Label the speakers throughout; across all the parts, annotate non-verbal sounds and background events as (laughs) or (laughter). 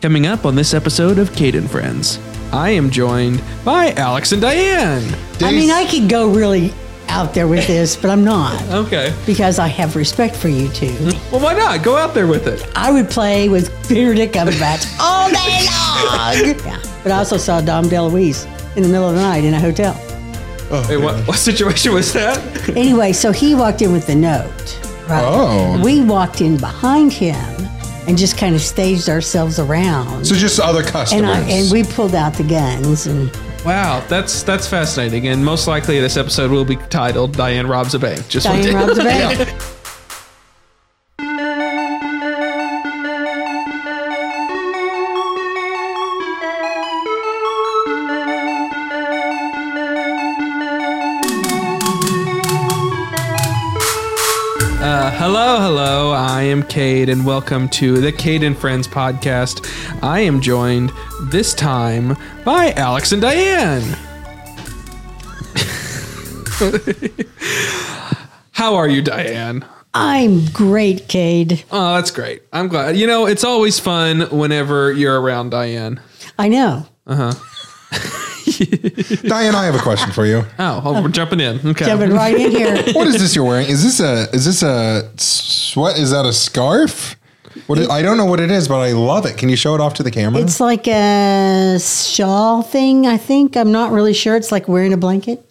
Speaker 1: Coming up on this episode of Kate and Friends, I am joined by Alex and Diane.
Speaker 2: I mean, I could go really out there with this, but I'm not
Speaker 1: Okay.
Speaker 2: because I have respect for you two.
Speaker 3: Mm-hmm.
Speaker 1: Well, why not? Go out there with it.
Speaker 2: I would play with Benedict
Speaker 3: (laughs)
Speaker 2: Cumberbatch all day long. (laughs) Yeah. But I also saw Dom DeLuise in the middle of the night in a hotel.
Speaker 1: Hey, what, what situation was that? (laughs)
Speaker 2: Anyway, so he walked in with the note. Right?
Speaker 3: Oh.
Speaker 2: We walked in behind him and just kind of staged ourselves around.
Speaker 3: So just other
Speaker 2: and,
Speaker 3: customers.
Speaker 2: I, and we pulled out the guns and
Speaker 1: Wow, that's that's fascinating, and most likely this episode will be titled "Diane Robs a Bank." Just one
Speaker 2: Diane
Speaker 1: day.
Speaker 3: (laughs)
Speaker 2: robbed the bank.
Speaker 1: Uh, (laughs) hello, hello. I am Cade, and welcome to the Cade and Friends podcast. I am joined this time by Alex and Diane. (laughs) How are you, Diane?
Speaker 2: I'm great, Cade.
Speaker 1: Oh, that's great. I'm glad. You know, it's always fun whenever you're around Diane.
Speaker 2: I know.
Speaker 3: (laughs) Diane, I have a question for you.
Speaker 1: Oh, oh we're jumping in. Okay.
Speaker 2: Jumping right in
Speaker 3: (laughs)
Speaker 2: here.
Speaker 3: What is this you're wearing? Is this a is this a s- what is that a scarf? What is, I don't know what it is, but I love it. Can you show it off to the camera?
Speaker 2: It's like a shawl thing, I think. I'm not really sure. It's like wearing a blanket.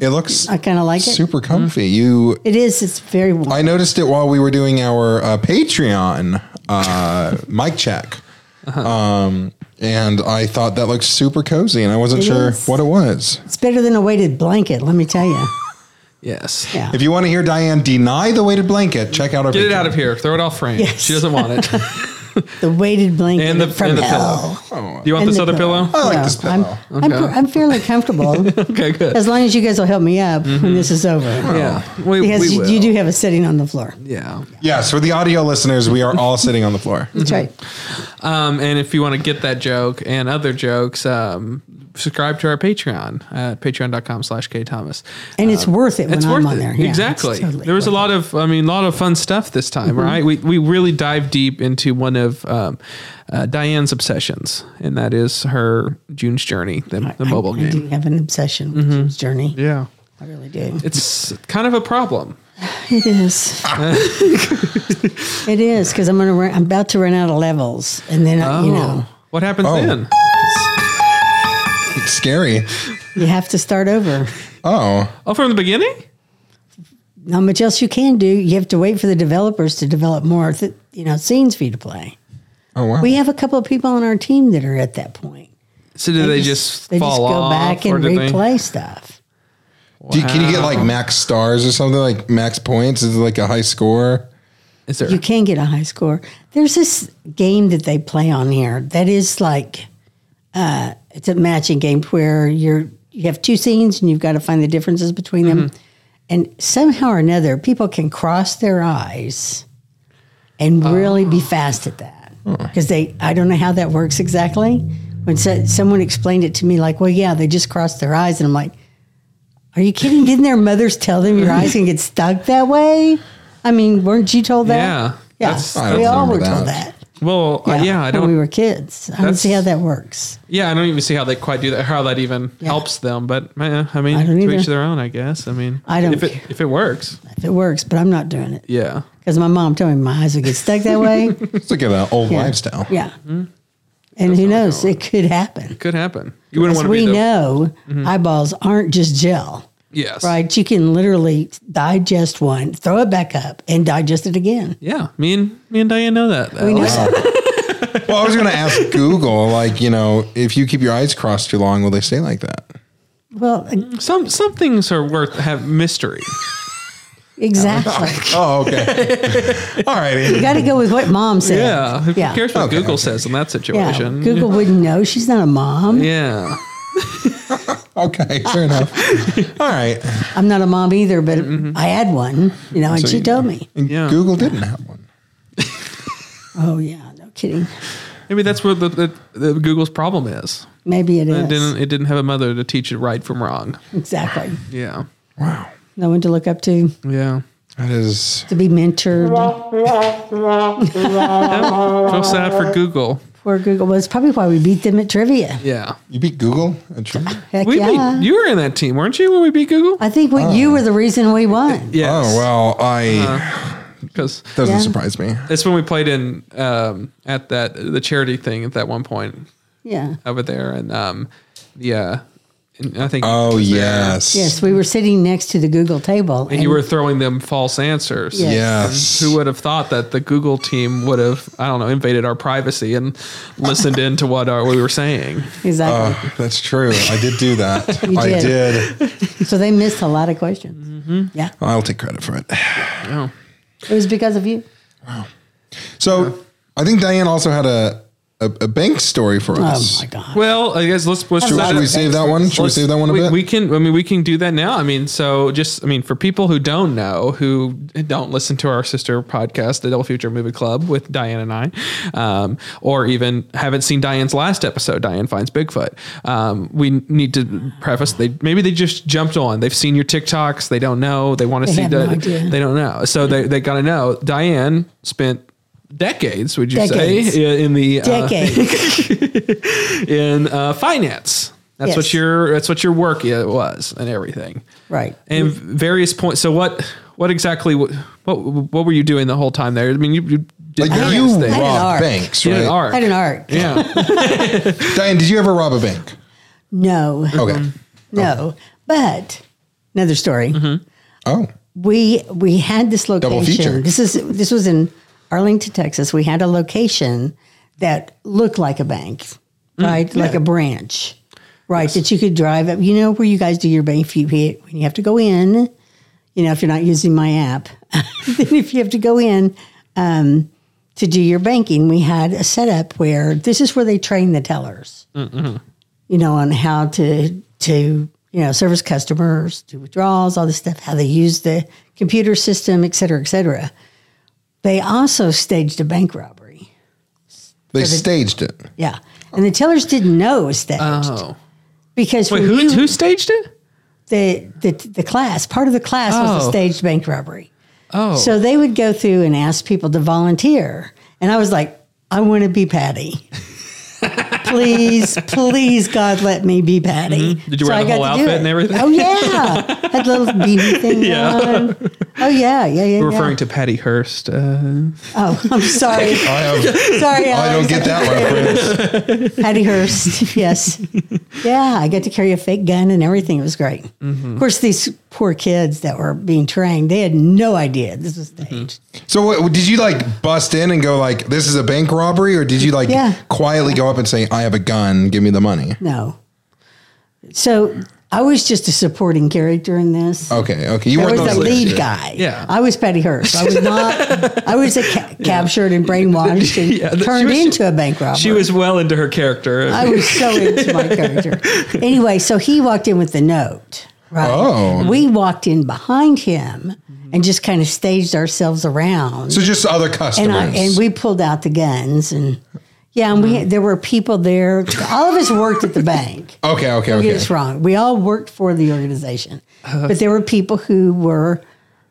Speaker 3: it looks
Speaker 2: I kind of like it. Mm-hmm.
Speaker 3: super comfy. You
Speaker 2: It is. It's very warm.
Speaker 3: I noticed it while we were doing our uh, Patreon uh, (laughs) mic check.
Speaker 2: Uh-huh.
Speaker 3: Um, and I thought that looked super cozy, and I wasn't
Speaker 2: It
Speaker 3: sure
Speaker 2: is.
Speaker 3: what it was.
Speaker 2: it's better than a weighted blanket, let me tell you.
Speaker 1: Yes.
Speaker 2: Yeah.
Speaker 3: If you want to hear Diane deny the weighted blanket, check out our
Speaker 1: Get it
Speaker 3: Patreon.
Speaker 1: out of here. Throw it off frame.
Speaker 2: Yes.
Speaker 1: She doesn't want
Speaker 2: (laughs)
Speaker 1: it.
Speaker 2: The weighted blanket
Speaker 1: and the,
Speaker 2: from
Speaker 1: and the
Speaker 2: hell.
Speaker 1: pillow.
Speaker 3: Oh,
Speaker 1: Do you want
Speaker 2: And
Speaker 1: this
Speaker 2: the
Speaker 1: other pillow?
Speaker 3: I like
Speaker 2: No,
Speaker 3: this pillow.
Speaker 2: I'm, I'm,
Speaker 1: Okay.
Speaker 2: I'm fairly comfortable
Speaker 3: (laughs)
Speaker 1: (laughs) Okay, good.
Speaker 2: as long as you guys will help me up when this is over.
Speaker 1: yeah. Mm-hmm. We,
Speaker 2: Because
Speaker 1: we
Speaker 2: you,
Speaker 1: will.
Speaker 2: you do have a sitting on the floor.
Speaker 1: Yeah.
Speaker 3: Yes, for the audio listeners, we are all sitting on the floor.
Speaker 1: Mm-hmm.
Speaker 2: That's right.
Speaker 1: Um, and if you want to get that joke and other jokes, um, subscribe to our Patreon at patreon.com slash K Thomas.
Speaker 2: And it's worth it when
Speaker 1: Uh, It's
Speaker 2: I'm
Speaker 1: worth
Speaker 2: on
Speaker 1: it.
Speaker 2: there. Yeah, it's
Speaker 1: exactly.
Speaker 2: totally
Speaker 1: there was a
Speaker 2: worth
Speaker 1: lot of,
Speaker 2: Mm-hmm.
Speaker 1: I mean, a lot of fun stuff this time, right? We, we really dive deep into one of um, uh, Diane's obsessions, and that is her June's Journey, the, the
Speaker 2: I-
Speaker 1: mobile
Speaker 2: I,
Speaker 1: game. Mm-hmm.
Speaker 2: do have an obsession with June's Journey.
Speaker 1: Yeah.
Speaker 2: I really do.
Speaker 1: It's kind of a problem. (laughs)
Speaker 2: It is. it is because I'm gonna. Run, I'm about to run out of levels, and then I
Speaker 1: Oh.
Speaker 2: you know
Speaker 1: What happens
Speaker 3: Oh.
Speaker 1: then?
Speaker 3: It's (laughs) scary.
Speaker 2: you have to start over.
Speaker 3: Oh,
Speaker 1: Oh, from the beginning?
Speaker 2: Not much else you can do. You have to wait for the developers to develop more, th- you know, scenes for you to play.
Speaker 3: oh wow.
Speaker 2: We have a couple of people on our team that are at that point.
Speaker 1: So do they, just,
Speaker 2: they
Speaker 1: fall
Speaker 2: just go
Speaker 1: off,
Speaker 2: back
Speaker 1: or
Speaker 2: and
Speaker 1: do they-
Speaker 2: replay stuff.
Speaker 3: Do you- can you get like max stars or something like max points? Is it like a high score?
Speaker 1: Is there?
Speaker 2: You can get a high score. There's this game that they play on here that is like, uh, it's a matching game where you're you have two scenes and you've got to find the differences between them, and somehow or another, people can cross their eyes, and really be fast at that because they. I don't know how that works exactly. When so, someone explained it to me, like, well, yeah, they just crossed their eyes, and I'm like, are you kidding? Didn't their mothers tell them your eyes can get stuck that way? I mean, weren't you told that?
Speaker 1: Yeah.
Speaker 2: Yeah,
Speaker 1: That's-
Speaker 3: I
Speaker 2: we
Speaker 3: don't
Speaker 2: all were
Speaker 3: remember
Speaker 2: told that.
Speaker 3: that.
Speaker 1: well, yeah, yeah I
Speaker 2: when we
Speaker 1: don't.
Speaker 2: were kids. I don't see how
Speaker 1: That's-
Speaker 2: that works.
Speaker 1: Yeah, I don't even see how they quite do that. How that even helps them, but eh, I mean,
Speaker 2: I don't
Speaker 1: to
Speaker 2: either.
Speaker 1: each their own, I guess. I mean,
Speaker 2: I don't
Speaker 1: If it
Speaker 2: care.
Speaker 1: if it works,
Speaker 2: If it works, but I'm not doing it
Speaker 1: yeah.
Speaker 2: because my mom told me my eyes would get stuck that
Speaker 1: (laughs)
Speaker 2: way.
Speaker 3: It's like an old lifestyle.
Speaker 2: yeah,
Speaker 1: Mm-hmm.
Speaker 2: and who knows? It could happen.
Speaker 1: Could happen. You wouldn't
Speaker 2: As
Speaker 1: want to be
Speaker 2: we
Speaker 1: the Mm-hmm.
Speaker 2: know, eyeballs aren't just gel,
Speaker 1: yes,
Speaker 2: right? You can literally digest one, throw it back up, and digest it again.
Speaker 1: Yeah, me and me and Diane know that.
Speaker 2: We know
Speaker 3: Well, I was going to ask Google, like you know, if you keep your eyes crossed too long, will they stay like that?
Speaker 2: (laughs) Well,
Speaker 1: (laughs)
Speaker 2: e-
Speaker 1: Some some things are worth have mystery.
Speaker 2: exactly.
Speaker 3: Oh, okay. (laughs) all righty.
Speaker 2: Got to go with what mom said.
Speaker 1: Yeah, who
Speaker 2: yeah.
Speaker 1: cares what
Speaker 3: Okay,
Speaker 1: Google
Speaker 3: okay.
Speaker 1: says in that
Speaker 2: Yeah,
Speaker 1: situation?
Speaker 2: Google wouldn't know. She's not a mom.
Speaker 1: Yeah,
Speaker 3: Okay, fair enough. All right.
Speaker 2: I'm not a mom either, but
Speaker 1: Mm-hmm.
Speaker 2: I had one, you know, and
Speaker 3: So
Speaker 2: she
Speaker 3: you
Speaker 2: told
Speaker 3: know.
Speaker 2: me.
Speaker 3: And
Speaker 1: Yeah.
Speaker 3: Google didn't have one.
Speaker 2: Oh yeah, no kidding.
Speaker 1: maybe that's where the, the, the Google's problem is.
Speaker 2: Maybe it is
Speaker 1: It didn't it didn't have a mother to teach it right from wrong.
Speaker 2: exactly.
Speaker 1: Yeah,
Speaker 3: Wow,
Speaker 2: No one to look up to,
Speaker 1: yeah.
Speaker 3: that is
Speaker 2: to be mentored.
Speaker 1: Feel sad for Google.
Speaker 2: Poor Google. Well, it's probably why we beat them at trivia.
Speaker 1: Yeah.
Speaker 3: You beat Google and Trump?
Speaker 2: Heck
Speaker 1: We
Speaker 2: yeah.
Speaker 1: beat, Oh. you were in that team, weren't you, when we beat Google?
Speaker 2: I think we, you were the reason we won.
Speaker 1: Yes.
Speaker 3: Oh well, I
Speaker 1: Because
Speaker 3: doesn't
Speaker 2: Uh-huh. Yeah.
Speaker 3: surprise me.
Speaker 1: that's when we played in um, at that the charity thing at that one point
Speaker 2: Yeah.
Speaker 1: over there, and um, yeah, and I think
Speaker 3: Oh
Speaker 1: it was there.
Speaker 3: yes,
Speaker 2: Yes, we were sitting next to the Google table.
Speaker 1: and you were throwing them false answers.
Speaker 2: Yeah.
Speaker 3: yes.
Speaker 1: Who would have thought that the Google team would have, I don't know, invaded our privacy and listened in to what our, we were saying?
Speaker 2: exactly.
Speaker 3: Uh, that's true. I did do that.
Speaker 2: (laughs) You
Speaker 3: I
Speaker 2: did.
Speaker 3: did.
Speaker 1: uh,
Speaker 2: so they missed a lot of questions.
Speaker 1: Mm-hmm.
Speaker 2: Yeah.
Speaker 3: I'll take credit for it.
Speaker 1: Oh.
Speaker 2: It was because of you.
Speaker 3: So I think Diane also had a a, a bank story for
Speaker 2: Oh
Speaker 3: us.
Speaker 2: my God.
Speaker 1: Well, I guess let's let's
Speaker 2: Should-
Speaker 1: try
Speaker 3: Should
Speaker 1: to-
Speaker 3: we save that one? Should we
Speaker 1: let's-
Speaker 3: save that one a
Speaker 1: we,
Speaker 3: bit?
Speaker 1: we can. I mean, we can do that now. I mean, so just I mean, for people who don't know, who don't listen to our sister podcast, the Double Future Movie Club with Diane and I, um, or even haven't seen Diane's last episode, Diane finds Bigfoot. Um, we need to preface. They maybe they just jumped on. They've seen your TikToks. They don't know. They want to
Speaker 2: They
Speaker 1: see
Speaker 2: have
Speaker 1: the.
Speaker 2: no idea.
Speaker 1: They don't know. So they they got to know. Diane spent. Decades, would you
Speaker 2: Decades.
Speaker 1: say, in- in the uh, (laughs)
Speaker 2: Decade.
Speaker 1: in uh, finance. That's
Speaker 2: Yes.
Speaker 1: what your that's what your work i- was and everything,
Speaker 2: right.
Speaker 1: and various points. So what what exactly what what were you doing the whole time there? I mean, you, you did
Speaker 3: Like
Speaker 1: various
Speaker 3: Uh, you
Speaker 1: things.
Speaker 2: I-
Speaker 3: rob
Speaker 2: arc.
Speaker 3: banks,
Speaker 1: You
Speaker 3: right?
Speaker 1: did art.
Speaker 2: I don't know.
Speaker 1: Yeah,
Speaker 3: Diane, did you ever rob a bank?
Speaker 2: No.
Speaker 3: Okay.
Speaker 2: No. But another story.
Speaker 1: Mm-hmm.
Speaker 3: Oh,
Speaker 2: we we had this
Speaker 3: feature.
Speaker 2: location. This is this was in Arlington, Texas. We had a location that looked like a bank, right? Like a branch, right? That you could drive up. You know where you guys do your bank if you when you have to go in. You know if you're not using my app, (laughs) then if you have to go in um, to do your banking, we had a setup where this is where they train the tellers you know, on how to to you know service customers, do withdrawals, all this stuff, how they use the computer system, et cetera, et cetera. They also staged a bank robbery.
Speaker 3: they staged it.
Speaker 2: Yeah, and the tellers didn't know it was staged
Speaker 1: Oh.
Speaker 2: because
Speaker 1: Wait,
Speaker 2: when
Speaker 1: who
Speaker 2: you-
Speaker 1: who staged it?
Speaker 2: the, the the class part of the class was
Speaker 1: Oh.
Speaker 2: a staged bank robbery.
Speaker 1: Oh,
Speaker 2: So they would go through and ask people to volunteer, and I was like, I want to be Patty.
Speaker 1: (laughs)
Speaker 2: please, please, God, let me be Patty.
Speaker 1: Mm-hmm. Did you
Speaker 2: So
Speaker 1: wear
Speaker 2: I
Speaker 1: the
Speaker 2: got
Speaker 1: whole
Speaker 2: to do
Speaker 1: outfit
Speaker 2: it.
Speaker 1: and everything?
Speaker 2: Oh yeah, had the little
Speaker 1: (laughs)
Speaker 2: beanie thing
Speaker 1: Yeah.
Speaker 2: on. Oh yeah, yeah, yeah.
Speaker 1: we're referring
Speaker 2: (laughs) yeah.
Speaker 1: to Patty Hearst. Uh,
Speaker 2: Oh, I'm sorry,
Speaker 3: I
Speaker 2: (laughs)
Speaker 3: have.
Speaker 2: sorry.
Speaker 3: I don't get that one. Chris.
Speaker 2: Patty Hearst.
Speaker 1: (laughs)
Speaker 2: Yes. Yeah, I got to carry a fake gun and everything. It was great.
Speaker 1: Mm-hmm.
Speaker 2: Of course, these poor kids that were being trained, they had no idea this was staged.
Speaker 1: Mm-hmm.
Speaker 3: So what, did you like bust in and go like, "This is a bank robbery," or did you like
Speaker 2: Yeah.
Speaker 3: quietly go up and say, "I have a gun, give me the money"?
Speaker 2: No. So I was just a supporting character in
Speaker 1: Oh,
Speaker 2: this.
Speaker 3: Okay, okay, you
Speaker 2: I
Speaker 3: weren't
Speaker 2: was
Speaker 3: the
Speaker 2: the lead
Speaker 3: leader.
Speaker 2: guy.
Speaker 1: Yeah.
Speaker 2: I was Patty Hearst. I was not. I was a ca- captured
Speaker 1: (laughs)
Speaker 2: and brainwashed and
Speaker 1: Yeah, that- she
Speaker 2: turned
Speaker 1: was-
Speaker 2: into a bank robber.
Speaker 1: she was well into her character.
Speaker 2: I was so into my
Speaker 1: (laughs)
Speaker 2: character. Anyway, so he walked in with the note. Right.
Speaker 3: Oh.
Speaker 2: We walked in behind him and just kind of staged ourselves around.
Speaker 3: So just other
Speaker 2: and
Speaker 3: customers.
Speaker 2: I, and we pulled out the guns and yeah, and we there were people there. All of us worked at the bank.
Speaker 3: okay, okay,
Speaker 2: Don't
Speaker 3: okay.
Speaker 2: get us wrong. We all worked for the organization,
Speaker 1: Oh,
Speaker 2: but there were people who were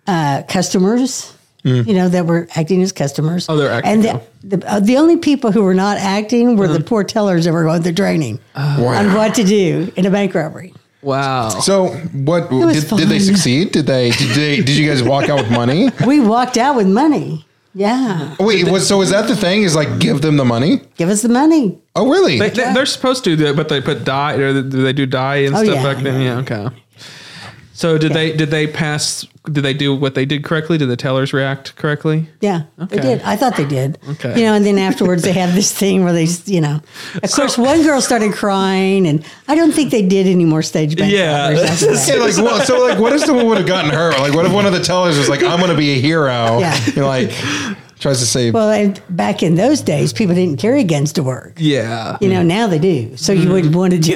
Speaker 2: uh, customers. You know that were acting as customers.
Speaker 1: Mm. Oh, they're acting, Uh-huh.
Speaker 2: And the the, uh, the only people who were not acting were the poor tellers that were going through training
Speaker 1: Oh,
Speaker 2: on what to do in a bank robbery.
Speaker 1: wow.
Speaker 3: So what
Speaker 2: was
Speaker 3: did, did they
Speaker 2: fun.
Speaker 3: succeed? Did they, did they? Did you guys walk out with money?
Speaker 2: We walked out with money. Yeah,
Speaker 3: Wait, what, so is that the thing? Is like give them the money?
Speaker 2: give us the money.
Speaker 3: Oh, really?
Speaker 1: They, they, are supposed to, do it, but they put dye or do they do dye and
Speaker 2: Oh,
Speaker 1: stuff
Speaker 2: yeah,
Speaker 1: back then? Yeah, okay. So did they did they pass? Did they do what they did correctly? Did the tellers react correctly?
Speaker 2: Yeah, they
Speaker 1: Okay.
Speaker 2: did. I thought they did.
Speaker 1: Okay.
Speaker 2: You know, and then afterwards they have this thing where they, s- you know, of course one girl started crying, and I don't think they did any more stage bank.
Speaker 1: Yeah. (laughs)
Speaker 2: robberies after that.
Speaker 3: Yeah, like well, so like what if someone would have gotten hurt? Like what if one of the tellers was like, I'm gonna be a hero
Speaker 2: Yeah.
Speaker 3: and like tries to save
Speaker 2: Well, and back in those days, people didn't carry guns to work.
Speaker 1: Yeah. Mm-hmm.
Speaker 2: You know, now they do. So you wouldn't want to do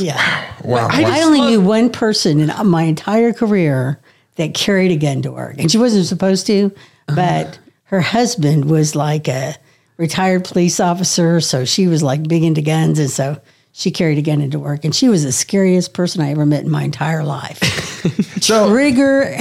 Speaker 1: Yes.
Speaker 2: Yeah.
Speaker 3: wow,
Speaker 1: I
Speaker 3: wow.
Speaker 2: I only knew one person in my entire career that carried a gun to work, and she wasn't supposed to,
Speaker 1: Uh-huh.
Speaker 2: but her husband was like a retired police officer, so she was like big into guns, and so she carried a gun into work, and she was the scariest
Speaker 1: (laughs)
Speaker 2: person I ever met in my entire life.
Speaker 3: so
Speaker 2: (laughs)
Speaker 1: Uh,
Speaker 2: Rigor,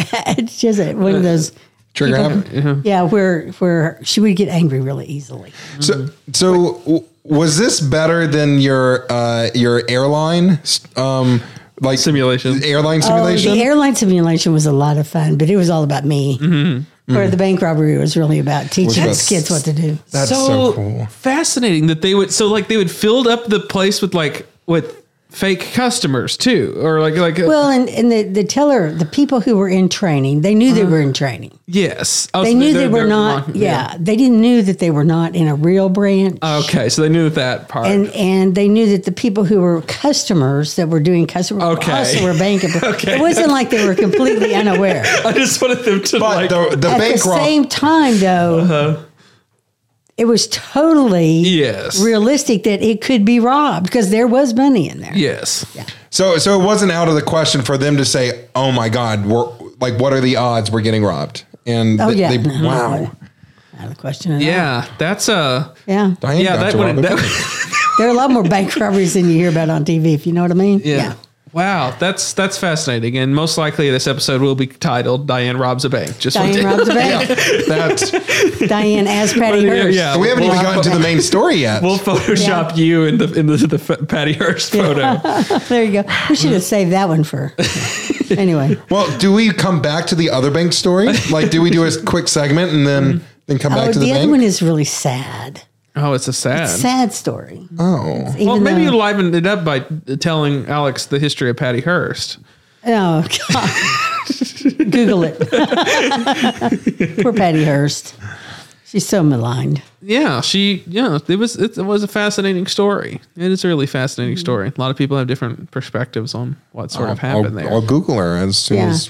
Speaker 2: she was a- one of those
Speaker 3: Trigger happy.
Speaker 2: Yeah, where where she would get angry really easily.
Speaker 3: So, so w- was this better than your uh, your airline um, like
Speaker 1: Simulation.
Speaker 3: Airline
Speaker 2: Oh,
Speaker 3: simulation.
Speaker 2: the airline simulation was a lot of fun, but it was all about me.
Speaker 1: Mm-hmm.
Speaker 2: Where the bank robbery was really about teaching
Speaker 3: about-
Speaker 2: kids what to do.
Speaker 3: That's so cool.
Speaker 1: fascinating that they would so like they would filled up the place with like with fake customers too or like like uh,
Speaker 2: Well, and, and the, the teller, the people who were in training, they knew they were in training.
Speaker 1: yes Oh,
Speaker 2: They
Speaker 1: so
Speaker 2: knew
Speaker 1: Uh-huh. they're-
Speaker 2: they were
Speaker 1: they're
Speaker 2: not,
Speaker 1: wrong.
Speaker 2: yeah, they didn't knew that they were not in a real branch.
Speaker 1: Oh, okay so they knew that part
Speaker 2: and and they knew that the people who were customers that were doing customer
Speaker 1: Okay.
Speaker 2: also were bank
Speaker 1: (laughs)
Speaker 2: employees.
Speaker 1: Okay.
Speaker 2: It wasn't like they were
Speaker 1: (laughs)
Speaker 2: completely unaware.
Speaker 1: (laughs) i just wanted them to
Speaker 3: But
Speaker 1: like
Speaker 3: the, the
Speaker 2: At the
Speaker 3: bank Uh-huh. rob-
Speaker 2: same time, though, it was totally
Speaker 1: Yes.
Speaker 2: realistic that it could be robbed because there was money in there.
Speaker 1: yes
Speaker 3: So so it wasn't out of the question for them to say, "Oh my God, we're like, what are the odds we're getting robbed?" And
Speaker 2: Oh
Speaker 3: they,
Speaker 2: yeah,
Speaker 3: they-
Speaker 2: No,
Speaker 3: wow,
Speaker 2: out of the question. At
Speaker 1: yeah that's uh
Speaker 2: all. yeah.
Speaker 3: Diane
Speaker 1: yeah
Speaker 3: got
Speaker 1: that
Speaker 3: to rob
Speaker 1: would
Speaker 3: a
Speaker 1: that (laughs)
Speaker 3: bank.
Speaker 1: would-
Speaker 2: There are a lot more
Speaker 3: (laughs)
Speaker 2: bank robberies than you hear about on TV. If you know what I mean.
Speaker 1: yeah. Wow, that's that's fascinating, and most likely this episode will be titled "Diane Robs a Bank." Just one day.
Speaker 2: Diane robs a bank.
Speaker 3: (laughs) Yeah, that's.
Speaker 1: (laughs)
Speaker 2: Diane
Speaker 3: (laughs)
Speaker 2: as Patty
Speaker 1: Yeah,
Speaker 2: Hearst.
Speaker 1: yeah.
Speaker 3: We haven't
Speaker 1: We'll
Speaker 3: even gotten to the main story
Speaker 1: (laughs)
Speaker 3: yet.
Speaker 1: We'll Photoshop you in the in the, the F- Patty Hearst photo.
Speaker 2: (laughs) (laughs) There you go. We should have saved that one
Speaker 3: (laughs)
Speaker 2: for. anyway.
Speaker 3: well, do we come back to the other bank story? Like, do we do a quick segment and then then come
Speaker 2: Oh,
Speaker 3: back to
Speaker 2: the,
Speaker 3: the,
Speaker 2: other
Speaker 3: bank?
Speaker 2: one is really sad.
Speaker 1: Oh, it's a sad.
Speaker 2: Sad story.
Speaker 3: oh,
Speaker 2: Even
Speaker 1: well, maybe you
Speaker 2: though,
Speaker 1: livened it up by telling Alex the history of Patty Hearst.
Speaker 2: oh God.
Speaker 1: (laughs)
Speaker 2: Google it. (laughs) Poor Patty Hearst. She's so maligned.
Speaker 1: Yeah, she. Yeah, it was it, was a fascinating story. It is a really fascinating
Speaker 2: Mm-hmm.
Speaker 1: story. A lot of people have different perspectives on what sort of happened
Speaker 3: I'll,
Speaker 1: there.
Speaker 3: I'll Google her as soon
Speaker 2: Yeah.
Speaker 3: as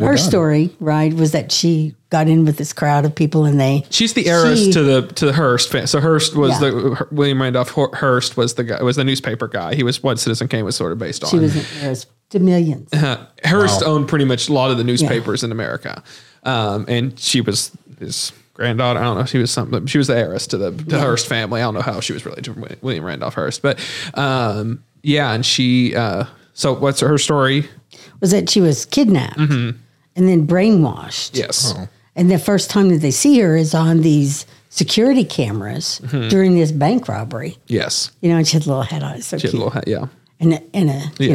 Speaker 3: we're
Speaker 2: Her
Speaker 3: done.
Speaker 2: story, right, was that she got in with this crowd of people and they
Speaker 1: She's the heiress
Speaker 2: She-
Speaker 1: to the to the Hearst. Fan. So Hearst was
Speaker 2: Yeah.
Speaker 1: the Her- William Randolph Hor- Hearst was the guy was the newspaper guy. He was what Citizen Kane was sort of based on.
Speaker 2: she was an heiress to millions.
Speaker 1: Uh, (laughs) Hearst owned pretty much a lot of the newspapers in America, um, and she was his granddaughter. I don't know. She was something. She was the heiress to the to Hearst family. I don't know how she was related to Wi- William Randolph Hearst, but um, yeah. And she. Uh, so what's her story?
Speaker 2: Was that she was kidnapped
Speaker 1: Mm-hmm.
Speaker 2: and then brainwashed.
Speaker 1: Yes.
Speaker 2: And the first time that they see her is on these security cameras
Speaker 1: Mm-hmm.
Speaker 2: during this bank robbery.
Speaker 1: Yes.
Speaker 2: You know, and she had a little hat on. It's so
Speaker 1: She had a
Speaker 2: cute.
Speaker 1: little hat. Yeah.
Speaker 2: and a, and a you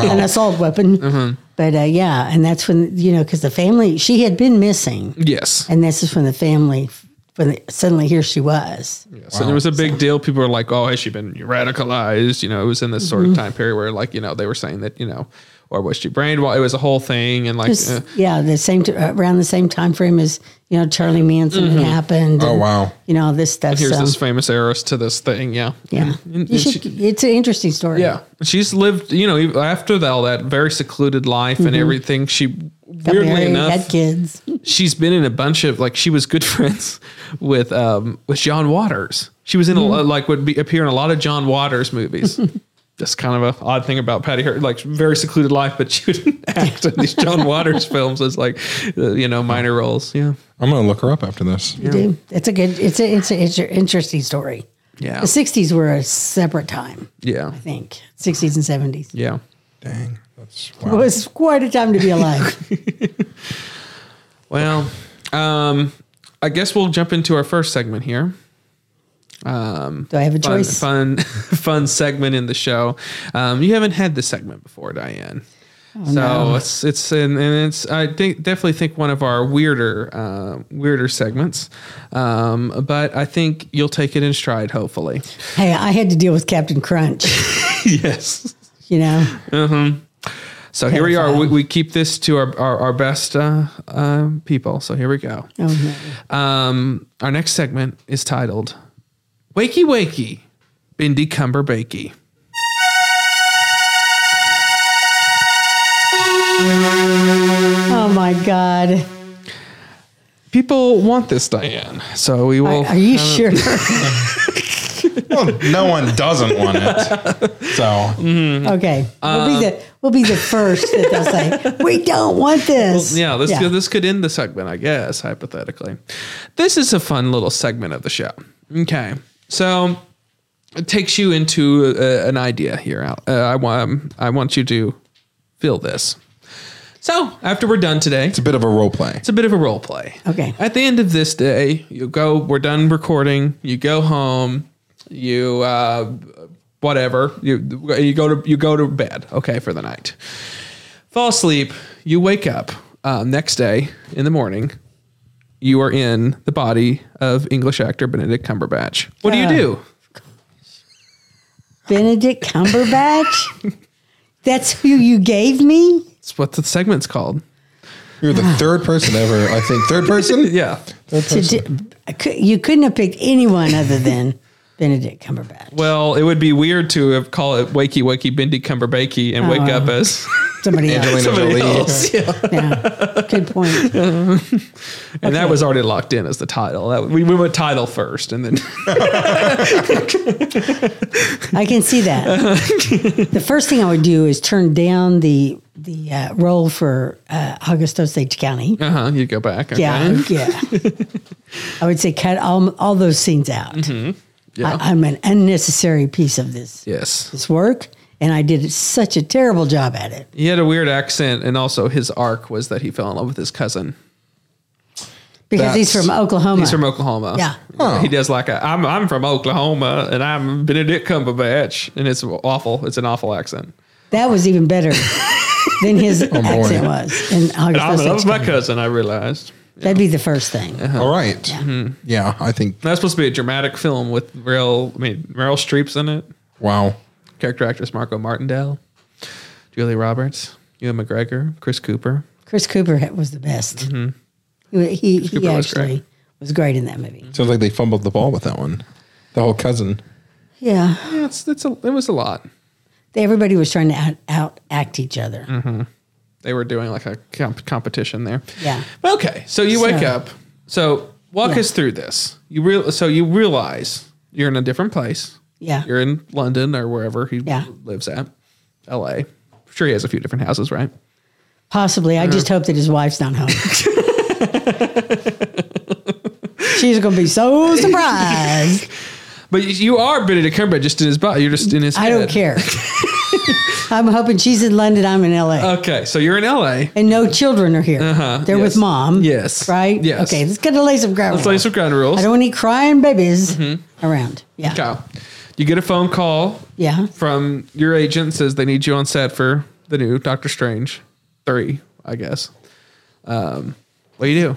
Speaker 1: (laughs)
Speaker 2: an assault weapon.
Speaker 1: Mm-hmm.
Speaker 2: But uh, yeah, and that's when you know because the family she had been missing,
Speaker 1: Yes.
Speaker 2: and this is when the family when they, suddenly here she was.
Speaker 1: So it was a big deal. People were like, "Oh, has she been radicalized?" You know, it was in this sort
Speaker 2: Mm-hmm.
Speaker 1: of time period where, like, you know, they were saying that, you know, or was she brainwashed? It was a whole thing, and like,
Speaker 2: Just,
Speaker 1: uh,
Speaker 2: yeah, the same t- around the same time frame as you know Charlie Manson had happened.
Speaker 3: Oh
Speaker 2: and,
Speaker 3: wow.
Speaker 2: you know all this stuff.
Speaker 1: Mm-hmm. here's
Speaker 2: So
Speaker 1: this famous heiress to this thing. Yeah.
Speaker 2: yeah,
Speaker 1: And- and-
Speaker 2: you
Speaker 1: and
Speaker 2: should, it's an interesting story.
Speaker 1: Yeah, she's lived, you know, even after that, all that very secluded life and
Speaker 2: Mm-hmm.
Speaker 1: everything. She
Speaker 2: Got
Speaker 1: weirdly
Speaker 2: married,
Speaker 1: enough,
Speaker 2: had kids.
Speaker 1: she's been in a bunch of like she was good (laughs) friends with um with John Waters. She was in a lot like would be appear in a lot of John Waters movies. Just kind of a odd thing about Patty Hearst, like very secluded life, but she would (laughs) act in these John Waters films as like, uh, you know, minor roles. Yeah,
Speaker 3: I'm gonna look her up after this.
Speaker 2: You do. It's a good. It's a. It's a. It's an interesting story.
Speaker 1: yeah,
Speaker 2: The '60s were a separate time,
Speaker 1: yeah,
Speaker 2: I think. '60s and '70s.
Speaker 1: yeah.
Speaker 3: Dang, that's
Speaker 2: It
Speaker 3: wow.
Speaker 2: was quite a time to be alive.
Speaker 1: Well, um, I guess we'll jump into our first segment here.
Speaker 2: Do I have a
Speaker 1: fun,
Speaker 2: choice?
Speaker 1: fun, (laughs) fun segment in the show. Um, you haven't had this segment before, Diane. so it's it's and, and it's I think definitely think one of our weirder uh, weirder segments, um, but I think you'll take it in stride. Hopefully, (laughs)
Speaker 2: Hey, I had to deal with Captain Crunch,
Speaker 1: yes.
Speaker 2: you know.
Speaker 1: So here we are. We, we keep this to our our, our best uh, uh, people. So here we go.
Speaker 2: Oh, no.
Speaker 1: Um, our next segment is titled "Wakey Wakey, Bindy Cumberbakey."
Speaker 2: oh my God.
Speaker 1: People want this, Diane. So we will.
Speaker 2: Are you sure?
Speaker 3: Well, no one doesn't want it.
Speaker 1: (laughs)
Speaker 3: So
Speaker 1: Mm.
Speaker 2: okay. we'll, be the, we'll be the first that they'll say, we don't want this.
Speaker 1: Yeah, this this could end the segment, I guess, hypothetically. This is a fun little segment of the show. Okay, so it takes you into um, uh, an idea here. Al. Uh, I want I want you to feel this. So after we're done today,
Speaker 3: It's a bit of a role play.
Speaker 1: it's a bit of a role play.
Speaker 2: Okay.
Speaker 1: At the end of this day, you go, we're done recording, you go home, you uh whatever, you you go to you go to bed, okay, for the night. Fall asleep, you wake up um, next day in the morning. You are in the body of English actor Benedict Cumberbatch. What do you
Speaker 2: Yeah.
Speaker 1: do?
Speaker 2: Benedict Cumberbatch? That's who you gave me?
Speaker 1: That's what the segment's called.
Speaker 3: You're the third person ever, I think. Third
Speaker 2: (laughs)
Speaker 3: person?
Speaker 1: Yeah.
Speaker 3: Third
Speaker 2: To
Speaker 3: person.
Speaker 2: di- I cou- you couldn't have picked anyone other than Benedict Cumberbatch.
Speaker 1: Well, it would be weird to have call it Wakey Wakey Bendy Cumberbakey and wake
Speaker 2: Oh.
Speaker 1: up as
Speaker 2: Somebody else.
Speaker 3: Angelina
Speaker 1: somebody
Speaker 3: Jolie.
Speaker 1: else. Yeah.
Speaker 2: Yeah. Good point.
Speaker 1: And that was already locked in as the title. That, we, we went title first, and then (laughs)
Speaker 2: I can see
Speaker 1: (laughs)
Speaker 2: that. the first thing I would do is turn down the the uh, role for uh, Augusto Sage County.
Speaker 1: uh-huh, you go back. Okay.
Speaker 2: Yeah,
Speaker 1: (laughs)
Speaker 2: yeah. I would say cut all all those scenes out.
Speaker 1: Mm-hmm. Yeah.
Speaker 2: I, I'm an unnecessary piece of this
Speaker 1: Yes.
Speaker 2: this work, and I did such a terrible job at it.
Speaker 1: He had a weird accent, and also his arc was that he fell in love with his cousin.
Speaker 2: Because he's
Speaker 3: That's-
Speaker 2: from Oklahoma.
Speaker 1: He's from Oklahoma.
Speaker 2: Yeah.
Speaker 3: Oh.
Speaker 1: He does like a, I'm, I'm from Oklahoma, and I'm Benedict Cumberbatch, and it's awful. It's an awful accent.
Speaker 2: that was even better
Speaker 1: (laughs)
Speaker 2: than his accent was. And
Speaker 1: And I'm in love
Speaker 2: August
Speaker 1: with my Uh-huh. cousin, I realized.
Speaker 2: That'd be the first thing.
Speaker 3: All right.
Speaker 1: Mm-hmm.
Speaker 3: Yeah, I think.
Speaker 1: That's supposed to be a dramatic film with real, I mean, Meryl Streep's in it.
Speaker 3: Wow.
Speaker 1: character actress Marco Martindale, Julie Roberts, Ewan McGregor, Chris Cooper.
Speaker 2: Chris Cooper ha- was the best. He, he, he
Speaker 1: Mm-hmm. Cooper was
Speaker 2: actually
Speaker 1: great.
Speaker 2: was great in that movie.
Speaker 3: Sounds like they fumbled the ball with that one. The whole cousin.
Speaker 2: Yeah.
Speaker 1: Yeah, it's, it's a, it was a lot.
Speaker 2: They- Everybody was trying to out, out act each other.
Speaker 1: Mm-hmm. They were doing like a comp- competition there.
Speaker 2: Yeah.
Speaker 1: Okay, so you wake
Speaker 2: So-
Speaker 1: up. So walk
Speaker 2: Yeah.
Speaker 1: us through this. You real so you realize you're in a different place.
Speaker 2: Yeah.
Speaker 1: You're in London or wherever he
Speaker 2: Yeah.
Speaker 1: lives at, L.A. Sure, he has a few different houses, right?
Speaker 2: Possibly. I just hope that his wife's
Speaker 1: (laughs)
Speaker 2: not home. She's going to be
Speaker 1: (laughs)
Speaker 2: so surprised.
Speaker 1: But you- you are Benedict Cumberbatch, just in his body. You're just in his.
Speaker 2: I don't
Speaker 1: head. (laughs)
Speaker 2: care. I'm hoping she's in London. I'm in LA.
Speaker 1: Okay, so you're in L.A.
Speaker 2: and no children are here. They're
Speaker 1: uh-huh. yes.
Speaker 2: with mom.
Speaker 1: Yes.
Speaker 2: Right?
Speaker 1: Yes.
Speaker 2: Okay, let's get a lace of ground.
Speaker 1: Let's lay some ground rules.
Speaker 2: I don't want any crying babies
Speaker 1: Mm-hmm.
Speaker 2: around. Yeah.
Speaker 1: Okay. You get a phone call
Speaker 2: Yeah.
Speaker 1: from your agent says they need you on set for the new Doctor Strange three, I guess. Um, what do you do?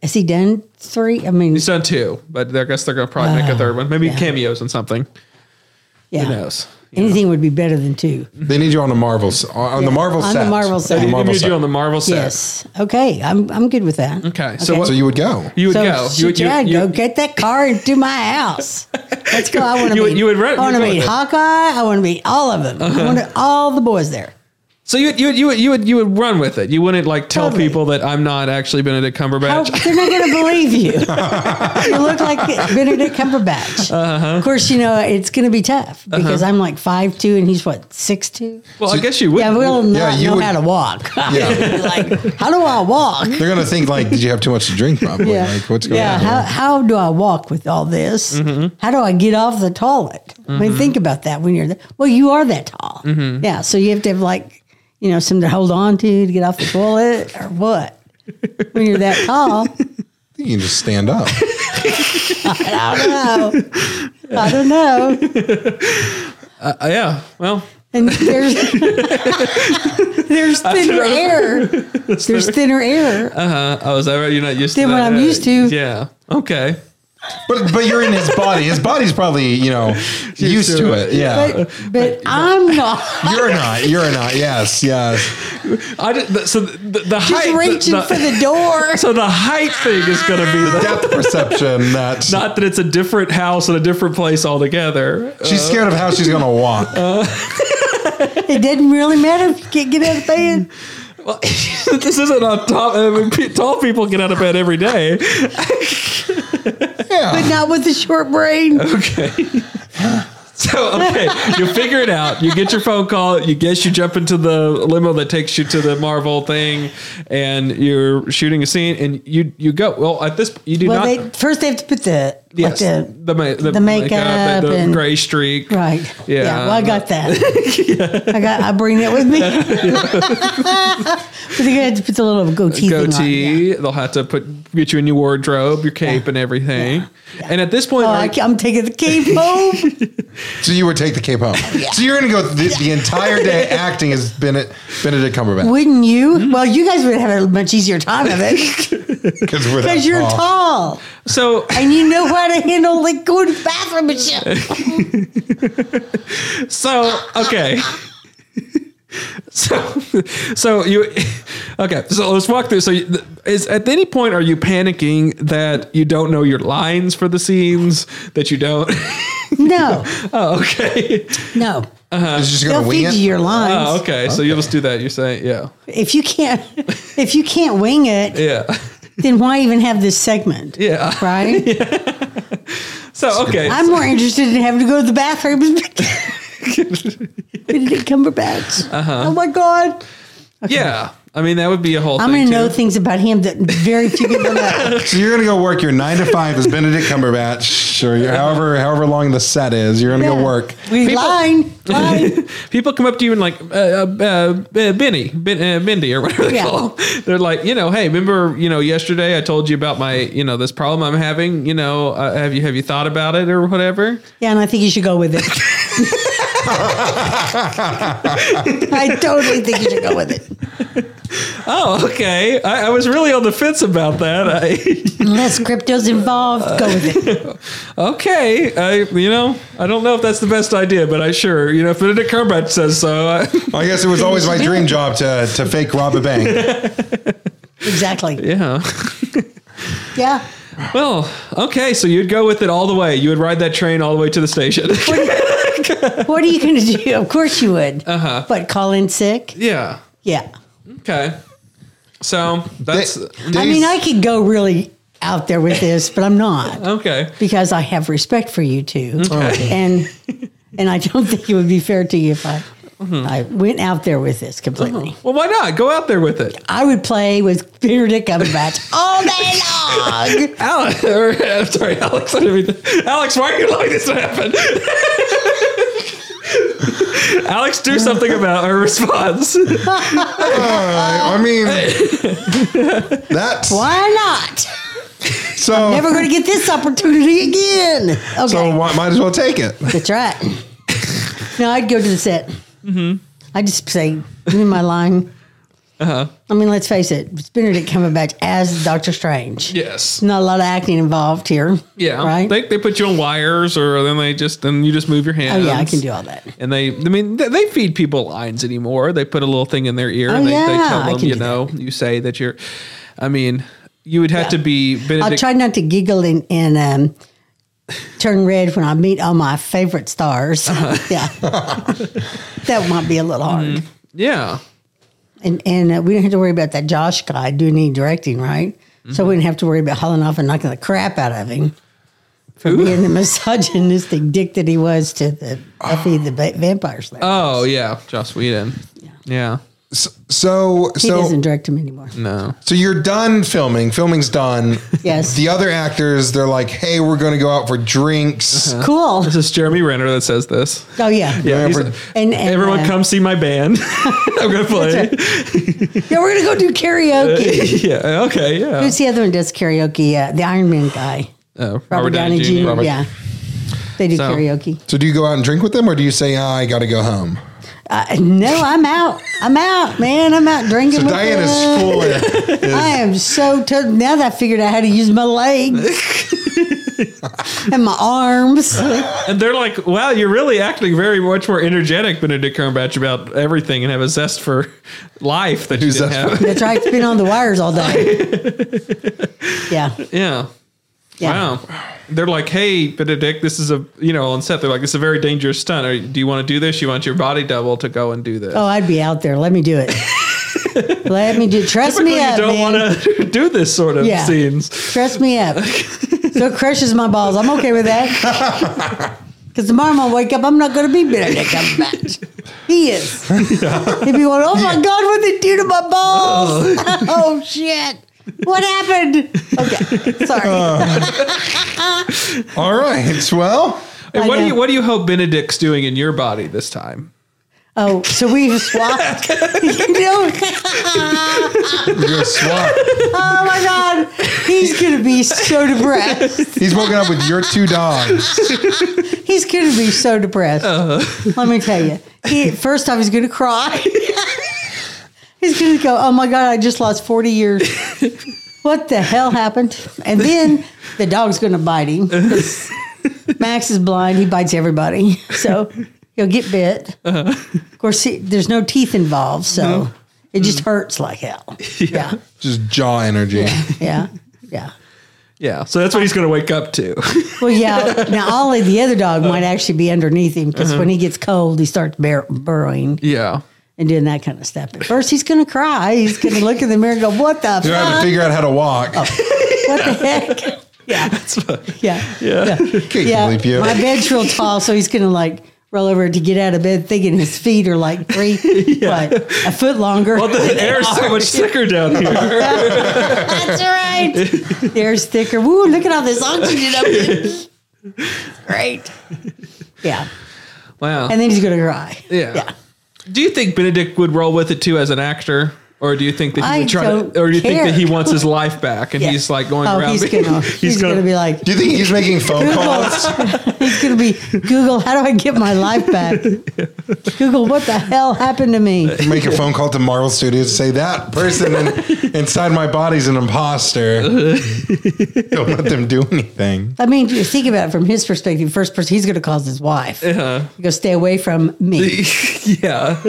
Speaker 2: Is he done three? I mean,
Speaker 1: He's done two, but I guess they're gonna probably make a third one. Maybe
Speaker 2: Oh, yeah.
Speaker 1: cameos and something.
Speaker 2: yeah.
Speaker 1: Who knows?
Speaker 2: Anything would be better than two.
Speaker 3: They need you on the Marvel s- on the
Speaker 2: Yeah,
Speaker 3: Marvel
Speaker 2: on the
Speaker 3: set.
Speaker 2: Marvel set.
Speaker 3: the
Speaker 1: They
Speaker 3: Marvel
Speaker 1: need
Speaker 3: set.
Speaker 1: you on the Marvel set.
Speaker 2: Yes. Okay. I'm I'm good with that.
Speaker 1: Okay. So what
Speaker 3: so you would go.
Speaker 1: you would
Speaker 2: So,
Speaker 1: go?
Speaker 2: shit,
Speaker 1: You would, you,
Speaker 2: yeah,
Speaker 1: you-
Speaker 2: go get that car and do
Speaker 1: (laughs)
Speaker 2: my house. Let's go. I want to
Speaker 1: You would-
Speaker 2: meet.
Speaker 1: you would Uh-huh. rent-
Speaker 2: I want
Speaker 1: you'd
Speaker 2: to
Speaker 1: go
Speaker 2: meet
Speaker 1: with it.
Speaker 2: Hawkeye. I want to meet all of them. I want all the boys there.
Speaker 1: so you would- you would- you would, you would you would run with it. You wouldn't like tell
Speaker 2: Totally.
Speaker 1: people that I'm not actually Benedict
Speaker 2: How,
Speaker 1: Cumberbatch.
Speaker 2: they're not going to
Speaker 1: (laughs)
Speaker 2: believe you. you look like Benedict Cumberbatch.
Speaker 1: Uh-huh.
Speaker 2: Of course, you know it's going to be tough because I'm like five two and he's what six two.
Speaker 1: well, I guess you would.
Speaker 2: Yeah, we will
Speaker 3: Yeah,
Speaker 2: not
Speaker 3: you
Speaker 2: know
Speaker 3: would-
Speaker 2: how to walk. (laughs)
Speaker 3: Yeah.
Speaker 2: like, how do I walk?
Speaker 3: They're gonna think like, did you have too much to drink? Probably. Like, what's going
Speaker 2: yeah.
Speaker 3: on? Mm-hmm.
Speaker 2: How,
Speaker 3: here?
Speaker 2: how do I walk with all this? How do I get off the toilet? I
Speaker 3: Mm-hmm.
Speaker 2: mean, think about that when you're there. Well, you are that tall. Yeah. So you have to have like, you know, something to hold on to to get off the toilet or what? When you're that tall,
Speaker 3: you can just stand up.
Speaker 2: I don't know. I don't know.
Speaker 1: Uh, yeah. Well,
Speaker 2: And there's (laughs) there's thinner air. There's thinner air.
Speaker 3: Uh,
Speaker 1: oh, is that right? You're not used
Speaker 2: Then
Speaker 1: to
Speaker 2: what
Speaker 1: that?
Speaker 2: I'm used to.
Speaker 1: Yeah. Okay.
Speaker 3: But but you're in his body. His body's probably
Speaker 1: (laughs)
Speaker 3: you know used
Speaker 1: to
Speaker 3: to
Speaker 1: it.
Speaker 3: it. Yeah.
Speaker 2: but but I'm not.
Speaker 3: you're not. You're not. Yes. Yes.
Speaker 1: I did, th- so the, the, the height.
Speaker 2: He's
Speaker 1: the-
Speaker 2: reaching
Speaker 1: the-
Speaker 2: for the
Speaker 3: (laughs)
Speaker 2: door.
Speaker 1: So the height thing is going to
Speaker 2: (laughs)
Speaker 1: be the,
Speaker 3: Depth perception. That
Speaker 1: not that it's a different house in a different place altogether.
Speaker 3: she's scared of how she's gonna walk.
Speaker 1: uh,
Speaker 2: It didn't really matter if you can't get out of bed.
Speaker 1: Well, (laughs) this isn't on top. I mean, pe- tall people get out of bed every day. (laughs)
Speaker 3: yeah.
Speaker 1: (laughs)
Speaker 2: Not with the short brain.
Speaker 1: So um, okay, you figure it out. You get your phone call. You guess you jump into the limo that takes you to the Marvel thing, and you're shooting a scene, and you you go. Well, at this you do
Speaker 2: Well,
Speaker 1: not.
Speaker 2: they first they have to put the
Speaker 1: yes,
Speaker 2: like the,
Speaker 1: the, ma- the,
Speaker 2: the
Speaker 1: makeup, and
Speaker 2: makeup
Speaker 1: the
Speaker 2: and-
Speaker 1: gray streak.
Speaker 2: right.
Speaker 1: Yeah.
Speaker 2: Well, I got
Speaker 1: (laughs)
Speaker 2: that. I got. I bring that with me. but (laughs) they had to put the little goatee. thing on, yeah.
Speaker 1: Goatee. They'll have to put get you a new wardrobe, your cape, and everything. And at this point,
Speaker 2: Oh,
Speaker 1: are-
Speaker 2: I, am taking the cape
Speaker 1: (laughs)
Speaker 2: home.
Speaker 3: So you would take the cape home. So you're going to go the, the
Speaker 2: (laughs)
Speaker 3: entire day acting as Bennett, Benedict Cumberbatch
Speaker 2: Wouldn't you? Well, you guys would have a much easier time of
Speaker 1: (laughs)
Speaker 2: it
Speaker 3: because we're that
Speaker 2: because
Speaker 1: Oh.
Speaker 2: you're
Speaker 3: tall.
Speaker 2: tall
Speaker 1: so
Speaker 2: and you know how to handle like going to the bathroom and shit.
Speaker 1: (laughs) So
Speaker 2: (laughs)
Speaker 1: okay. So, so you, okay. So let's walk through. So, you, is at any point are you panicking that you don't know your lines for the scenes that you don't? (laughs)
Speaker 2: No,
Speaker 1: oh, okay.
Speaker 2: no.
Speaker 3: It's just going
Speaker 2: They'll
Speaker 3: to wing
Speaker 2: feed you
Speaker 3: it.
Speaker 2: your lines.
Speaker 1: Oh, okay. So you'll just do that. You're saying, yeah,
Speaker 2: If you can't, (laughs) if you can't wing it,
Speaker 1: yeah, (laughs)
Speaker 2: then why even have this segment?
Speaker 1: yeah.
Speaker 2: Right?
Speaker 1: So okay.
Speaker 2: I'm more interested in having to go to the bathroom. Benedict Cumberbatch. Oh my God.
Speaker 1: Yeah. I mean, that would be a whole.
Speaker 2: I'm
Speaker 1: thing
Speaker 2: going to know
Speaker 1: too.
Speaker 2: things about him that very few people
Speaker 3: (laughs)
Speaker 2: know.
Speaker 3: So you're going to go work your nine to five as Benedict Cumberbatch or your, however, however long the set is. You're going to go work.
Speaker 2: We
Speaker 1: People-
Speaker 2: line, line.
Speaker 1: (laughs) People come up to you and like uh, uh, uh, Benny, ben, uh, Bendy, or whatever they
Speaker 2: Yeah.
Speaker 1: call. Them. They're like, you know, hey, remember, you know, yesterday I told you about my, you know, this problem I'm having. You know, uh, have you have you thought about it or whatever?
Speaker 2: Yeah, and I think you should go with it. I totally think you should go with it.
Speaker 1: Oh, okay. I, I was really on the fence about that. I, (laughs)
Speaker 2: Unless crypto's involved, go with it.
Speaker 1: okay, I, you know, I don't know if that's the best idea, but I sure, you know, if Benedict Cumberbatch says so. I, (laughs)
Speaker 3: I guess it was always my dream job to, to fake rob a bank.
Speaker 2: Exactly.
Speaker 1: yeah.
Speaker 2: Yeah.
Speaker 1: Well, okay. So you'd go with it all the way. You would ride that train all the way to the station.
Speaker 2: What are you going to do? Of course you would. Uh-huh. But call in sick?
Speaker 1: (laughs) yeah.
Speaker 2: Yeah.
Speaker 1: Okay. So that's
Speaker 2: I mean, I could go really out there with this, but I'm not
Speaker 1: okay.
Speaker 2: because I have respect for you two, and and I don't (laughs) think it would be fair to you if I
Speaker 1: Mm-hmm.
Speaker 2: I went out there with this completely.
Speaker 1: Well, why not? Go out there with it.
Speaker 2: I would play with Benedict Cumberbatch all day
Speaker 1: (laughs)
Speaker 2: long.
Speaker 1: Alex, or, I'm sorry, Alex. I didn't mean to- Alex, why are you allowing this to happen? (laughs) Alex, do something about her response. (laughs)
Speaker 3: I mean, that's
Speaker 2: Why not?
Speaker 3: so.
Speaker 2: Never going to get this opportunity again. Okay,
Speaker 3: so why, might as well take it.
Speaker 2: that's right. No, I'd go to the set.
Speaker 1: Mm-hmm.
Speaker 2: I just say, give me my line.
Speaker 1: Uh-huh.
Speaker 2: I mean, let's face it, it's Benedict Cumberbatch as Doctor Strange.
Speaker 1: yes.
Speaker 2: not a lot of acting involved here.
Speaker 1: Yeah.
Speaker 2: Right?
Speaker 1: They, they put you on wires, or then they just then you just move your
Speaker 2: oh,
Speaker 1: hands.
Speaker 2: yeah, I can do all that.
Speaker 1: And they, I mean, they, they feed people lines anymore. They put a little thing in their ear and
Speaker 2: Oh,
Speaker 1: they, they
Speaker 2: yeah,
Speaker 1: tell
Speaker 2: I
Speaker 1: them,
Speaker 2: can
Speaker 1: you
Speaker 2: do
Speaker 1: know, you say that you're. I mean, you would have to be Benedict.
Speaker 2: I'll try not to giggle and, and um, turn red when I meet all my favorite stars.
Speaker 1: Uh-huh.
Speaker 2: (laughs) yeah. that might be a little hard.
Speaker 1: Mm-hmm. yeah.
Speaker 2: And, and uh, we didn't have to worry about that Josh guy doing any directing, right?
Speaker 1: Mm-hmm.
Speaker 2: So we didn't have to worry about hauling off and knocking the crap out of him for being the (laughs) misogynistic dick that he was to the Buffy the va- Vampire Slayer.
Speaker 1: Oh yeah, Joss Whedon. Yeah.
Speaker 3: So so
Speaker 2: he
Speaker 3: so,
Speaker 2: doesn't direct him anymore.
Speaker 1: No.
Speaker 3: so you're done filming. Filming's done.
Speaker 2: Yes.
Speaker 3: The other actors, they're like, "Hey, we're going to go out for drinks."
Speaker 2: Uh-huh. Cool.
Speaker 1: uh, This is Jeremy Renner that says this.
Speaker 2: Oh, yeah.
Speaker 1: Yeah. he's-
Speaker 3: Remember-
Speaker 2: And, and,
Speaker 1: Everyone
Speaker 2: uh,
Speaker 1: come see my band. (laughs) I'm gonna play. (laughs)
Speaker 2: Yeah, we're gonna go do karaoke.
Speaker 1: yeah. Okay. Yeah.
Speaker 2: Who's the other one does karaoke? Uh, the Iron Man guy,
Speaker 1: Oh, Robert,
Speaker 2: Robert Downey Jr.
Speaker 3: Robert-
Speaker 2: Yeah, they do
Speaker 1: So-
Speaker 2: karaoke.
Speaker 3: So do you go out and drink with them, or do you say, "Ah, "I got to go home"?
Speaker 2: Uh, no, I'm out. I'm out, man. I'm out drinking.
Speaker 3: So
Speaker 2: with
Speaker 3: Diana's
Speaker 2: them.
Speaker 3: full.
Speaker 2: (laughs)
Speaker 3: of-
Speaker 2: I am so t- now that I figured out how to use my legs
Speaker 3: (laughs)
Speaker 2: and my arms.
Speaker 1: And they're like, "Wow, you're really acting very much more energetic, Benedict Cumberbatch, about everything, and have a zest for life that you
Speaker 3: Who's
Speaker 1: didn't
Speaker 3: that
Speaker 1: have."
Speaker 2: That's right. It's been on the wires all day. Yeah.
Speaker 1: (laughs) Yeah.
Speaker 2: Yeah.
Speaker 1: Wow. They're like, hey, Benedict, this is a, you know, on set, they're like, it's a very dangerous stunt. Are, do you want to do this? You want your body double to go and do this?
Speaker 2: Oh, I'd be out there. Let me do
Speaker 1: (laughs)
Speaker 2: it. Let me do. it. Trust
Speaker 1: Typically,
Speaker 2: me
Speaker 1: you
Speaker 2: up,
Speaker 1: don't
Speaker 2: man.
Speaker 1: want to (laughs) do this sort of
Speaker 2: Yeah.
Speaker 1: scenes.
Speaker 2: Dress me up. so it crushes my balls. I'm okay with that. Because tomorrow when I wake up, I'm not going to be Benedict Cumberbatch. He is. He'd be going, oh my God, what they do to my balls. (laughs) Oh, shit. What happened? Okay, sorry.
Speaker 3: All right. Well,
Speaker 1: And
Speaker 2: I
Speaker 1: what do
Speaker 2: know.
Speaker 1: you what do you hope Benedict's doing in your body this
Speaker 2: (laughs)
Speaker 1: time?
Speaker 2: oh, so we've swapped. (laughs) you know,
Speaker 3: we're gonna swap.
Speaker 2: oh my God. He's going to be so depressed.
Speaker 3: He's woken up with your two dogs.
Speaker 2: He's going to be so depressed. Let me tell you. He, first off, he's going to cry. (laughs) he's going to go, oh my God, I just lost 40 years. what the hell happened? And then the dog's going to bite him. 'cause Max is blind. He bites everybody. (laughs) So he'll get bit. Of course, he, there's no teeth involved. So it just hurts like hell. Yeah.
Speaker 3: Just jaw energy.
Speaker 2: Yeah. Yeah.
Speaker 1: Yeah, so that's what he's going to wake up to. (laughs)
Speaker 2: Well, yeah. Now, Ollie, the other dog, might actually be underneath him because when he gets cold, he starts bur- burrowing.
Speaker 1: yeah,
Speaker 2: and doing that kind of stuff. At first, he's going to cry. He's going to look in the mirror and go, "What the
Speaker 3: You have to
Speaker 2: fuck?
Speaker 3: figure out how to walk.
Speaker 2: Oh, What the heck?" (laughs) Yeah, yeah, yeah,
Speaker 3: Can't believe you.
Speaker 2: My bed's real tall, so he's going to like roll over to get out of bed, thinking his feet are like
Speaker 1: (laughs)
Speaker 2: three, what, a foot longer. (laughs)
Speaker 1: Well, the air's so much thicker down here.
Speaker 2: That's right. The air's thicker. Woo! Look at all this oxygen up here. Great. Yeah,
Speaker 1: Wow.
Speaker 2: and then he's going to cry.
Speaker 1: Yeah.
Speaker 2: yeah.
Speaker 1: do you think Benedict would roll with it too as an actor, or do you think that he
Speaker 2: I
Speaker 1: would try
Speaker 2: don't
Speaker 1: to, or do you think that he
Speaker 2: care.
Speaker 1: wants his life back and
Speaker 2: Yeah.
Speaker 1: he's like going
Speaker 2: oh,
Speaker 1: around?
Speaker 2: he's
Speaker 1: being- (laughs)
Speaker 2: gonna,
Speaker 1: he's
Speaker 2: he's, gonna, be like,
Speaker 3: Do you think he's
Speaker 2: (laughs)
Speaker 3: making phone calls?
Speaker 2: It's gonna be Google. How do I get my life
Speaker 1: (laughs)
Speaker 2: back? Google, what the hell happened to me?
Speaker 3: Make a phone call to Marvel Studios and say that
Speaker 2: (laughs)
Speaker 3: person in, inside my body's an imposter. Don't let them do anything.
Speaker 2: I mean, if you think about it from his perspective. First person he's gonna call is his wife.
Speaker 1: Uh-huh.
Speaker 2: Yeah. He goes, stay away from me.
Speaker 1: yeah,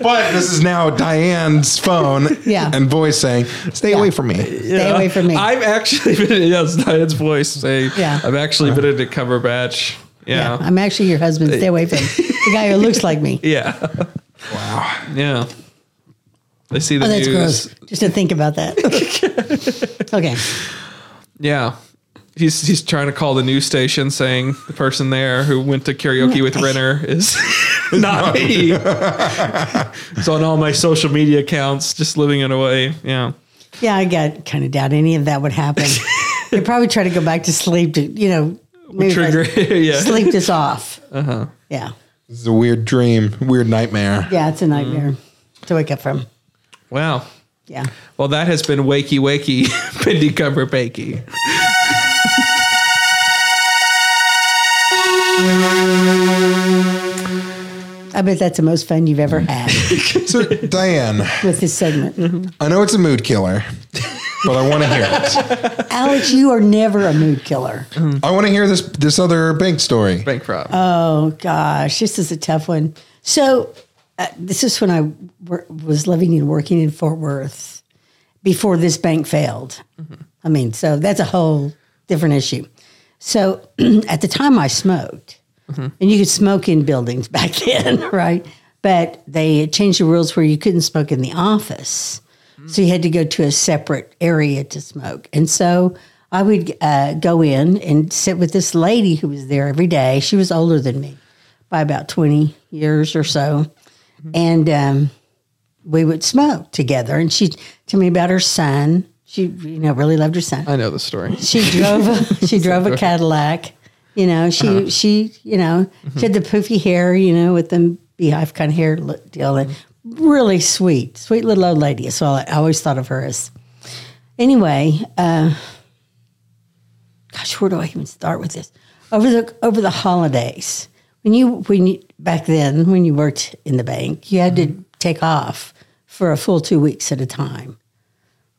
Speaker 3: But this is now Diane's phone
Speaker 2: Yeah.
Speaker 3: and voice saying, "Stay away from me."
Speaker 2: Stay away from me.
Speaker 1: I've actually been. (laughs) Yeah, it's Diane's voice saying,
Speaker 2: Yeah. Uh-huh.
Speaker 1: I've actually been in a cover batch.
Speaker 2: yeah.
Speaker 1: Yeah,
Speaker 2: I'm actually your husband. Stay away
Speaker 1: (laughs)
Speaker 2: from the guy who looks like me.
Speaker 1: yeah, Wow. Yeah. They see the
Speaker 2: Oh, that's
Speaker 1: news.
Speaker 2: gross. Just to think
Speaker 1: (laughs)
Speaker 2: about that. okay.
Speaker 1: Yeah. He's, he's trying to call the news station saying the person there who went to karaoke with Renner is (laughs) not (laughs) me. it's on all my social media accounts, just living it away. Yeah.
Speaker 2: Yeah, I got kind of doubt any of that
Speaker 1: (laughs)
Speaker 2: would happen. They'd probably try to go back to sleep to, you know, maybe if I
Speaker 1: Trigger. (laughs) yeah.
Speaker 2: sleep this off. Uh-huh. Yeah.
Speaker 3: This is a weird dream, weird nightmare.
Speaker 2: Yeah, it's a nightmare
Speaker 1: Mm.
Speaker 2: to wake up from.
Speaker 1: Wow.
Speaker 2: Yeah.
Speaker 1: Well, that has been Wakey Wakey, (laughs) Pindy Cover Bakey.
Speaker 2: I bet that's the most fun you've ever had
Speaker 3: So, Diane,
Speaker 2: with this segment.
Speaker 3: I know it's a mood killer, but I want to hear it.
Speaker 2: Alex, you are never a mood killer.
Speaker 3: I want to hear this this other bank story.
Speaker 1: Bank rob.
Speaker 2: Oh, gosh. This is a tough one. So, uh, this is when I wor- was living and working in Fort Worth before this bank failed. I mean, so that's a whole different issue. So, (clears throat) at the time, I smoked, and you could smoke in buildings (laughs) back then, right? But they had changed the rules where you couldn't smoke in the office. So you had to go to a separate area to smoke. And so I would uh, go in and sit with this lady who was there every day. She was older than me by about 20 years or so. And um, we would smoke together. And she'd tell me about her son. She, you know, really loved her son
Speaker 1: I know the story.
Speaker 2: she drove a, she drove a Cadillac. You know, she she you know she had the poofy hair, you know, with the beehive kind of hair li- deal, and really sweet, sweet little old lady. So I I always thought of her as. Anyway, uh, gosh, where do I even start with this? Over the over the holidays, when you when you, back then when you worked in the bank, you had to take off for a full two weeks at a time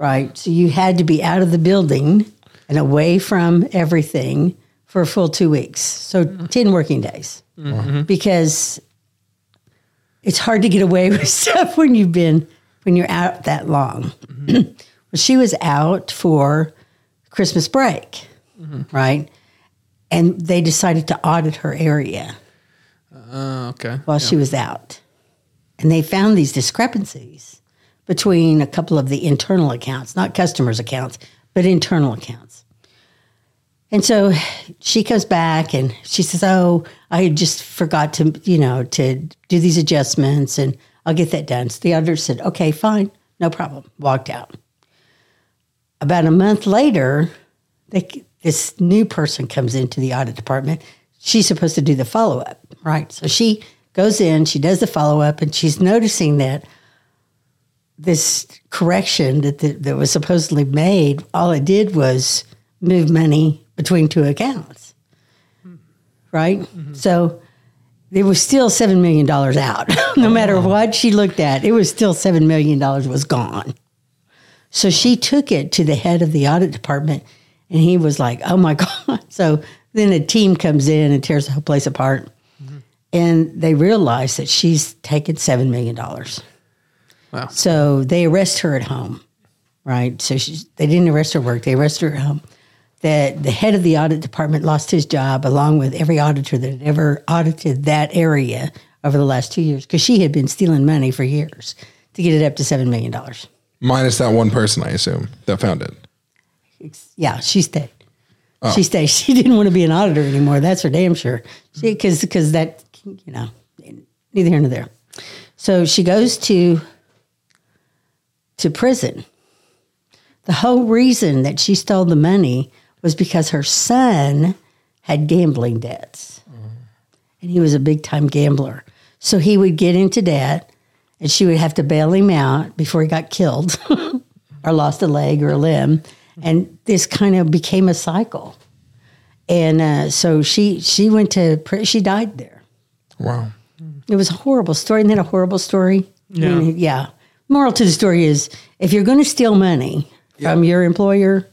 Speaker 2: right? So you had to be out of the building and away from everything for a full two weeks. So 10 working days because it's hard to get away (laughs) with stuff when you've been, when you're out that long. well, she was out for Christmas break, right? And they decided to audit her area
Speaker 1: Oh, okay.
Speaker 2: while she was out. And they found these discrepancies between a couple of the internal accounts, not customers' accounts, but internal accounts. And so she comes back and she says, "Oh, I just forgot to, you know, to do these adjustments, and I'll get that done." So the auditor said, "Okay, fine, no problem." Walked out. About a month later, they, this new person comes into the audit department. She's supposed to do the follow up, right? So she goes in, she does the follow up, and she's noticing that this correction that the, that was supposedly made, all it did was move money between two accounts, right? So it was still seven million dollars out, (laughs) no matter what she looked at. It was still seven million dollars was gone. So she took it to the head of the audit department, and he was like, "Oh my (laughs) god!" So then a team comes in and tears the whole place apart, and they realize that she's taken seven million dollars.
Speaker 1: Wow.
Speaker 2: So they arrest her at home, right? So she, they didn't arrest her at work; they arrested her at home. That the head of the audit department lost his job, along with every auditor that had ever audited that area over the last two years, because she had been stealing money for years to get it up to seven million dollars.
Speaker 3: Minus that one person, I assume, that found it.
Speaker 2: Ex- Yeah, she stayed. She stayed. (laughs) She didn't want to be an auditor anymore. That's for damn sure. Because because that you know neither here nor there. So she goes to to prison. The whole reason that she stole the money was because her son had gambling debts, and he was a big time gambler. So he would get into debt, and she would have to bail him out before he got killed (laughs) or lost a leg or a limb. And this kind of became a cycle. And uh, so she she went to pri- she died there.
Speaker 3: Wow.
Speaker 2: It was a horrible story. Isn't that a horrible story?
Speaker 1: Yeah.
Speaker 2: I mean, yeah. Moral to the story is if you're going to steal money from your employer,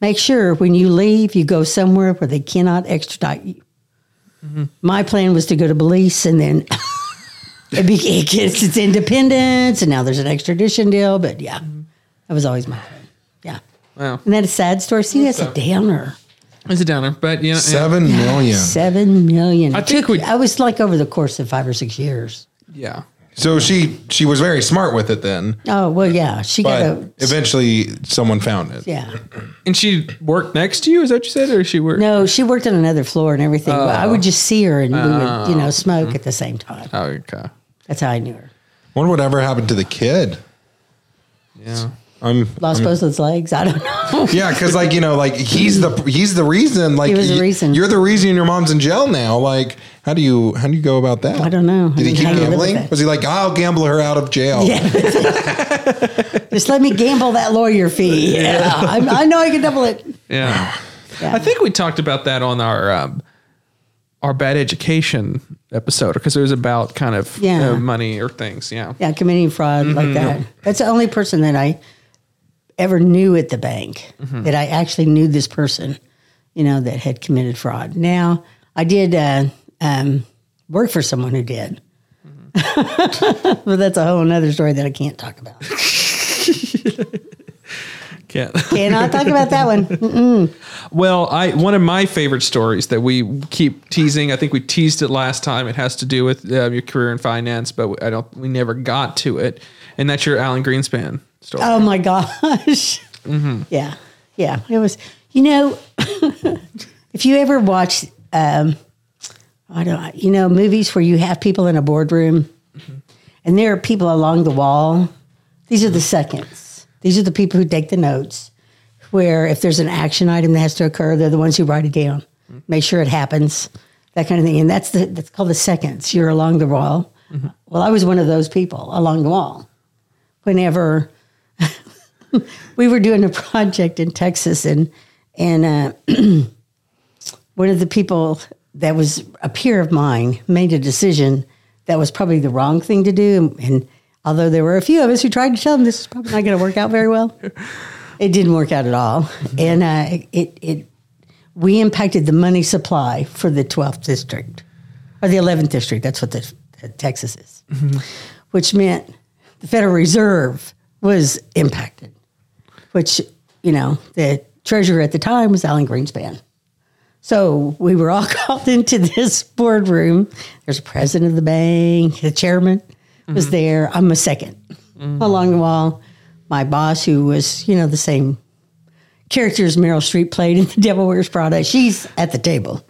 Speaker 2: make sure when you leave, you go somewhere where they cannot extradite you.
Speaker 1: Mm-hmm.
Speaker 2: My plan was to go to Belize and then (laughs) it, be, it gets its independence and now there's an extradition deal. But yeah,
Speaker 1: Mm-hmm.
Speaker 2: that was always my plan. Yeah.
Speaker 1: Wow.
Speaker 2: Isn't that a sad story? See, that's a downer.
Speaker 1: It's a downer, but you know,
Speaker 3: Seven million.
Speaker 2: Seven million. I
Speaker 1: think we-
Speaker 2: I was like over the course of five or six years.
Speaker 1: yeah.
Speaker 3: So she she was very smart with it then,
Speaker 2: Oh well, yeah. She got
Speaker 3: but
Speaker 2: a
Speaker 3: eventually someone found it.
Speaker 2: yeah.
Speaker 1: And she worked next to you, is that what you said? Or she worked?
Speaker 2: No, she worked on another floor and everything. but I would just see her and we would, you know, smoke at the same time.
Speaker 1: Oh, okay.
Speaker 2: That's how I knew her.
Speaker 3: Wonder what ever happened to the kid.
Speaker 1: Yeah.
Speaker 3: I'm
Speaker 2: Lost both of his legs. I don't know. (laughs)
Speaker 3: yeah, because like you know, like he's the he's the reason. Like
Speaker 2: He was the
Speaker 3: y-
Speaker 2: reason.
Speaker 3: You're the reason your mom's in jail now. Like how do you how do you go about that?
Speaker 2: I don't know.
Speaker 3: Did
Speaker 2: I mean,
Speaker 3: he keep
Speaker 2: how do you live with
Speaker 3: gambling?
Speaker 2: that?
Speaker 3: Was he like I'll gamble her out of jail?
Speaker 2: Yeah. just let me gamble that lawyer fee. Yeah. I'm, I know I can double it.
Speaker 1: Yeah.
Speaker 2: Yeah.
Speaker 1: I think we talked about that on our um, our bad education episode because it was about kind of you
Speaker 2: Yeah.
Speaker 1: know, money or things. Yeah.
Speaker 2: Yeah, committing fraud like that. That's the only person that I ever knew at the bank that I actually knew this person, you know, that had committed fraud. Now, I did uh, um, work for someone who did. (laughs) but that's a whole other story that I can't talk about.
Speaker 1: Can't.
Speaker 2: Cannot talk about that one. Mm-mm.
Speaker 1: (laughs) Well, I one of my favorite stories that we keep teasing. I think we teased it last time. It has to do with uh, your career in finance, but I don't. We never got to it, and that's your Alan Greenspan story.
Speaker 2: Oh my gosh. Yeah. Yeah. It was, you know, (laughs) if you ever watch, um, I don't, you know, movies where you have people in a boardroom and there are people along the wall. These are the seconds. These are the people who take the notes. Where if there's an action item that has to occur, they're the ones who write it down, make sure it happens, that kind of thing. And that's the that's called the seconds. You're along the wall. Well, I was one of those people along the wall. Whenever we were doing a project in Texas, and and uh, (clears throat) one of the people that was a peer of mine made a decision that was probably the wrong thing to do. And, and although there were a few of us who tried to tell him this is probably not going to work out very well, it didn't work out at all. And uh, it it we impacted the money supply for the 12th district or the 11th district. That's what the, the Texas is, which meant the Federal Reserve was impacted, which you know the treasurer at the time was Alan Greenspan. So we were all (laughs) called into this boardroom. There's a president of the bank, the chairman was there. I'm a 2nd along the wall. My boss, who was, you know, the same characters Meryl Streep played in The Devil Wears Prada. She's at the table,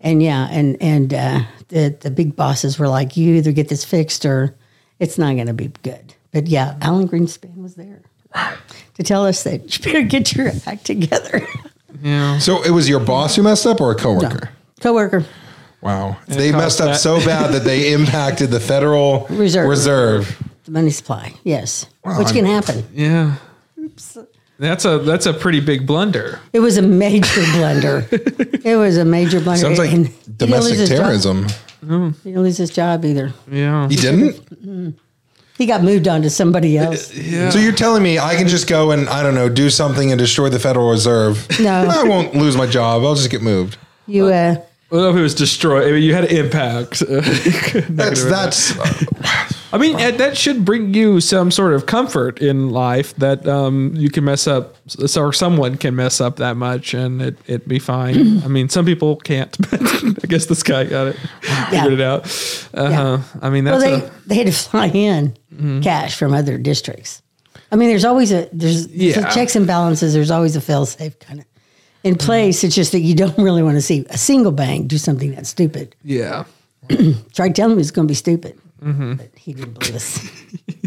Speaker 2: and yeah, and and uh, the the big bosses were like, you either get this fixed or it's not going to be good. But yeah, Alan Greenspan was there to tell us that (laughs) you better get your act together.
Speaker 1: Yeah.
Speaker 3: So it was your boss who messed up or a coworker?
Speaker 2: Coworker,
Speaker 3: Wow. they
Speaker 1: caused
Speaker 3: messed up
Speaker 1: that.
Speaker 3: so bad that they impacted the Federal
Speaker 2: Reserve.
Speaker 3: Reserve.
Speaker 2: the money supply, yes,
Speaker 3: Well,
Speaker 2: which
Speaker 3: I'm-
Speaker 2: can happen.
Speaker 1: Yeah. That's a that's a pretty big blunder.
Speaker 2: It was a
Speaker 3: (laughs)
Speaker 2: major blunder. it was a major blunder.
Speaker 3: Sounds like
Speaker 2: And he didn't lose
Speaker 3: domestic
Speaker 2: his job.
Speaker 3: terrorism.
Speaker 2: He didn't lose his job either.
Speaker 1: Yeah.
Speaker 3: He didn't?
Speaker 2: He got moved on to
Speaker 3: (laughs)
Speaker 2: somebody else.
Speaker 1: Yeah.
Speaker 3: So you're telling me I can just go and, I don't know, do something and destroy the Federal Reserve?
Speaker 2: No.
Speaker 3: I won't lose my job. I'll just get moved.
Speaker 2: You, uh,
Speaker 1: Well, if it was destroyed, I mean, you had an (laughs) impact.
Speaker 3: That's, that's,
Speaker 1: I mean, uh, that should bring you some sort of comfort in life that um, you can mess up, s- or someone can mess up that much, and it it be
Speaker 2: (clears throat)
Speaker 1: fine. I mean, some people can't, (laughs) but I guess this guy got it figured it out. Uh-huh. I mean,
Speaker 2: well,
Speaker 1: that's
Speaker 2: they,
Speaker 1: a,
Speaker 2: they had to fly in
Speaker 3: Mm-hmm.
Speaker 2: cash from other districts. I mean, there's always a, there's there's
Speaker 1: Yeah.
Speaker 2: checks and balances. There's always a fail safe kind of in
Speaker 3: Mm-hmm.
Speaker 2: place. It's just that you don't really want to see a single bank do something that stupid.
Speaker 1: yeah.
Speaker 2: Tried telling him it was going to be stupid, but he didn't believe us. (laughs)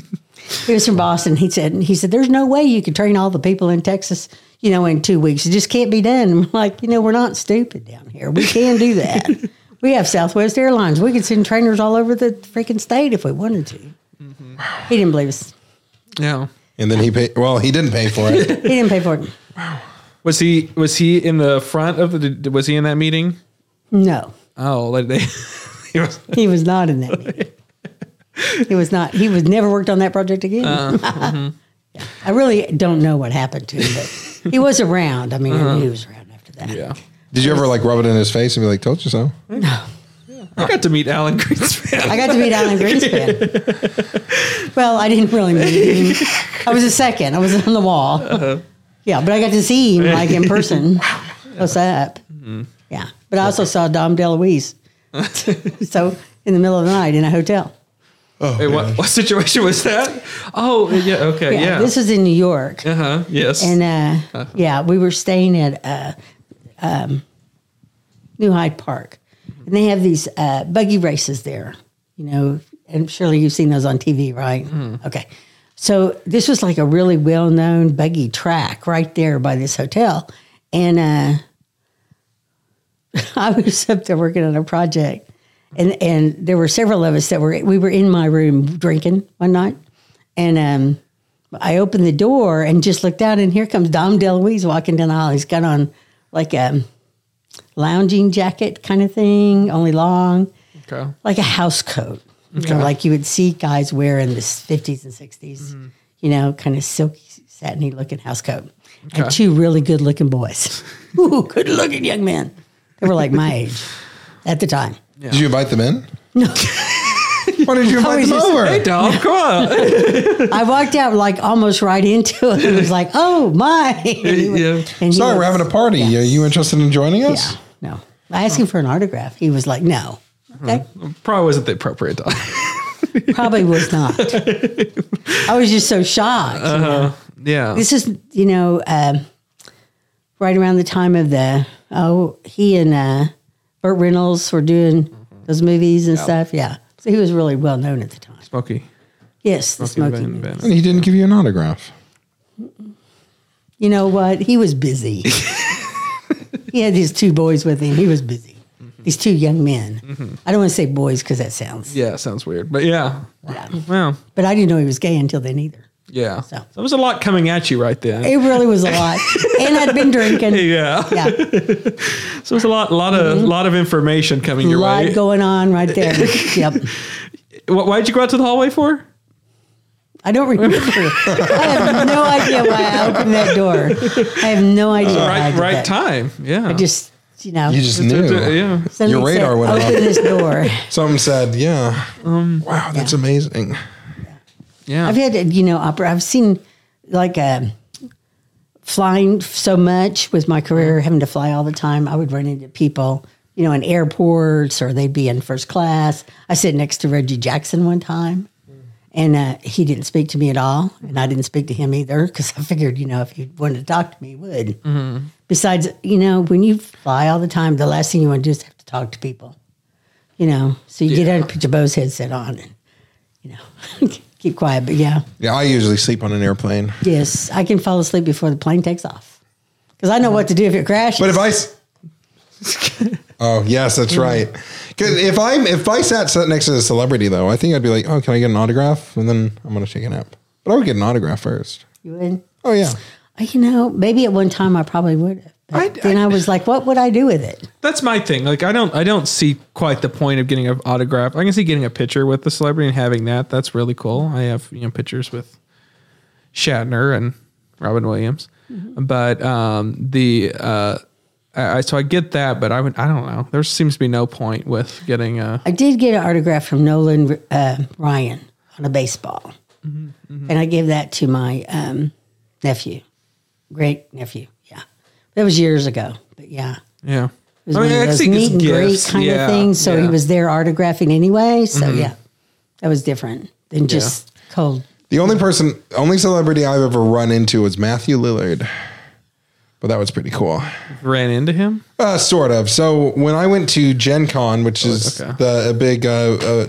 Speaker 2: he was from Boston. He said, he said, there's no way you could train all the people in Texas, you know, in two weeks. It just can't be done. I'm like, you know, we're not stupid down here. We can do that. we have Southwest Airlines. We could send trainers all over the freaking state if we wanted to. He didn't believe us.
Speaker 1: Yeah.
Speaker 3: and then he paid, well, he didn't pay
Speaker 2: (laughs)
Speaker 3: for it.
Speaker 2: He didn't pay for it.
Speaker 1: Was he was he in the front of the? Was he in that meeting?
Speaker 2: No,
Speaker 1: Oh, like they. (laughs) he was-
Speaker 2: he was not in that meeting. He was not. He was never worked on that project again.
Speaker 1: Uh-huh.
Speaker 2: (laughs) Yeah. I really don't know what happened to him, but he was around. I mean, I knew he was around after that.
Speaker 1: Uh-huh. yeah.
Speaker 3: Did you ever like rub it in his face and be like, told you so?
Speaker 1: I got to meet Alan Greenspan.
Speaker 2: I got to
Speaker 1: (laughs)
Speaker 2: meet Alan Greenspan. well, I didn't really meet him. I was a second. I was on the wall.
Speaker 1: Uh-huh.
Speaker 2: Yeah, but I got to see him like in
Speaker 1: (laughs)
Speaker 2: person. What's up?
Speaker 1: Mm-hmm.
Speaker 2: Yeah, but I also saw
Speaker 1: (laughs)
Speaker 2: Dom DeLuise. so in the middle of the night in a hotel.
Speaker 3: Oh,
Speaker 1: Wait,
Speaker 3: man.
Speaker 1: what, what situation was that? Oh, yeah, okay, yeah.
Speaker 2: This was in New York.
Speaker 1: uh huh. Yes.
Speaker 2: And uh, yeah, we were staying at uh, um, New Hyde Park, and they have these uh, buggy races there. You know, and surely you've seen those on TV, right? Okay. So this was like a really well-known buggy track right there by this hotel, and uh, (laughs) I was up there working on a project, and and there were several of us that were we were in my room drinking one night, and um, I opened the door and just looked out, and here comes Dom DeLuise walking down the hall. He's got on like a lounging jacket kind of thing, only long,
Speaker 1: okay.
Speaker 2: like a house coat, you know, like you would see guys wear in the 50s and 60s,
Speaker 3: Mm-hmm.
Speaker 2: you know, kind of silky, satiny looking house coat. And two really good looking boys. (laughs) Ooh, good looking young men. They were like my age at the time.
Speaker 3: Did you invite them in? No. Why did you invite
Speaker 2: was
Speaker 3: them
Speaker 2: just-
Speaker 3: over?
Speaker 1: Hey,
Speaker 2: (laughs)
Speaker 1: Dom, come on.
Speaker 2: I walked out like almost right into it. It was like, oh my. And he was-
Speaker 1: Yeah.
Speaker 2: and he
Speaker 3: Sorry, we're
Speaker 2: was-
Speaker 3: having a party. Are you interested in joining us?
Speaker 2: Yeah, no. I asked him for an autograph. He was like, no.
Speaker 3: Uh-huh.
Speaker 2: Okay.
Speaker 1: Probably wasn't the appropriate time.
Speaker 2: Probably was
Speaker 3: (laughs)
Speaker 2: not. I was just so shocked.
Speaker 3: Uh-huh.
Speaker 1: yeah.
Speaker 2: This is, you know, um, right around the time of the, oh, he and uh, Burt Reynolds were doing those movies and stuff. Yeah. So he was really well known at the time.
Speaker 1: Smoky.
Speaker 2: Yes, the
Speaker 1: Smoky
Speaker 2: smoking.
Speaker 1: Van- Van-
Speaker 3: And he didn't give you an autograph.
Speaker 2: You know what? He was (laughs) busy. he had these two boys with him. He was busy. These two young men. I don't want to say boys because that sounds,
Speaker 1: Yeah, sounds weird. But yeah.
Speaker 2: yeah.
Speaker 1: Well,
Speaker 2: But I didn't know he was gay until then either.
Speaker 1: yeah.
Speaker 2: So.
Speaker 1: So. There was a lot coming at you right then.
Speaker 2: It really was a lot. and I'd been (laughs) drinking.
Speaker 1: yeah. (laughs)
Speaker 2: Yeah.
Speaker 1: So it was a lot, lot of, lot of information coming
Speaker 2: A
Speaker 1: your
Speaker 2: lot
Speaker 1: way.
Speaker 2: going on right (laughs) there. yep.
Speaker 1: Wh- Why'd you go out to the hallway for?
Speaker 2: I don't remember. I have no idea why I opened that door. I have no idea. why I
Speaker 1: Right,
Speaker 2: did
Speaker 1: right
Speaker 2: that.
Speaker 1: time. Yeah.
Speaker 2: I just, you know,
Speaker 3: You just
Speaker 1: It's-
Speaker 3: knew.
Speaker 1: it's- yeah.
Speaker 2: something
Speaker 3: your radar
Speaker 2: said,
Speaker 3: went
Speaker 2: open
Speaker 3: off.
Speaker 2: this door.
Speaker 3: Someone said, "Yeah, wow, that's amazing."
Speaker 1: Yeah.
Speaker 2: I've had, you know, opera. I've seen like um flying so much with my career, having to fly all the time. I would run into people, you know, in airports or they'd be in first class. I sit next to Reggie Jackson one time. And uh, he didn't speak to me at all, and I didn't speak to him either because I figured, you know, if he wanted to talk to me, he would. Besides, you know, when you fly all the time, the last thing you want to do is have to talk to people. You know, so you get out and put your Bose headset on, and you know, (laughs) keep quiet. But yeah,
Speaker 3: Yeah, I usually sleep on an airplane.
Speaker 2: yes, I can fall asleep before the plane takes off because I know what to do if it crashes.
Speaker 3: But if I, s- oh yes, that's right. 'Cause if I if I sat s- next to a celebrity though, I think I'd be like, oh, can I get an autograph? And then I'm gonna take a nap. But I would get an autograph first.
Speaker 2: you would.
Speaker 3: Oh yeah,
Speaker 2: You know, maybe at one time I probably would have. But
Speaker 1: I-
Speaker 2: then I was like, what would I do with it?
Speaker 1: That's my thing. Like I don't I don't see quite the point of getting an autograph. I can see getting a picture with the celebrity and having that. That's really cool. I have you know pictures with Shatner and Robin Williams,
Speaker 2: Mm-hmm.
Speaker 1: but um, the uh, I, I- so I get that, but I would I don't know. There seems to be no point with getting a.
Speaker 2: I did get an autograph from Nolan uh, Ryan on a baseball,
Speaker 1: Mm-hmm,
Speaker 2: and I gave that to my um, nephew, great nephew. Yeah, that was years ago, but yeah,
Speaker 1: Oh, Yeah,
Speaker 2: it was
Speaker 1: I mean,
Speaker 2: one
Speaker 1: I
Speaker 2: of those
Speaker 1: think it's
Speaker 2: meet and greet
Speaker 1: gifts.
Speaker 2: kind
Speaker 1: Yeah,
Speaker 2: of things. So he
Speaker 1: yeah. Mm-hmm.
Speaker 2: was there autographing anyway. So yeah, that was different than just cold.
Speaker 3: the only person, only celebrity I've ever run into was Matthew Lillard. But that was pretty cool.
Speaker 1: ran into him.
Speaker 3: Uh, sort of. So when I went to Gen Con, which is
Speaker 1: okay.
Speaker 3: the a big uh, uh,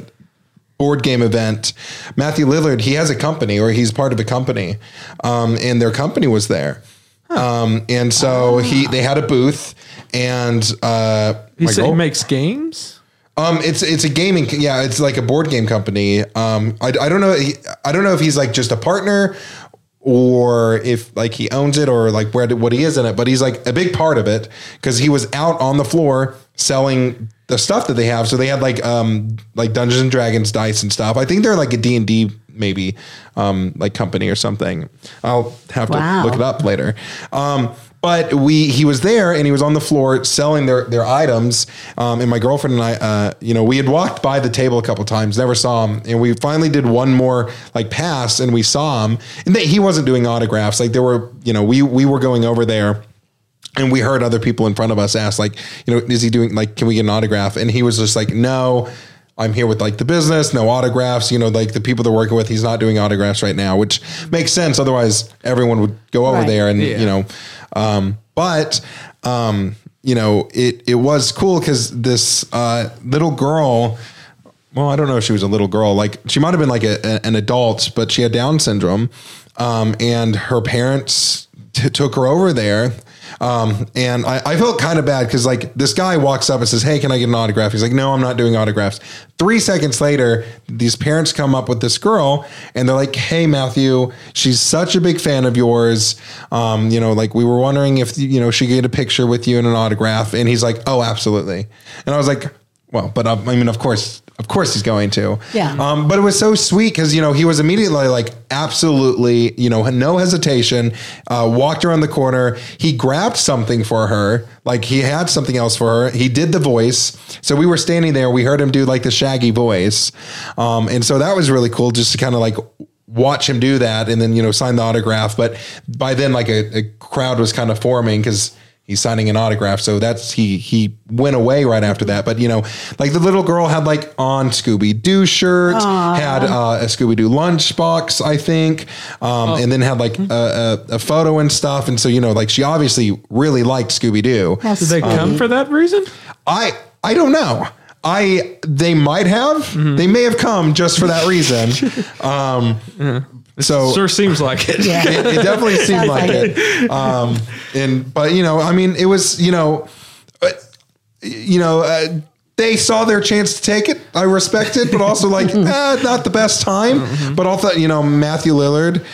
Speaker 3: board game event, Matthew Lillard, he has a company or he's part of a company, um, and their company was there. Um, and so he they had a booth, and uh,
Speaker 1: He
Speaker 3: my
Speaker 1: said he
Speaker 3: girl-
Speaker 1: makes games.
Speaker 3: um, it's it's a gaming, yeah, it's like a board game company. Um, I, I don't know, I don't know if he's like just a partner or if like he owns it or like where what he is in it, but he's like a big part of it because he was out on the floor selling the stuff that they have. So they had like um like Dungeons and Dragons dice and stuff. I think they're like a D and D maybe um like company or something. I'll have to
Speaker 2: Wow.
Speaker 3: look it up later. Um, but we he was there and he was on the floor selling their their items. Um, and my girlfriend and I, uh, you know, we had walked by the table a couple times, never saw him, and we finally did one more like pass, and we saw him. And they, he wasn't doing autographs. Like there were, you know, we we were going over there. And we heard other people in front of us ask, like, you know, is he doing like, can we get an autograph? And he was just like, no, I'm here with like the business, no autographs. You know, like the people they're working with, he's not doing autographs right now, which makes sense. Otherwise, everyone would go over
Speaker 2: Right.
Speaker 3: there and
Speaker 1: Yeah.
Speaker 3: you know, um, but um, you know, it it was cool because this uh, little girl. Well, I don't know if she was a little girl. Like she might have been like a, a- an adult, but she had Down syndrome, um, and her parents t- took her over there. Um, and I, I felt kind of bad because like this guy walks up and says, "Hey, can I get an autograph?" He's like, "No, I'm not doing autographs." Three seconds later, these parents come up with this girl, and they're like, "Hey, Matthew, she's such a big fan of yours. Um, you know, like we were wondering if you know she could get a picture with you and an autograph." And he's like, "Oh, absolutely." And I was like, "Well, but uh, I mean, of course." Of course he's going to.
Speaker 2: Yeah.
Speaker 3: Um, but it was so sweet because, you know, he was immediately like, absolutely, you know, no hesitation, uh, walked around the corner. He grabbed something for her. Like he had something else for her. He did the voice. So we were standing there. We heard him do like the shaggy voice. Um, and so that was really cool just to kind of like watch him do that and then, you know, sign the autograph. But by then, like a, a crowd was kind of forming because he's signing an autograph. So that's he he went away right after that. But you know, like the little girl had like on Scooby Doo shirt, had uh, a Scooby Doo lunchbox, I think, um, and then had like a, a, a photo and stuff. And so you know, like she obviously really liked Scooby Doo.
Speaker 1: Did they come for that reason?
Speaker 3: I I don't know. I they might have they may have come just for that reason. um, So
Speaker 1: Sure seems like it. (laughs)
Speaker 2: Yeah.
Speaker 3: it, it definitely seemed
Speaker 2: Sounds
Speaker 3: like
Speaker 2: like
Speaker 3: it. Um, and but you know, I mean, it was you know, uh, you know, uh, they saw their chance to take it. I respect it, but also like eh, not the best time. But also, you know, Matthew Lillard,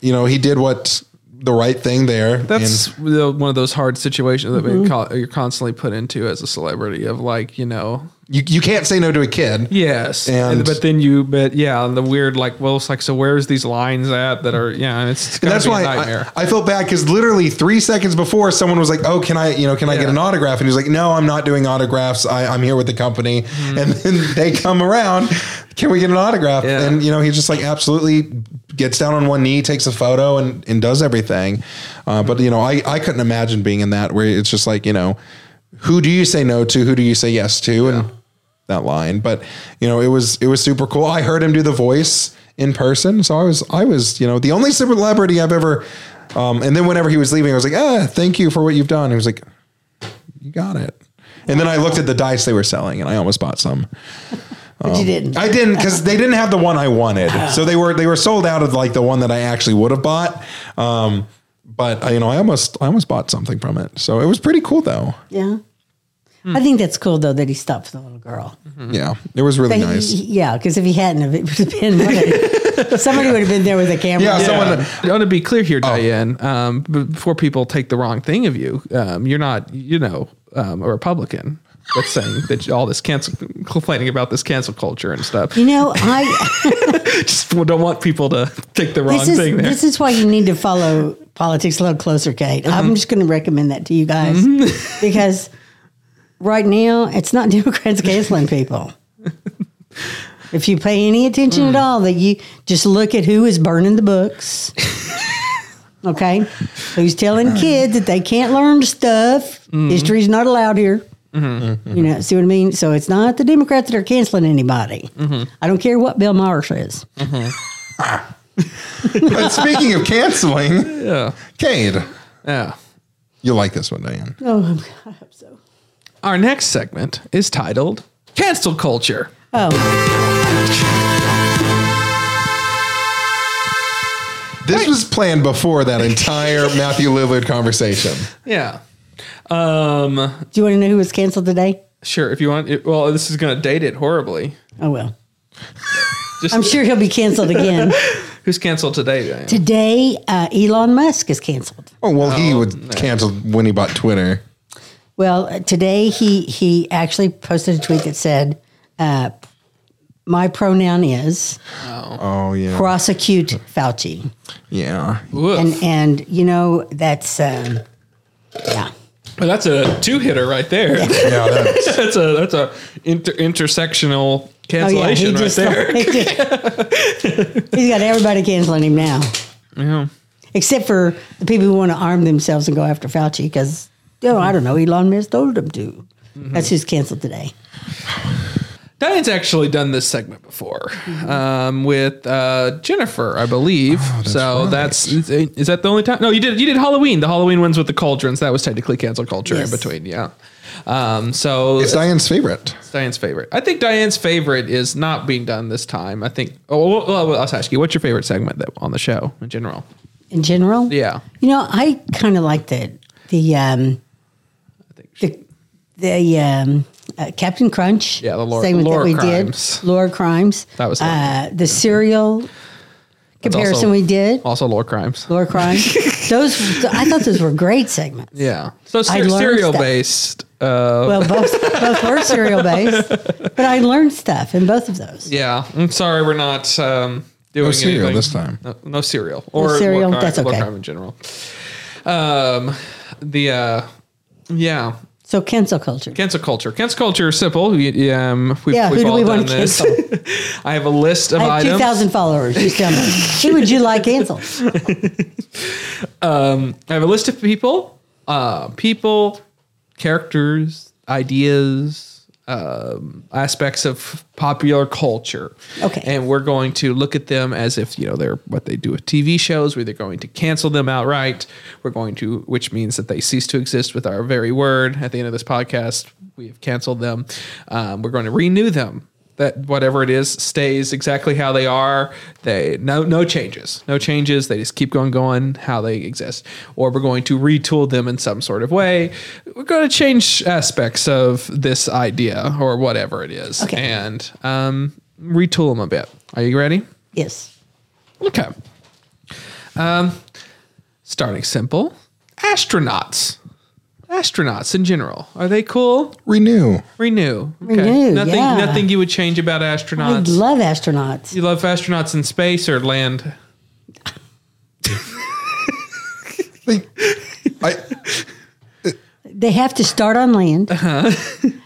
Speaker 3: you know, he did what the right thing there.
Speaker 1: That's the- one of those hard situations that we co- you're constantly put into as a celebrity of like, you know,
Speaker 3: and you you can't say no to a kid.
Speaker 1: yes. And,
Speaker 3: And-
Speaker 1: but then you, but yeah, and the weird, like, well, it's like, so where's these lines at that are, yeah, it's, it's gotta
Speaker 3: That's
Speaker 1: be
Speaker 3: why
Speaker 1: a nightmare.
Speaker 3: I, I felt bad because literally three seconds before, someone was like, "Oh, can I, you know, can I get
Speaker 1: Yeah.
Speaker 3: an autograph?" And he was like, "No, I'm not doing autographs. I, I'm here with the company."
Speaker 1: Mm-hmm.
Speaker 3: And then they come around, "Can we get an autograph?"
Speaker 1: Yeah.
Speaker 3: And you know, he just like absolutely gets down on one knee, takes a photo, and and does everything. Uh, but you know, I I couldn't imagine being in that where it's just like you know, who do you say no to? Who do you say yes to? And that line, but you know, it was it was super cool. I heard him do the voice in person, so I was I was you know the only celebrity I've ever. Um, and then whenever he was leaving, I was like, ah, thank you for what you've done. He was like, you got it. And then I looked at the dice they were selling, and I almost bought some.
Speaker 2: But you didn't.
Speaker 3: Um, I didn't because they didn't have the one I wanted, (laughs) so they were they were sold out of like the one that I actually would have bought. Um, but I, you know, I almost I almost bought something from it, so it was pretty cool though.
Speaker 2: yeah. I think that's cool though that he stopped for the little girl.
Speaker 3: Yeah, it was really
Speaker 2: But he-
Speaker 3: nice.
Speaker 2: he- yeah, because if he hadn't, if it would have been (laughs) what a- somebody would have been there with a camera.
Speaker 3: Yeah, someone-
Speaker 1: I want to be clear here, Diane. Um, b- before people take the wrong thing of you, um, you're not, you know, um, a Republican. That's saying that all this cancel, complaining about this cancel culture and stuff.
Speaker 2: you know, I
Speaker 1: Just don't want people to take the wrong
Speaker 2: this is
Speaker 1: thing there.
Speaker 2: this is why you need to follow politics a little closer, Kate.
Speaker 1: Mm-hmm.
Speaker 2: I'm just going to recommend that to you guys (laughs) because right now it's not (laughs) Democrats canceling people. if you pay any attention
Speaker 1: Mm.
Speaker 2: at all, that you just look at who is burning
Speaker 1: (laughs)
Speaker 2: the books. okay, who's telling kids that they can't learn stuff?
Speaker 1: Mm-hmm.
Speaker 2: History's not allowed here. You know, see what I mean? So it's not the Democrats that are canceling anybody.
Speaker 1: Mm-hmm.
Speaker 2: I don't care what Bill Maher says.
Speaker 3: but speaking of (laughs) canceling,
Speaker 1: yeah.
Speaker 3: Cade,
Speaker 1: yeah.
Speaker 3: you like this one, Diane?
Speaker 2: (laughs) Oh, I hope so.
Speaker 1: Our next segment is titled Cancel Culture.
Speaker 2: Oh,
Speaker 3: This was planned before that (laughs) entire Matthew Lillard conversation.
Speaker 1: Yeah. Um,
Speaker 2: do you want to know who was canceled today?
Speaker 1: sure. If you want, it, well, this is going to date it horribly.
Speaker 2: Oh well.
Speaker 1: Just-
Speaker 2: I'm sure he'll be canceled again.
Speaker 1: Who's canceled today, Diane?
Speaker 2: today, uh, Elon Musk is canceled.
Speaker 3: Oh well, he would cancel when he bought Twitter.
Speaker 2: Well, uh, today he he actually posted a tweet that said, uh, "My pronoun is
Speaker 3: Oh yeah,
Speaker 2: prosecute Fauci,"
Speaker 3: (laughs) yeah.
Speaker 1: Woof.
Speaker 2: and and you know that's um, yeah.
Speaker 1: Well, that's a two hitter right there. (laughs)
Speaker 3: Yeah, that's,
Speaker 1: that's a that's a inter- intersectional
Speaker 2: Oh yeah,
Speaker 1: cancellation right there.
Speaker 2: he just- (laughs) he's
Speaker 1: (laughs)
Speaker 2: got everybody canceling him now.
Speaker 1: yeah.
Speaker 2: except for the people who want to arm themselves and go after Fauci because, you know, I don't know, Elon Musk told them to.
Speaker 1: Mm-hmm.
Speaker 2: That's who's canceled today.
Speaker 1: Diane's actually done this segment before um, with uh, Jennifer, I believe.
Speaker 2: Oh,
Speaker 1: so
Speaker 3: right.
Speaker 1: that's is, is that the only time? No, you did you did Halloween. The Halloween ones with the cauldrons that was technically cancel culture
Speaker 2: Yes.
Speaker 1: in between. Yeah. Um, so
Speaker 3: it's Diane's favorite.
Speaker 1: It's Diane's favorite. I think Diane's favorite is not being done this time. I think. Oh, well, well, I'll ask you. What's your favorite segment that, on the show in general?
Speaker 2: In general,
Speaker 1: Yeah.
Speaker 2: You know, I kind of like the the um,
Speaker 1: I think
Speaker 2: the the um, uh, Captain Crunch.
Speaker 1: Yeah, the lore-
Speaker 2: segment
Speaker 1: lore crimes.
Speaker 2: Lore crimes.
Speaker 1: That was
Speaker 2: uh, the serial comparison
Speaker 1: also-
Speaker 2: we did.
Speaker 1: also lore crimes.
Speaker 2: Lore crimes.
Speaker 1: (laughs)
Speaker 2: those I thought those were great segments.
Speaker 1: Yeah. So
Speaker 2: I
Speaker 1: ser-
Speaker 2: learned
Speaker 1: cereal
Speaker 2: stuff.
Speaker 1: based. Uh,
Speaker 2: Well, both both were serial based, but I learned stuff in both of those.
Speaker 1: yeah. I'm sorry, we're not um, doing
Speaker 3: cereal
Speaker 1: anything.
Speaker 3: this time.
Speaker 1: No, no cereal or lore
Speaker 2: cereal,
Speaker 1: crime-
Speaker 2: that's
Speaker 1: lore
Speaker 2: okay.
Speaker 1: crime in general. Um, the uh, yeah.
Speaker 2: So cancel culture.
Speaker 1: Cancel culture. Cancel culture is simple. We, um, we've,
Speaker 2: Yeah, who
Speaker 1: we've
Speaker 2: do
Speaker 1: all
Speaker 2: we
Speaker 1: done
Speaker 2: want to
Speaker 1: this.
Speaker 2: cancel?
Speaker 1: (laughs) I have a list of
Speaker 2: I have
Speaker 1: items.
Speaker 2: 2,000 followers. You tell me. Who would you like canceled?
Speaker 1: I have a list of people, uh, people, characters, ideas, um, aspects of popular culture.
Speaker 2: Okay.
Speaker 1: And we're going to look at them as if, you know, they're what they do with TV shows. We're either going to cancel them outright. We're going to, which means that they cease to exist with our very word. At the end of this podcast, we have canceled them. Um, we're going to renew them. That whatever it is stays exactly how they are. They no no changes, no changes. They just keep going, going how they exist. Or we're going to retool them in some sort of way. We're going to change aspects of this idea or whatever it is,
Speaker 2: Okay.
Speaker 1: and um, retool them a bit. Are you ready?
Speaker 2: Yes.
Speaker 1: Okay. Um, starting simple, astronauts. Astronauts in general, are they cool?
Speaker 3: Renew.
Speaker 1: Renew. Okay.
Speaker 2: Renew,
Speaker 1: Nothing.
Speaker 2: yeah.
Speaker 1: Nothing you would change about
Speaker 2: I
Speaker 1: astronauts.
Speaker 2: love astronauts.
Speaker 1: You love astronauts in space or land?
Speaker 3: I,
Speaker 2: They have to start on land.
Speaker 1: Uh-huh.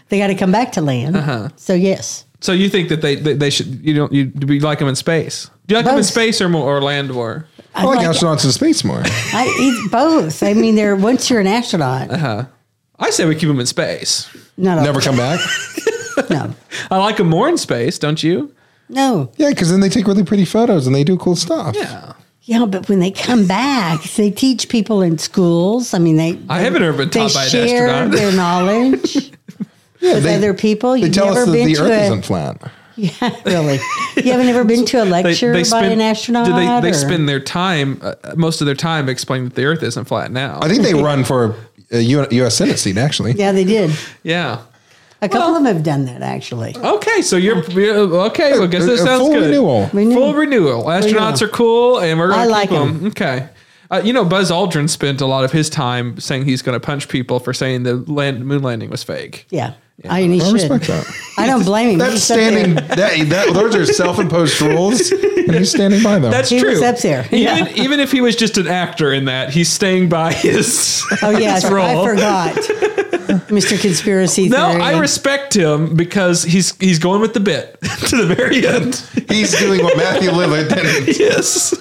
Speaker 2: they got to come back to land. So, yes.
Speaker 1: So you think that they they, they should you don't you do you like them in space? Do you like them in
Speaker 2: Both.
Speaker 1: space or more, or land more?
Speaker 3: I like astronauts in space (laughs) more.
Speaker 2: I eat both. I mean, they're
Speaker 1: Uh-huh.
Speaker 2: once you're an astronaut,
Speaker 1: I say we keep them in space.
Speaker 2: not a,
Speaker 3: Never come back.
Speaker 2: No,
Speaker 1: I like them more in space, don't you?
Speaker 2: no.
Speaker 3: Yeah, because then they take really pretty photos and they do cool stuff.
Speaker 1: Yeah.
Speaker 2: Yeah, but when they come back, they teach people in schools. I mean, they.
Speaker 1: I haven't ever been
Speaker 2: They
Speaker 1: taught by an
Speaker 2: share
Speaker 1: astronaut.
Speaker 2: their knowledge with
Speaker 3: they-
Speaker 2: other people.
Speaker 3: They
Speaker 2: You've
Speaker 3: tell
Speaker 2: never
Speaker 3: us that
Speaker 2: been
Speaker 3: the
Speaker 2: to (laughs)
Speaker 3: Earth
Speaker 2: a,
Speaker 3: isn't flat.
Speaker 2: Yeah, really. You haven't ever
Speaker 3: (laughs)
Speaker 2: been to a lecture by an astronaut?
Speaker 1: do they,
Speaker 2: or-
Speaker 1: they spend their time, uh, most of their time, explaining that the Earth isn't flat now.
Speaker 3: I think they run for a U- U.S. Senate seat, actually.
Speaker 2: Yeah, they did.
Speaker 1: yeah.
Speaker 2: A couple of them have done that actually.
Speaker 1: Okay, so you're you're- okay. Well, I guess this
Speaker 3: A- a
Speaker 1: sounds
Speaker 3: full
Speaker 1: good.
Speaker 3: renewal.
Speaker 2: Renew-
Speaker 1: Full renewal. Astronauts
Speaker 2: Renewal.
Speaker 1: are cool, and we're gonna
Speaker 2: I like
Speaker 1: keep
Speaker 2: 'em.
Speaker 1: them. Okay. Uh, you know, Buzz Aldrin spent a lot of his time saying he's going to punch people for saying the land, moon landing was fake.
Speaker 2: Yeah, I, and he
Speaker 3: I
Speaker 2: should.
Speaker 3: respect that.
Speaker 2: I don't blame him.
Speaker 3: That's
Speaker 2: He's up there.
Speaker 3: standing. That, that those are
Speaker 2: (laughs)
Speaker 3: self-imposed rules, and he's standing by them.
Speaker 1: That's
Speaker 2: He
Speaker 1: true.
Speaker 2: was up there.
Speaker 1: Even,
Speaker 2: Yeah.
Speaker 1: even if he was just an actor in that, he's staying by his.
Speaker 2: Oh yeah,
Speaker 1: his
Speaker 2: I-
Speaker 1: role.
Speaker 2: I forgot,
Speaker 1: (laughs)
Speaker 2: Mr. Conspiracy
Speaker 1: No,
Speaker 2: Theory.
Speaker 1: I respect him because he's he's going with the bit (laughs) to the very end.
Speaker 3: he's doing what Matthew Lillard did.
Speaker 1: yes.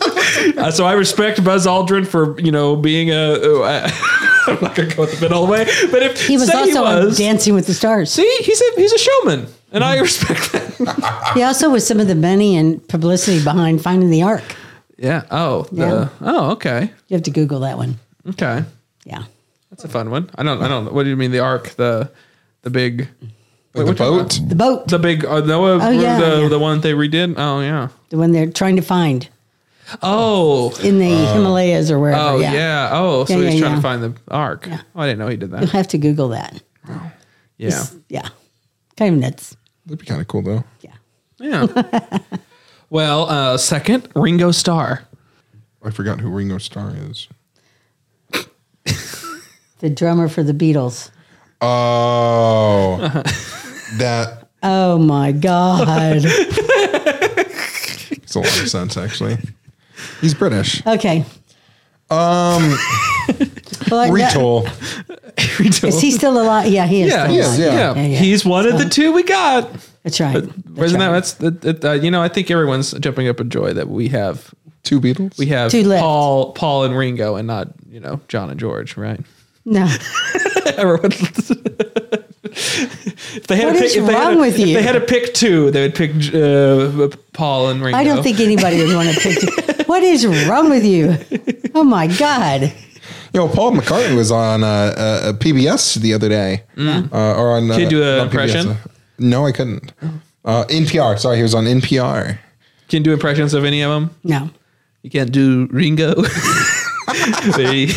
Speaker 1: Uh, so I respect Buzz Aldrin for you know being a. (laughs) oh, I- I'm not gonna go with the bit all the way, but if
Speaker 2: He was
Speaker 1: say
Speaker 2: also
Speaker 1: he
Speaker 2: on
Speaker 1: was,
Speaker 2: Dancing with the Stars.
Speaker 1: see, he's a he's a showman, and I respect that.
Speaker 2: He also was some of the money and publicity behind Finding the Ark.
Speaker 1: Yeah. Oh.
Speaker 2: Yeah.
Speaker 1: The, oh. Okay.
Speaker 2: You have to Google that one.
Speaker 1: Okay.
Speaker 2: Yeah,
Speaker 1: That's a fun one. I don't. I don't. What do you mean? The arc. The the big. (laughs) Wait,
Speaker 3: The
Speaker 1: which one?
Speaker 3: boat.
Speaker 2: the boat,
Speaker 1: The big. Uh, the, one-
Speaker 2: Oh, yeah,
Speaker 1: the,
Speaker 2: yeah.
Speaker 1: the one that they redid. Oh yeah.
Speaker 2: the one they're trying to find
Speaker 1: Oh.
Speaker 2: in the Himalayas or wherever.
Speaker 1: Oh yeah. Oh, so
Speaker 2: Yeah,
Speaker 1: he's
Speaker 2: yeah,
Speaker 1: trying
Speaker 2: yeah.
Speaker 1: to find the arc. Oh, I didn't know he did
Speaker 2: (laughs) You'll
Speaker 1: that.
Speaker 2: have to Google that.
Speaker 1: Yeah.
Speaker 2: Yeah, kind of nuts.
Speaker 3: That'd be kind of cool, though.
Speaker 2: Yeah.
Speaker 1: Yeah. (laughs) well, uh, second, Ringo Starr. (laughs)
Speaker 3: I forgot who Ringo Starr is.
Speaker 2: The drummer for the Beatles.
Speaker 1: (laughs)
Speaker 3: Oh, that
Speaker 2: Oh
Speaker 1: (laughs)
Speaker 2: my God.
Speaker 3: makes a lot of sense, actually. He's British. Um,
Speaker 2: Okay. Um, well, I-
Speaker 3: Retool.
Speaker 2: Is he still alive? Yeah, he is.
Speaker 1: yeah,
Speaker 2: still
Speaker 1: yeah,
Speaker 2: alive.
Speaker 3: yeah.
Speaker 1: yeah,
Speaker 2: Yeah, yeah.
Speaker 1: He's one of the two we got.
Speaker 2: That's right. That's
Speaker 1: Isn't that?
Speaker 2: right.
Speaker 1: That's that, that, uh, you know. I think everyone's jumping up in joy that we have
Speaker 3: Two Beatles.
Speaker 1: we have
Speaker 2: Two left.
Speaker 1: Paul Paul and Ringo and not you know John and George, right? (laughs)
Speaker 2: No.
Speaker 1: Everyone. (laughs) if they had
Speaker 2: What
Speaker 1: to pick,
Speaker 2: is
Speaker 1: if they had
Speaker 2: wrong
Speaker 1: to- If
Speaker 2: with you?
Speaker 1: they had to pick two, they would pick uh, Paul and Ringo.
Speaker 2: I don't think anybody would want to pick two. What is wrong with you? Oh my God.
Speaker 3: You know, Paul McCartney was on uh, uh, PBS the other day. Uh, or on.
Speaker 1: Can
Speaker 3: uh,
Speaker 1: you do an
Speaker 3: not PBS,
Speaker 1: impression? Oh.
Speaker 3: uh, no, I couldn't. Uh, NPR. Sorry, he was on NPR.
Speaker 1: Can you do impressions of any of them?
Speaker 2: No.
Speaker 1: You can't do Ringo. (laughs) they,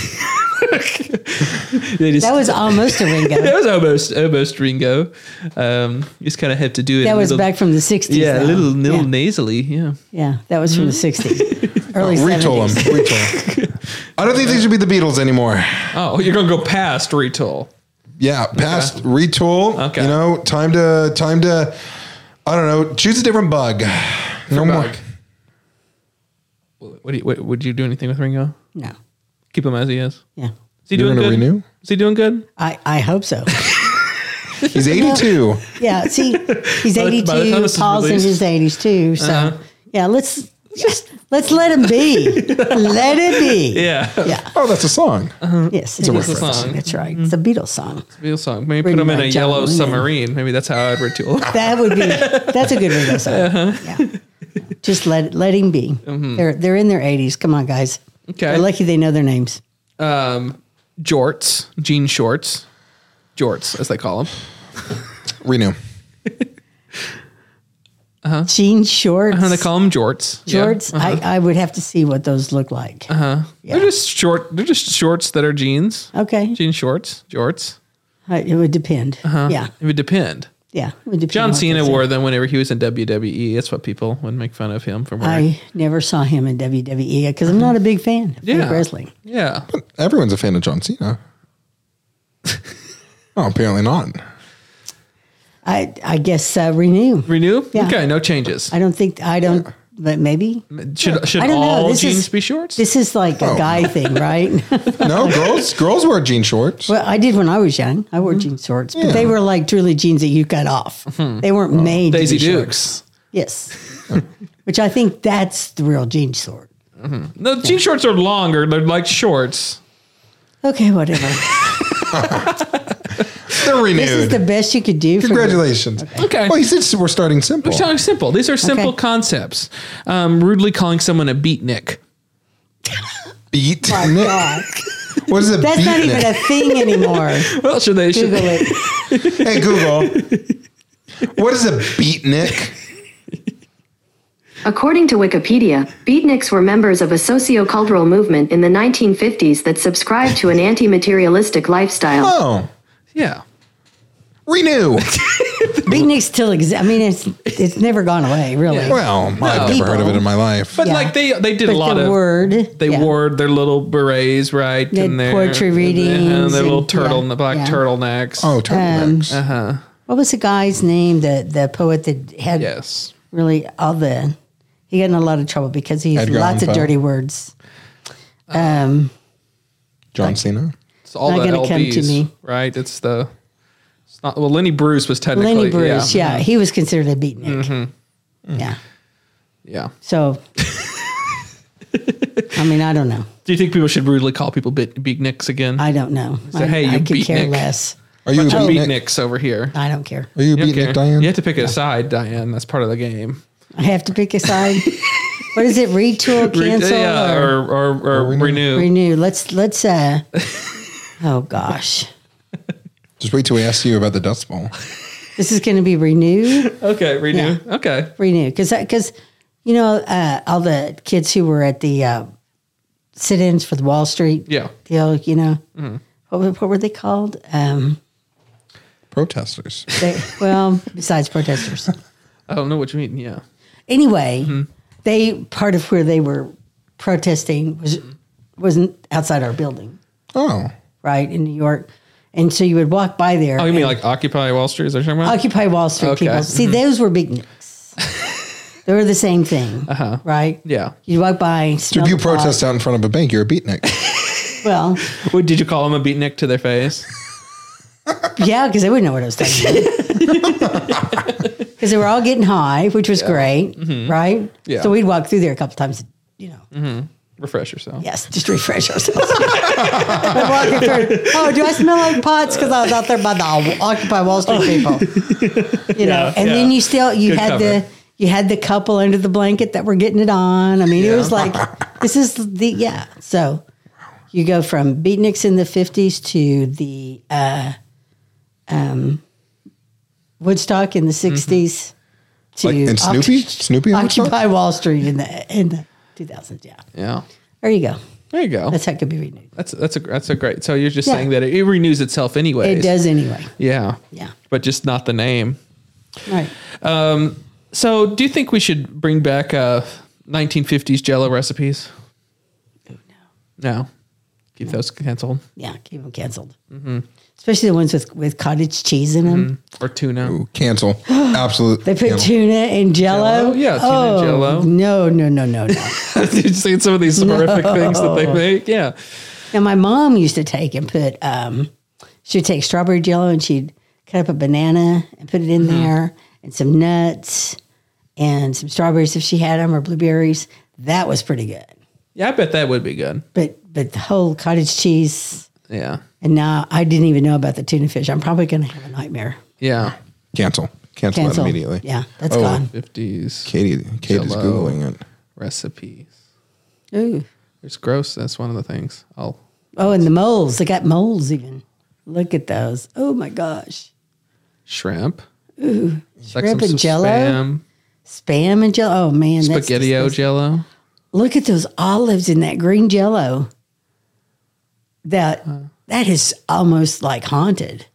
Speaker 1: they just-
Speaker 2: That was almost a
Speaker 1: that (laughs)
Speaker 2: Ringo.
Speaker 1: was almost almost Ringo. Um, you just kind of have to do it.
Speaker 2: That
Speaker 1: a
Speaker 2: was
Speaker 1: little-
Speaker 2: back from the 60s.
Speaker 1: Yeah, a
Speaker 2: though.
Speaker 1: little Hmm? little
Speaker 2: Yeah,
Speaker 1: nasally. Yeah.
Speaker 2: yeah that was from the 60s.
Speaker 1: Oh,
Speaker 2: Early 70s.
Speaker 3: Retool him. Retool.
Speaker 1: (laughs)
Speaker 3: I don't think they should be the Beatles anymore.
Speaker 1: Oh, you're gonna go past retool.
Speaker 3: Yeah, past retool.
Speaker 1: Okay.
Speaker 3: You know, time to time to. I don't know. Choose a different bug. No more.
Speaker 1: bug. What do you, what, would you do anything with Ringo?
Speaker 2: No.
Speaker 1: Keep him as he is.
Speaker 2: Yeah.
Speaker 1: Is he
Speaker 3: You're
Speaker 1: doing
Speaker 3: gonna
Speaker 1: good?
Speaker 3: renew?
Speaker 1: Is he doing good?
Speaker 2: I, I hope so.
Speaker 1: (laughs)
Speaker 3: He's 82.
Speaker 2: Yeah, see, he's
Speaker 1: By the-
Speaker 2: 82.
Speaker 1: by the time this is
Speaker 2: Paul's in
Speaker 1: released.
Speaker 2: his 80s too. So,
Speaker 1: Uh-huh.
Speaker 2: yeah, let's just let's let him
Speaker 1: (laughs)
Speaker 2: be. let it be.
Speaker 1: Yeah. (laughs)
Speaker 2: Yeah.
Speaker 3: Oh, that's a song.
Speaker 2: Yes, it's
Speaker 3: a
Speaker 2: a
Speaker 1: reference.
Speaker 2: song. That's
Speaker 1: Mm-hmm.
Speaker 2: right. It's a Beatles song.
Speaker 1: Beatles song. Maybe put
Speaker 2: Ringo
Speaker 1: him in a
Speaker 2: and John
Speaker 1: yellow
Speaker 2: Lennon.
Speaker 1: submarine. Maybe that's how I'd
Speaker 2: (laughs)
Speaker 1: retool.
Speaker 2: That would be. That's a good
Speaker 1: (laughs)
Speaker 2: Ringo song.
Speaker 1: Uh-huh.
Speaker 2: Yeah. Just let let him be. They're they're in their 80s. Come on, guys.
Speaker 1: Mm-hmm. Okay.
Speaker 2: They're lucky they know their names.
Speaker 1: Um, jorts, jean shorts, jorts as they call them.
Speaker 3: Renew.
Speaker 1: Uh-huh.
Speaker 2: Jean shorts.
Speaker 1: And they call them jorts. Uh-huh, Yeah. Uh-huh.
Speaker 2: shorts. I, I would have to see what those look like. yeah. Uh-huh.
Speaker 1: They're just short. They're just shorts that are jeans.
Speaker 2: Okay.
Speaker 1: Jean shorts, jorts.
Speaker 2: Uh, It would depend. Yeah.
Speaker 1: It would depend.
Speaker 2: Yeah. It would depend on
Speaker 1: Uh-huh. John
Speaker 2: what
Speaker 1: Cena
Speaker 2: they say.
Speaker 1: wore them whenever he was in WWE. That's what people would make fun of him for wearing.
Speaker 2: I never saw him in WWE because I'm not a big fan of
Speaker 1: Yeah.
Speaker 2: wrestling.
Speaker 1: yeah.
Speaker 3: Everyone's a fan of
Speaker 1: (laughs)
Speaker 3: John Cena. oh, apparently not.
Speaker 2: I I guess uh, renew.
Speaker 1: Renew?
Speaker 2: Yeah.
Speaker 1: Okay, no changes.
Speaker 2: I don't think I don't, but maybe
Speaker 1: Should should
Speaker 2: I don't know.
Speaker 1: all
Speaker 2: This
Speaker 1: jeans
Speaker 2: is-
Speaker 1: be shorts? Oh.
Speaker 2: this is like a guy
Speaker 1: (laughs)
Speaker 2: thing, right?
Speaker 3: No, girls girls wear jean shorts.
Speaker 2: well, I did when I was young. I
Speaker 1: Mm-hmm.
Speaker 2: wore jean shorts, but they were like truly jeans that you cut off. They weren't made.
Speaker 1: Daisy
Speaker 2: to be short.
Speaker 1: Dukes. (laughs)
Speaker 2: Yes, which I think that's the real jean short.
Speaker 1: No, jean shorts are (laughs) longer. They're like shorts.
Speaker 2: Okay, whatever.
Speaker 3: they're renewed.
Speaker 2: This is the best you could do. for me.
Speaker 3: Congratulations.
Speaker 1: Okay.
Speaker 3: Well, he said we're starting simple.
Speaker 1: It's not simple. These are simple
Speaker 2: Okay.
Speaker 1: concepts. Um, rudely calling someone a beatnik.
Speaker 3: Beat.
Speaker 2: Oh, my God.
Speaker 3: What is it?
Speaker 2: That's not
Speaker 3: beatnik?
Speaker 2: even a thing
Speaker 1: (laughs)
Speaker 2: anymore.
Speaker 1: Well, should they? Should,
Speaker 2: Google it.
Speaker 3: Hey Google. what is a
Speaker 2: (laughs)
Speaker 3: beatnik?
Speaker 4: According to Wikipedia, beatniks were members of a socio-cultural movement in the 1950s that subscribed to an anti-materialistic lifestyle.
Speaker 3: Oh,
Speaker 1: yeah.
Speaker 3: renew.
Speaker 2: Beatnik still exists. I mean, it's it's never gone away, really.
Speaker 3: well, I've never heard of it in my life.
Speaker 1: But
Speaker 2: Yeah.
Speaker 1: like they they did
Speaker 2: But
Speaker 1: a lot
Speaker 2: the
Speaker 1: of
Speaker 2: word.
Speaker 1: They
Speaker 2: yeah.
Speaker 1: wore their little berets, right?
Speaker 2: They had
Speaker 1: their-
Speaker 2: poetry
Speaker 1: and their
Speaker 2: readings
Speaker 1: little
Speaker 2: and-
Speaker 1: turtle,
Speaker 2: yeah,
Speaker 1: the black
Speaker 2: yeah.
Speaker 1: turtlenecks.
Speaker 3: oh,
Speaker 2: um,
Speaker 3: turtlenecks.
Speaker 2: What was the guy's name? The the poet that had
Speaker 1: yes.
Speaker 2: really all the. He got in a lot of trouble because he used
Speaker 3: Edgar
Speaker 2: lots
Speaker 3: Allan
Speaker 2: of
Speaker 3: Poe.
Speaker 2: dirty words.
Speaker 1: Uh,
Speaker 2: Um,
Speaker 3: John Cena.
Speaker 1: It's all
Speaker 2: Not
Speaker 1: the
Speaker 2: gonna
Speaker 1: LBs,
Speaker 2: come to me.
Speaker 1: right? It's the. It's not, well, Lenny Bruce was technically.
Speaker 2: Lenny Bruce, yeah. he was considered a beatnik.
Speaker 1: Mm-hmm.
Speaker 2: Yeah.
Speaker 1: Yeah.
Speaker 2: So, I mean, I don't know.
Speaker 1: Do you think people should rudely call people bit, beatniks again?
Speaker 2: I don't know.
Speaker 1: So,
Speaker 2: I,
Speaker 1: hey,
Speaker 2: I
Speaker 1: you
Speaker 2: could care
Speaker 1: beatnik.
Speaker 2: less.
Speaker 3: Are you a
Speaker 1: Bunch of
Speaker 3: beatnik?
Speaker 1: beatniks over here.
Speaker 2: I don't care.
Speaker 3: Are you a
Speaker 1: You, don't care.
Speaker 3: Oh. beatnik, Diane?
Speaker 1: You have to pick a side, Diane. That's part of the game.
Speaker 2: I have to pick a side.
Speaker 1: (laughs)
Speaker 2: what is it? Retool,
Speaker 1: Re-
Speaker 2: cancel,
Speaker 1: yeah,
Speaker 2: or,
Speaker 1: or, or, or renew.
Speaker 3: renew.
Speaker 2: renew? Let's
Speaker 1: (laughs)
Speaker 2: let's. uh Oh gosh,
Speaker 3: Just wait till we ask you about the Dust Bowl.
Speaker 2: this is going to be renew,
Speaker 1: Okay, renew. Okay.
Speaker 2: renew, because because you know uh, all the kids who were at the uh, sit-ins for the Wall Street
Speaker 1: Yeah. Mm-hmm.
Speaker 2: deal, you know. What, were- what were they called? Um,
Speaker 3: Protesters.
Speaker 2: they, well, besides protesters.
Speaker 1: I don't know what you mean. Yeah.
Speaker 2: anyway,
Speaker 1: Mm-hmm.
Speaker 2: they part of where they were protesting was wasn't outside our building,
Speaker 3: Oh,
Speaker 2: right in New York, and so you would walk by there.
Speaker 1: Oh, you mean
Speaker 2: and
Speaker 1: like Occupy Wall Street? Is that what you're talking about?
Speaker 2: Occupy Wall Street
Speaker 1: Okay. Mm-hmm.
Speaker 2: people? See, those were beatniks. they were the same thing, right?
Speaker 1: Uh-huh. Yeah.
Speaker 2: You'd walk by.
Speaker 3: so
Speaker 2: smell
Speaker 3: if you
Speaker 2: the pot.
Speaker 3: protest out in front of a bank, you're a beatnik.
Speaker 2: Well,
Speaker 1: What, did you call them a beatnik to their face?
Speaker 2: yeah, because they wouldn't know what I was talking about.
Speaker 3: (laughs)
Speaker 2: (laughs) Because they were all getting high, which was great, right?
Speaker 1: Mm-hmm. Yeah.
Speaker 2: So we'd walk through there a couple times, you know.
Speaker 1: Refresh yourself.
Speaker 2: Yes, just
Speaker 1: (laughs)
Speaker 2: refresh ourselves. We're walking through. Oh, do I smell like pots? Because I was out there by the Occupy Wall Street people. You know, and then
Speaker 1: Oh. yeah.
Speaker 2: you still you
Speaker 1: Good
Speaker 2: had
Speaker 1: cover.
Speaker 2: the you had the couple under the blanket that were getting it on. I mean, it was
Speaker 1: Yeah.
Speaker 2: like this is the yeah. So you go from beatniks in the fifties to the uh, um, Woodstock in the
Speaker 1: Mm-hmm.
Speaker 2: 60s to
Speaker 3: Like, and
Speaker 2: Oc-
Speaker 3: Snoopy? Snoopy and Woodstock?
Speaker 2: Occupy Wall Street in the in the two thousands. Yeah,
Speaker 1: Yeah.
Speaker 2: there you go.
Speaker 1: There you go.
Speaker 2: That's how it could be renewed.
Speaker 1: That's that's a that's a great. So you're just
Speaker 2: Yeah.
Speaker 1: saying that it, it renews itself anyway.
Speaker 2: It does anyway.
Speaker 1: Yeah.
Speaker 2: Yeah.
Speaker 1: But just not the name.
Speaker 2: Right.
Speaker 1: So do you think we should bring back uh 1950s Jello recipes? No. Keep those canceled
Speaker 2: Yeah. Keep them canceled.
Speaker 1: Mm-hmm.
Speaker 2: Especially the ones with, with cottage cheese in them.
Speaker 1: or tuna. (laughs)
Speaker 3: Ooh, Cancel. Absolute.
Speaker 2: They put tuna and
Speaker 1: Jell-O?
Speaker 2: jello.
Speaker 1: Yeah, tuna and
Speaker 2: oh,
Speaker 1: Jell-O.
Speaker 2: No, no,
Speaker 1: (laughs)
Speaker 2: no, no, no.
Speaker 1: You've seen some of these horrific things that they make. Yeah.
Speaker 2: now, my mom used to take and put, um, she'd take strawberry jello and she'd cut up a banana and put it in
Speaker 1: Mm-hmm.
Speaker 2: there and some nuts and some strawberries if she had them or blueberries. That was pretty good.
Speaker 1: Yeah, I bet that would be good.
Speaker 2: But, but the whole cottage cheese,
Speaker 1: Yeah.
Speaker 2: and now I didn't even know about the tuna fish. I'm probably going to have a nightmare.
Speaker 1: Yeah.
Speaker 3: Cancel. Cancel that
Speaker 2: Cancel.
Speaker 3: immediately.
Speaker 2: Yeah, that's
Speaker 3: Oh.
Speaker 2: gone.
Speaker 1: 50s
Speaker 3: Katie, Katie's
Speaker 1: Jell-O.
Speaker 3: Googling it.
Speaker 1: recipes.
Speaker 2: Ooh.
Speaker 1: It's gross. That's one of the things. I'll
Speaker 2: Oh, and the moles. They got moles even. Look at those. Oh my gosh.
Speaker 1: shrimp. Ooh,
Speaker 2: shrimp and Jell-O? Spam and jello. Oh man. that's
Speaker 1: Spaghettio
Speaker 2: disgusting.
Speaker 1: Jello.
Speaker 2: Look at those olives in that green jello. That that is almost like haunted.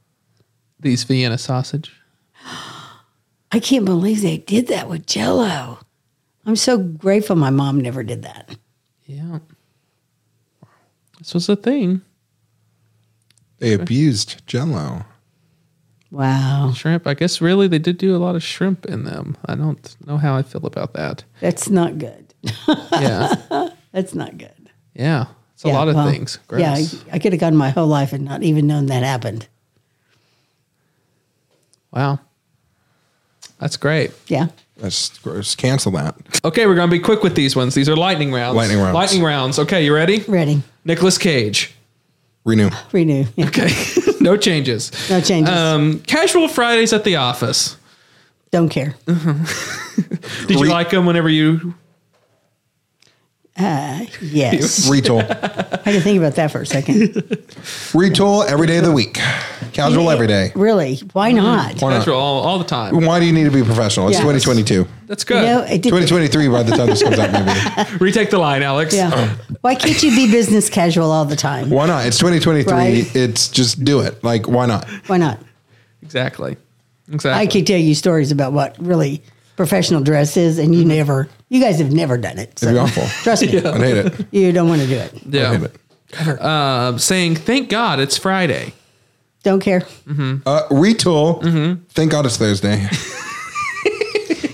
Speaker 1: These Vienna sausage.
Speaker 2: I can't believe they did that with jello. I'm so grateful my mom never did that.
Speaker 1: Yeah. This was a thing.
Speaker 3: They abused Jello.
Speaker 2: Wow.
Speaker 1: Shrimp. I guess really they did do a lot of shrimp in them. I don't know how I feel about that.
Speaker 2: That's not good. (laughs)
Speaker 1: Yeah.
Speaker 2: That's not good.
Speaker 1: yeah. It's a
Speaker 2: Yeah,
Speaker 1: lot of
Speaker 2: well,
Speaker 1: things. Gross.
Speaker 2: Yeah, I, I could have gone my whole life and not even known that happened.
Speaker 1: Wow. That's great.
Speaker 2: Yeah.
Speaker 3: That's gross. Cancel that.
Speaker 1: Okay, we're gonna be quick with these ones. These are lightning rounds.
Speaker 3: Lightning rounds.
Speaker 1: Lightning rounds. Okay, you ready?
Speaker 2: Ready.
Speaker 1: Nicholas Cage. (laughs)
Speaker 3: Renew.
Speaker 2: Renew. Yeah.
Speaker 1: Okay. (laughs) no changes.
Speaker 2: No changes.
Speaker 3: Uh,
Speaker 1: Um, casual Fridays at the office.
Speaker 2: Don't
Speaker 3: (laughs)
Speaker 2: care.
Speaker 1: Did you
Speaker 3: Re-
Speaker 1: like them whenever you?
Speaker 3: (laughs)
Speaker 2: Yes.
Speaker 3: Retool.
Speaker 2: I can think about that for a
Speaker 3: (laughs)
Speaker 2: second.
Speaker 3: Retool every day of the week. Casual every day. Mm-hmm.
Speaker 2: Really? Why not?
Speaker 3: Why not?
Speaker 1: Casual all, all the time.
Speaker 3: Why do you need to be professional? It's
Speaker 2: Yeah.
Speaker 3: 2022.
Speaker 1: That's
Speaker 2: You
Speaker 1: good.
Speaker 2: know, it did-
Speaker 3: 2023 by the time this comes
Speaker 2: (laughs)
Speaker 3: out, maybe.
Speaker 1: Retake the line, Alex.
Speaker 3: Oh.
Speaker 2: yeah. Why can't you be business casual all the time?
Speaker 3: Why not? It's 2023.
Speaker 2: Right.
Speaker 3: It's just do it. Like, why not?
Speaker 2: Why not?
Speaker 1: Exactly.
Speaker 2: I
Speaker 1: Exactly.
Speaker 2: could tell you stories about what really professional dress is, and you never, you guys have never done it. So
Speaker 3: Mm-hmm. It'd be awful.
Speaker 2: trust me,
Speaker 3: I'd hate it.
Speaker 2: you don't want to do it.
Speaker 3: I'd hate
Speaker 1: yeah.
Speaker 3: it.
Speaker 1: Um, saying thank God it's Friday.
Speaker 2: Don't care.
Speaker 3: Uh, retool.
Speaker 1: Mm-hmm.
Speaker 3: Thank God it's Thursday.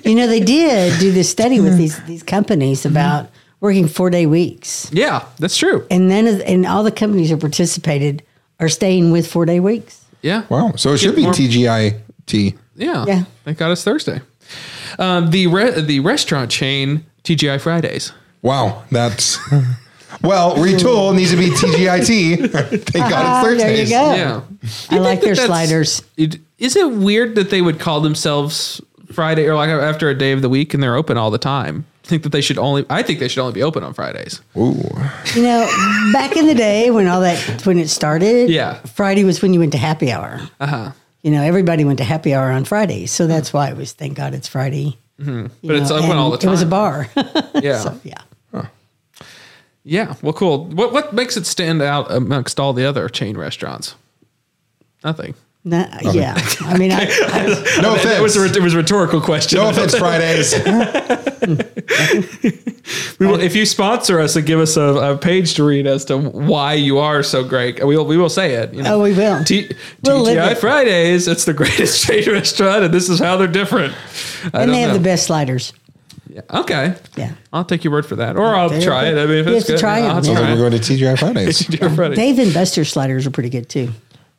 Speaker 2: You know, they did do this study with these these companies
Speaker 3: Mm-hmm.
Speaker 2: about working four day weeks,
Speaker 1: Yeah, that's true.
Speaker 2: and then and all the companies who participated are staying with four day weeks.
Speaker 1: Yeah.
Speaker 3: Wow. So it should be
Speaker 1: more-
Speaker 3: TGIT.
Speaker 1: Yeah.
Speaker 2: Yeah.
Speaker 1: Thank God it's Thursday. Um, the re- the restaurant chain TGI Fridays.
Speaker 3: Wow. That's. (laughs) Well, retool needs to be TGIT. (laughs) Thank God it's
Speaker 2: Ah,
Speaker 3: Thursdays.
Speaker 2: there you go.
Speaker 1: Yeah.
Speaker 2: I like their
Speaker 1: That's-
Speaker 2: sliders.
Speaker 1: It, is it weird that they would call themselves Friday or like after a day of the week and they're open all the time? I think that they should only. I think they should only be open on Fridays.
Speaker 2: You know, back in the day when all that when it started,
Speaker 1: Yeah. Uh-huh.
Speaker 2: Friday was when you went to happy hour. Uh huh. You know, everybody went to happy hour on Friday, so that's why it was. Thank God it's Friday.
Speaker 1: Mm-hmm. But it's open all the
Speaker 2: It was a
Speaker 1: time.
Speaker 2: bar.
Speaker 1: (laughs)
Speaker 2: (laughs)
Speaker 1: Yeah.
Speaker 2: So, yeah.
Speaker 1: Yeah. Well, cool. What what makes it stand out amongst all the other chain restaurants? Nothing.
Speaker 2: No, Yeah. I
Speaker 1: (laughs)
Speaker 2: mean, I, I,
Speaker 3: No offense.
Speaker 1: It was a, it was a rhetorical question.
Speaker 3: no offense, Fridays.
Speaker 1: (laughs)
Speaker 3: (laughs)
Speaker 1: We will, if you sponsor us and give us a, a page to read as to why you are so great, we will we will say it. You know.
Speaker 2: Oh, we will.
Speaker 1: T-
Speaker 2: We'll live
Speaker 1: TGI
Speaker 2: it.
Speaker 1: Fridays. It's the greatest (laughs) chain restaurant, and this is how they're different. I don't
Speaker 2: and they have
Speaker 1: know.
Speaker 2: the best sliders.
Speaker 1: Okay.
Speaker 2: Yeah.
Speaker 1: I'll take your word for that, or I'll
Speaker 2: They-
Speaker 1: try it. I mean, if
Speaker 2: you
Speaker 1: it's
Speaker 2: have to
Speaker 1: good,
Speaker 2: try
Speaker 1: I'll
Speaker 2: it,
Speaker 1: have
Speaker 2: yeah.
Speaker 1: to
Speaker 3: We're
Speaker 1: try
Speaker 3: going to
Speaker 2: (laughs)
Speaker 3: TGI Fridays.
Speaker 1: (laughs) TGI Fridays.
Speaker 2: Dave and Buster's sliders are pretty good too.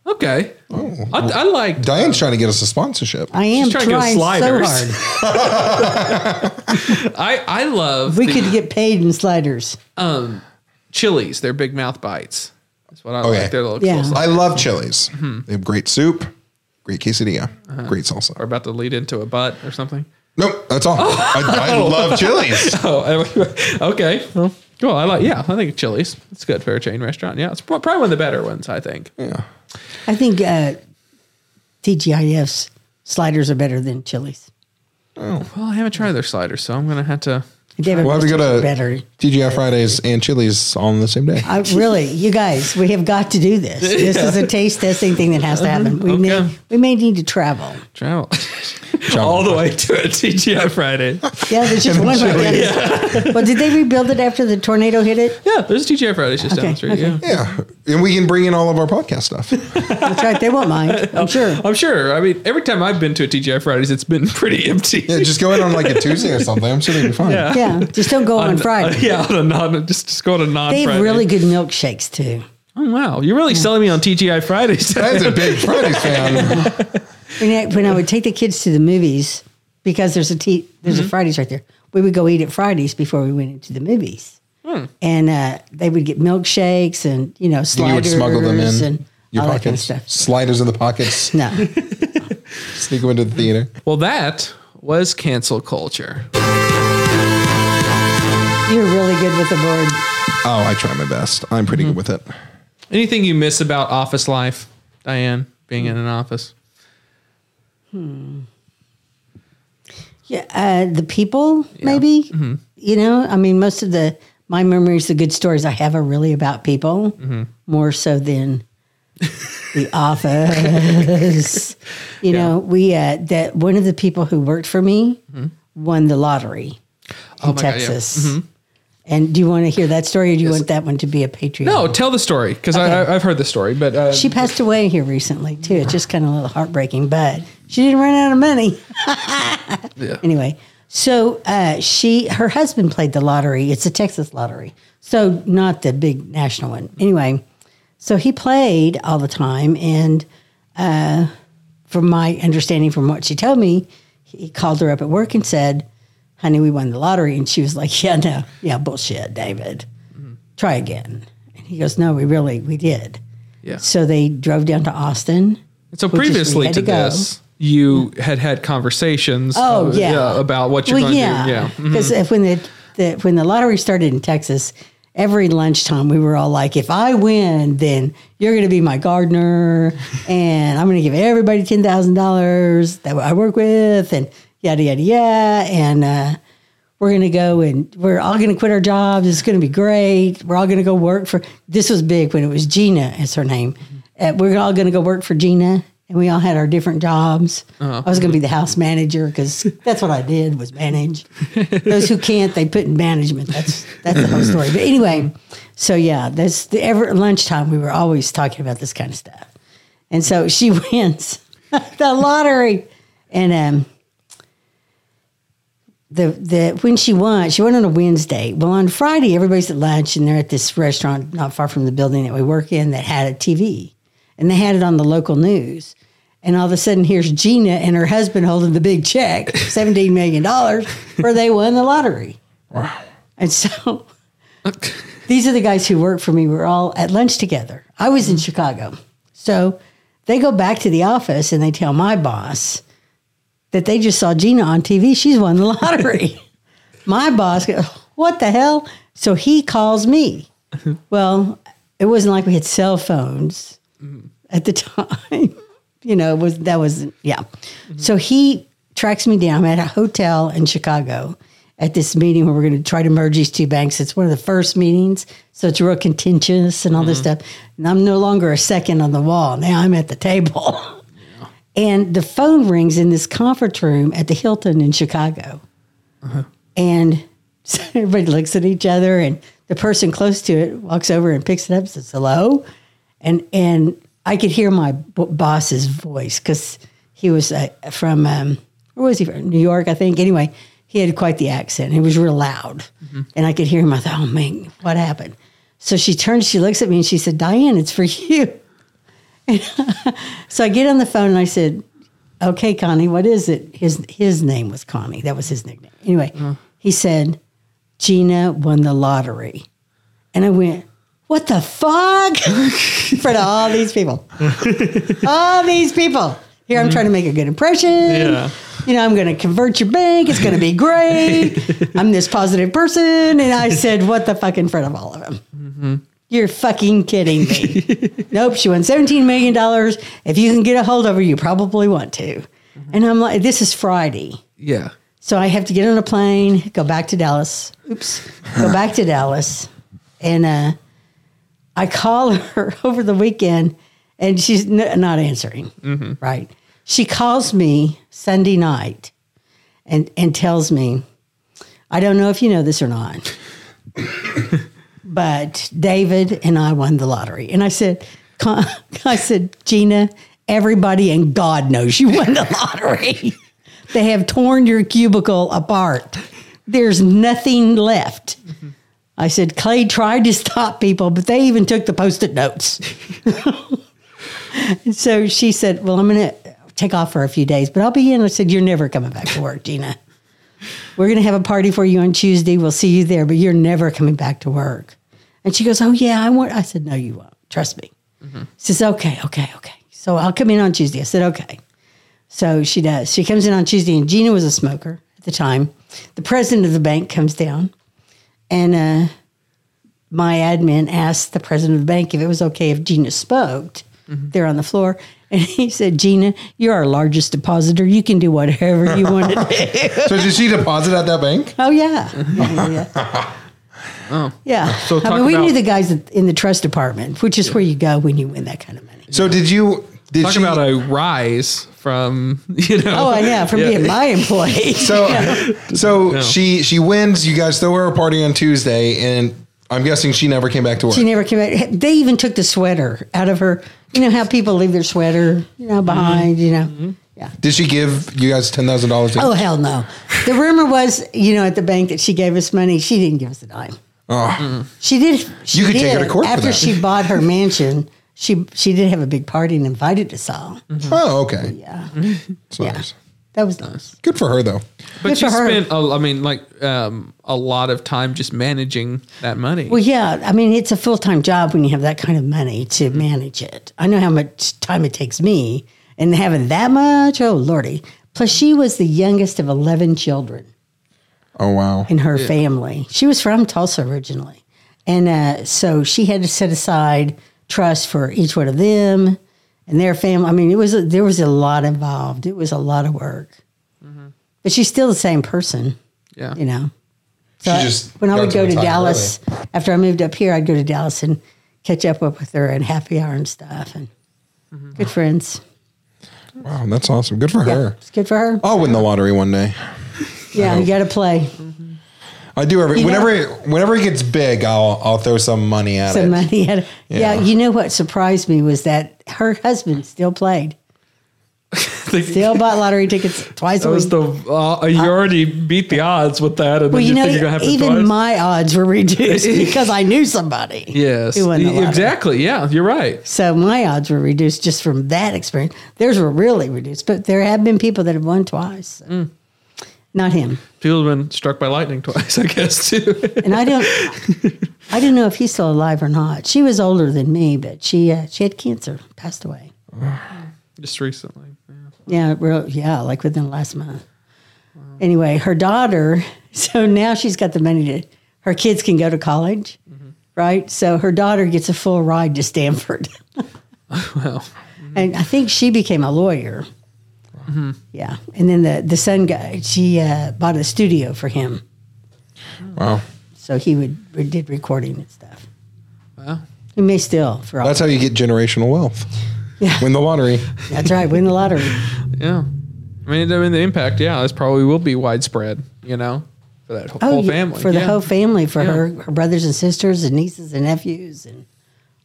Speaker 1: Okay. I, I like.
Speaker 3: Diane's trying to get us a sponsorship.
Speaker 2: I am
Speaker 1: trying
Speaker 2: trying,
Speaker 1: to get
Speaker 2: so
Speaker 1: sliders. (laughs)
Speaker 2: hard.
Speaker 1: I I love
Speaker 2: We
Speaker 1: the
Speaker 2: could get paid in sliders.
Speaker 1: chilies. Their big mouth bites. That's what I
Speaker 3: Okay.
Speaker 1: like. Their little
Speaker 2: Yeah.
Speaker 1: cool sauce.
Speaker 3: I love chilies. They have great soup, great quesadilla, great salsa.
Speaker 1: We're about to lead into a butt or something.
Speaker 3: Nope, that's all. I, I love chilies.
Speaker 1: (laughs) Oh, okay. Well, cool. I like. Yeah, I think Chili's. It's good for a chain restaurant. Yeah, it's pro- probably one of the better ones. I think.
Speaker 2: I think uh, TGIF's sliders are better than Chili's.
Speaker 1: Well, I haven't tried their sliders, so I'm gonna have to.
Speaker 2: Dave and
Speaker 3: We'll have to
Speaker 2: Buster's
Speaker 3: go
Speaker 2: are
Speaker 3: to
Speaker 2: better.
Speaker 3: TGI Fridays and chilies all on the same day.
Speaker 2: I, really, you guys, we have got to do
Speaker 3: (laughs)
Speaker 2: this. This is a taste testing thing that has to happen. We,
Speaker 1: Okay.
Speaker 2: may, we may need to travel.
Speaker 1: (laughs) Travel all the way to a TGI (laughs) Friday.
Speaker 2: Yeah, there's
Speaker 3: (laughs)
Speaker 2: just one right there. Well, did they rebuild it after the tornado hit it?
Speaker 1: Yeah, there's a TGI Fridays just down the street. Yeah.
Speaker 3: Yeah, and we can bring in all of our
Speaker 2: (laughs)
Speaker 3: podcast stuff.
Speaker 2: That's right. They won't mind.
Speaker 1: (laughs)
Speaker 2: I'm sure.
Speaker 1: I'm sure. I mean, every time I've been to a TGI Fridays, it's been pretty empty.
Speaker 3: Yeah, just go in on like a Tuesday or something. I'm sure they'd be fine.
Speaker 1: Yeah.
Speaker 2: Yeah, just don't go on Friday.
Speaker 1: yeah, (laughs) on a non, just, just go on a non.
Speaker 2: They have
Speaker 1: Friday.
Speaker 2: really good milkshakes too.
Speaker 1: Oh wow, you're really selling me on TGI Fridays.
Speaker 3: That's a
Speaker 2: (laughs)
Speaker 3: big Fridays fan.
Speaker 2: When I, when I would take the kids to the movies, because there's a tea, there's a Fridays right there. We would go eat at Fridays before we went into the movies, and uh, they would get milkshakes and you know
Speaker 3: you would
Speaker 2: sliders
Speaker 3: smuggle them in
Speaker 2: and
Speaker 3: your
Speaker 2: all that kind of
Speaker 3: pockets,
Speaker 2: stuff.
Speaker 3: sliders in
Speaker 2: (laughs)
Speaker 3: the pockets,
Speaker 2: No,
Speaker 3: sneak them into the theater.
Speaker 1: well, that was cancel culture.
Speaker 2: you're really good with the board.
Speaker 3: Oh, I try my best. I'm pretty good with it.
Speaker 1: Anything you miss about office life, Diane, being in an office?
Speaker 2: Yeah, uh, the people maybe.
Speaker 1: Mm-hmm.
Speaker 2: You know, I mean, most of the my memories, the good stories I have are really about people
Speaker 1: Mm-hmm.
Speaker 2: more
Speaker 1: (laughs)
Speaker 2: so than the office. you know, we uh, that one of the people who worked for me won the lottery in
Speaker 1: Mm-hmm. Oh my God, yeah. Mm-hmm.
Speaker 2: Texas. And do you want to hear that story, or do you want that one to be a Patreon?
Speaker 1: No, tell the story because I, I, I've heard the story, but uh,
Speaker 2: She passed away here recently too. It's just kind of a little heartbreaking, but she didn't run out of money. (laughs) Anyway, so uh, she her husband played the lottery. It's a Texas lottery, so not the big national one. Anyway, so he played all the time, and uh, from my understanding, from what she told me, he called her up at work and said, "Honey, we won the lottery," and she was like, "Yeah, no, yeah, bullshit, David." Try again. And he goes, No, we really, we did.
Speaker 1: Yeah.
Speaker 2: So they drove down to Austin.
Speaker 1: So
Speaker 2: which is we
Speaker 1: previously
Speaker 2: had
Speaker 1: to,
Speaker 2: to go.
Speaker 1: this, you had had conversations.
Speaker 2: Oh,
Speaker 1: uh,
Speaker 2: yeah.
Speaker 1: about what you're going to do. Yeah. Mm-hmm.
Speaker 2: Because uh, when the, the when the lottery started in Texas, every lunchtime we were all like, "If I win, then you're going to be my gardener, and I'm going to give everybody ten thousand dollars that I work with, and yada yada yada, and uh, we're going to go and we're all going to quit our jobs. It's going to be great. We're all going to go work for this was big when it was Gina is her name. Uh, we're all going to go work for Gina." And we all had our different jobs. I was going to be the house manager because that's what I did was manage. Those who can't, they put in management. That's that's the whole story. But anyway, so yeah, that's the ever at lunchtime we were always talking about this kind of stuff. And so she (laughs) wins the lottery, and um, the the when she won, she won on a Wednesday. Well, on Friday, everybody's at lunch, and they're at this restaurant not far from the building that we work in that had a TV, and they had it on the local news. And all of a sudden, here's Gina and her husband holding the big check, seventeen million dollars, where they won the lottery. And so (laughs) these are the guys who work for me. We're all at lunch together. I was in Chicago. So they go back to the office and they tell my boss that they just saw Gina on TV. She's won the lottery. my boss goes, What the hell? So he calls me. well, it wasn't like we had cell phones at the (laughs) time. you know, it was that was yeah. So he tracks me down. I'm at a hotel in Chicago at this meeting where we're going to try to merge these two banks. It's one of the first meetings, so it's real contentious and all this stuff. And I'm no longer a second on the wall. Now I'm at the table. And the phone rings in this conference room at the Hilton in Chicago. And (laughs) so everybody looks at each other, and the person close to it walks over and picks it up and says, Hello. And, and I could hear my b- boss's voice because he was uh, from, um, where was he from? New York, I think. Anyway, he had quite the accent. It was real loud. And I could hear him. I thought, Oh, man, what happened? So she turns, she looks at me, and she said, Diane, it's for (laughs) you. So I get on the phone and I said, "Okay, Connie, what is it?" His his name was Connie. That was his nickname. Anyway, he said, "Gina won the lottery," and I went, "What the fuck?" In front of all these people, all these people. Here I'm trying to make a good impression.
Speaker 1: Yeah.
Speaker 2: You know, I'm going to convert your bank. It's going to be great. I'm this positive person, and I said, "What the fuck?" in front of all of them. You're fucking kidding me. nope, she won $17 million. If you can get a hold of her, you probably want to. And I'm like, this is Friday.
Speaker 1: Yeah.
Speaker 2: So I have to get on a plane, go back to Dallas. Oops, go back to Dallas, and uh, I call her (laughs) over the weekend, and she's n- not answering. Right? She calls me Sunday night, and and tells me, I don't know if you know this or not, but David and I won the lottery, and I said, "Con- (laughs) I said Gina, everybody and God knows you won the lottery. (laughs) They have torn your cubicle apart. There's nothing left. I said, Clay tried to stop people, but they even took the post it notes. (laughs) And so she said, Well, I'm going to take off for a few days, but I'll be in. I said, You're never coming back to work, Gina. We're going to have a party for you on Tuesday. We'll see you there, but you're never coming back to work. And she goes, Oh, yeah, I want. I said, No, you won't. Trust me. She says, Okay, okay, okay. So I'll come in on Tuesday. I said, Okay. So she does. She comes in on Tuesday, and Gina was a smoker at the time. The president of the bank comes down, and uh, my admin asked the president of the bank if it was okay if Gina smoked there on the floor. And he said, Gina, you're our largest depositor. You can do whatever you want to do.
Speaker 3: So did she deposit at that bank?
Speaker 2: Oh yeah. Yeah. yeah, yeah.
Speaker 3: (laughs)
Speaker 2: Yeah.
Speaker 1: So
Speaker 2: I
Speaker 1: talk
Speaker 2: mean, we
Speaker 1: about-
Speaker 2: knew the guys in the trust department, which is where you go when you win that kind of money.
Speaker 3: So did you? Did
Speaker 1: Talk
Speaker 3: she?
Speaker 1: about a rise from, (laughs) you know.
Speaker 2: Oh, I know. From
Speaker 1: Yeah.
Speaker 2: being my employee.
Speaker 3: (laughs) so so she she wins. You guys throw her a party on Tuesday, and I'm guessing she never came back to work.
Speaker 2: (laughs) She never came back. They even took the sweater out of her. You know how people leave their sweater, you know, behind. You know, yeah.
Speaker 3: did she give you guys ten thousand dollars?
Speaker 2: Oh hell no. The rumor was, you know, at the bank that she gave us money. She didn't give us a dime.
Speaker 3: Oh.
Speaker 2: She did. She
Speaker 3: You could
Speaker 2: did.
Speaker 3: take her to court for
Speaker 2: after
Speaker 3: that.
Speaker 2: she bought
Speaker 3: (laughs)
Speaker 2: her mansion. She she did have a big party and invited us all.
Speaker 3: Oh, okay.
Speaker 2: Yeah.
Speaker 3: That's nice.
Speaker 2: That was nice.
Speaker 3: Good for her though.
Speaker 1: But
Speaker 2: Good
Speaker 1: you
Speaker 2: for her.
Speaker 1: spent, a, I mean, like um, a lot of time just managing that money.
Speaker 2: Well, yeah. I mean, it's a full time job when you have that kind of money to manage it. I know how much time it takes me, and having that much, oh lordy. Plus, she was the youngest of eleven children.
Speaker 3: Oh wow.
Speaker 2: in her family. She was from Tulsa originally. And uh, so she had to set aside trust for each one of them and their family. I mean, it was there was a lot involved. It was a lot of work. But she's still the same person,
Speaker 1: yeah. (laughs)
Speaker 2: you know. So
Speaker 3: She
Speaker 2: I-
Speaker 3: just
Speaker 2: when I
Speaker 3: got
Speaker 2: would
Speaker 3: to
Speaker 2: go to
Speaker 3: retire
Speaker 2: Dallas after I moved up here, I'd go to Dallas and catch up with her and happy hour and stuff and good friends.
Speaker 3: Wow, that's awesome. Good for her.
Speaker 2: It's good for her.
Speaker 1: Oh,
Speaker 3: I'll win the lottery one day.
Speaker 2: yeah, you got to play
Speaker 3: I do every
Speaker 2: You know-
Speaker 3: whenever it, whenever it gets big, I'll I'll throw some money at it.
Speaker 2: some money. (laughs) At, yeah,
Speaker 3: Yeah.
Speaker 2: you know what surprised me was that her husband still played. Still bought
Speaker 1: (laughs)
Speaker 2: lottery tickets twice
Speaker 1: that
Speaker 2: a week.
Speaker 1: was the uh, you already beat the odds with that, and
Speaker 2: well,
Speaker 1: then you,
Speaker 2: you know,
Speaker 1: think you're gonna have to
Speaker 2: even
Speaker 1: twice?
Speaker 2: my odds were reduced (laughs) because I knew somebody.
Speaker 1: yes,
Speaker 2: who won the lottery.
Speaker 1: E, exactly. Yeah, you're right.
Speaker 2: So my odds were reduced just from that experience. Theirs were really reduced, but there have been people that have won twice. Not him.
Speaker 1: People have been struck by lightning (laughs) twice, I guess, too.
Speaker 2: And I don't, I don't know if he's still alive or not. She was older than me, but she uh, she had cancer, passed away.
Speaker 1: (laughs) Just recently. Yeah.
Speaker 2: Yeah, real, yeah, like within the last month. Anyway, her daughter, (laughs) so now she's got the money to, her kids can go to college, right? So her daughter gets a full ride to Stanford. (laughs)
Speaker 1: Well,
Speaker 2: And I think she became a lawyer.
Speaker 1: Mm-hmm.
Speaker 2: Yeah. And then the, the son guy, she uh, bought a studio for him.
Speaker 3: Wow.
Speaker 2: So he would did recording and stuff.
Speaker 1: well,
Speaker 2: He may still, for all.
Speaker 3: That's
Speaker 2: That's,
Speaker 3: how you get generational wealth.
Speaker 2: Yeah.
Speaker 3: Win the lottery.
Speaker 2: right, win the lottery.
Speaker 1: yeah. I mean, I mean, the impact. Yeah, this probably will be widespread. You know, for that whole,
Speaker 2: Oh,
Speaker 1: whole
Speaker 2: yeah,
Speaker 1: family.
Speaker 2: For the
Speaker 1: yeah.
Speaker 2: whole family, for
Speaker 1: Yeah.
Speaker 2: her, her brothers and sisters and nieces and nephews and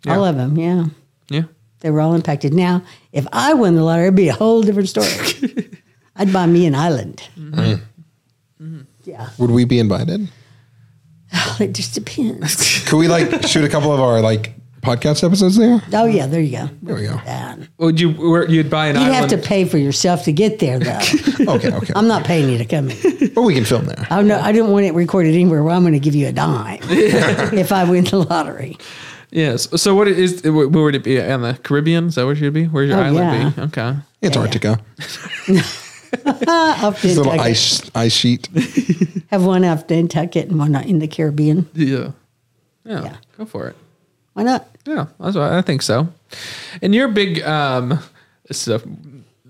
Speaker 2: all
Speaker 1: Yeah.
Speaker 2: of them. Yeah.
Speaker 1: Yeah.
Speaker 2: They were all impacted. Now, if I won the lottery, it'd be a whole different story.
Speaker 1: (laughs)
Speaker 2: I'd buy me an island.
Speaker 1: Mm-hmm.
Speaker 2: Yeah, (laughs)
Speaker 3: Would we be invited?
Speaker 2: well, it
Speaker 1: (laughs)
Speaker 2: just depends.
Speaker 3: Could we like shoot a couple of our like podcast episodes there?
Speaker 2: Oh yeah, there you go. There
Speaker 3: we go.
Speaker 1: Would you? Where, you'd buy an
Speaker 2: You'd have
Speaker 1: island?
Speaker 2: to pay for yourself to get there,
Speaker 3: (laughs)
Speaker 2: though.
Speaker 3: Okay, okay.
Speaker 2: I'm not paying you to come in.
Speaker 3: but we can film there.
Speaker 2: I no, I didn't want it recorded anywhere. Where I'm going to give you a
Speaker 3: (laughs)
Speaker 2: dime if I win the lottery.
Speaker 1: Yes. So what is? Where would it be? On the Caribbean? Is that where you'd be? Where's your
Speaker 2: Oh,
Speaker 1: island be? Okay.
Speaker 3: Antarctica.
Speaker 2: Off
Speaker 3: Just a little
Speaker 2: Nantucket.
Speaker 3: ice
Speaker 2: (laughs)
Speaker 3: ice sheet.
Speaker 2: Have one off Nantucket and one in the Caribbean.
Speaker 1: Yeah. Yeah.
Speaker 2: Yeah.
Speaker 1: Go for it.
Speaker 2: Why not?
Speaker 1: Yeah, that's what I think so. And you're a big um, this is a,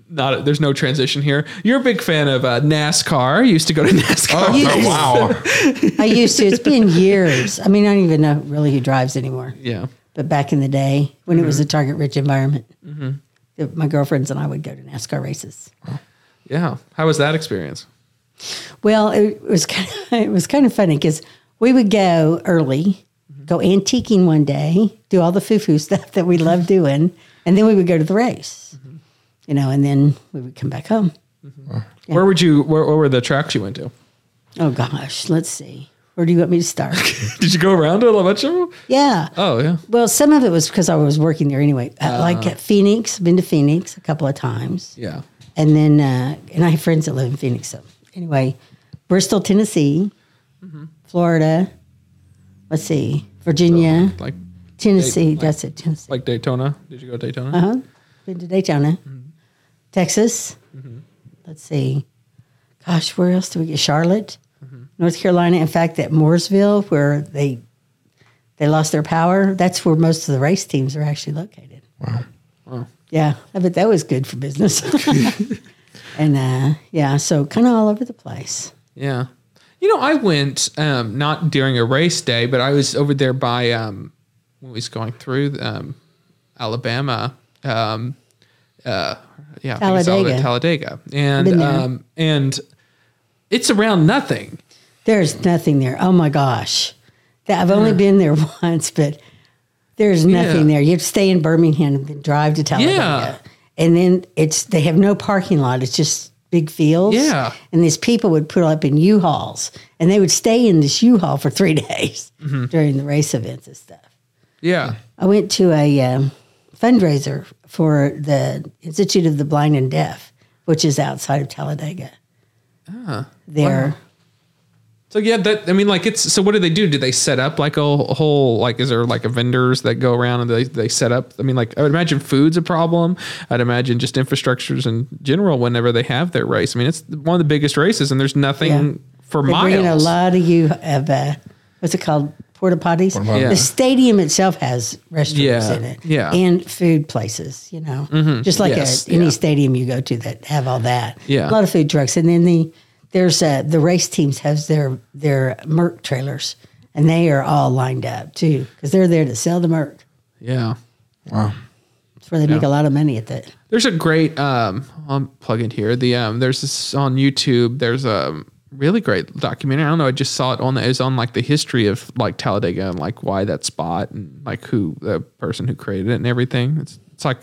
Speaker 1: not there's no transition here. You're a big fan of uh, NASCAR. You used to (laughs) go to NASCAR.
Speaker 2: You-
Speaker 3: Oh, wow.
Speaker 2: I used to. It's been years. I mean, I don't even know really who drives anymore.
Speaker 1: Yeah.
Speaker 2: But back in the day, when it
Speaker 3: Mm-hmm.
Speaker 2: was a target rich environment, that my girlfriends and I would go to NASCAR races.
Speaker 1: Yeah. How was that experience?
Speaker 2: Well, it was kind of, (laughs) it was kind of funny because we would go early, go antiquing one day, do all the foo foo (laughs) stuff that we love doing, and then we would go to the race, you know, and then we would come back home.
Speaker 1: Where would you where, where were the tracks you went to? (laughs)
Speaker 2: Oh gosh, let's see. Where do you want me to start? (laughs)
Speaker 1: Did you go around to a bunch of them?
Speaker 2: yeah.
Speaker 1: Oh yeah.
Speaker 2: Well, some of it was because I was working there anyway. Uh, like at Phoenix, been to Phoenix a couple of times.
Speaker 1: Yeah.
Speaker 2: and then uh, and I have friends that live in Phoenix. So anyway, Bristol, Tennessee, Florida. Let's see, Virginia,
Speaker 1: Like
Speaker 2: Tennessee. that's it, Tennessee.
Speaker 1: like Daytona. Did you go to Daytona?
Speaker 2: uh huh. Been to Daytona, Texas. Let's see. Gosh, where else do we get Charlotte, North Carolina? In fact, at Mooresville, where they they lost their power, that's where most of the race teams are actually located.
Speaker 1: Wow.
Speaker 2: Yeah, I bet that was good for business. (laughs) and uh, yeah, so kind of all over the place.
Speaker 1: Yeah. You know, I went um, not during a race day, but I was over there by um, when we was going through um, Alabama. Um, uh, yeah, I think it's Alabama- Talladega,
Speaker 2: Been
Speaker 1: and
Speaker 2: there.
Speaker 1: um, and it's around nothing.
Speaker 2: There's nothing there. Oh my gosh. That, I've only been there (laughs) once, but there's nothing
Speaker 1: Yeah.
Speaker 2: there. You have to stay in Birmingham and then drive to Talladega.
Speaker 1: Yeah.
Speaker 2: And then it's they have no parking lot. It's just big fields.
Speaker 1: Yeah.
Speaker 2: And these people would put up in U-Hauls and they would stay in this U-Haul for (laughs) three days
Speaker 1: Mm-hmm.
Speaker 2: during the race events and stuff.
Speaker 1: Yeah,
Speaker 2: I went to a um fundraiser for the Institute of the Blind and Deaf which is outside of Talladega.
Speaker 1: Ah,
Speaker 2: there.
Speaker 1: So yeah, that I mean, like it's so. What do they do? Do they set up like a whole like? Is there like a vendors that go around and they they set up? I mean, like I would imagine food's a problem. I'd imagine just infrastructures in general. Whenever they have their race, I mean, it's one of the biggest races, and there's nothing
Speaker 2: Yeah.
Speaker 1: for
Speaker 2: They're
Speaker 1: miles.
Speaker 2: bringing a lot of you of uh, what's it called porta potties.
Speaker 3: potties.
Speaker 1: Yeah.
Speaker 2: The stadium itself has restrooms
Speaker 1: Yeah,
Speaker 2: in it,
Speaker 1: yeah. Mm-hmm.
Speaker 2: and food places. You know, just like
Speaker 1: yes,
Speaker 2: a, any
Speaker 1: yeah.
Speaker 2: stadium you go to that have all that.
Speaker 1: Yeah.
Speaker 2: a lot of food trucks, and then the there's uh, the race teams has their their merc trailers, and they are all lined up too because they're there to sell the merc.
Speaker 1: Yeah.
Speaker 2: It's where they make a lot of money at that.
Speaker 1: There's a great um I'll plug in here. The um there's this on YouTube, there's a really great documentary. I don't know, I just saw it on the it was on like the history of like Talladega and like why that spot and like who the person who created it and everything. It's it's like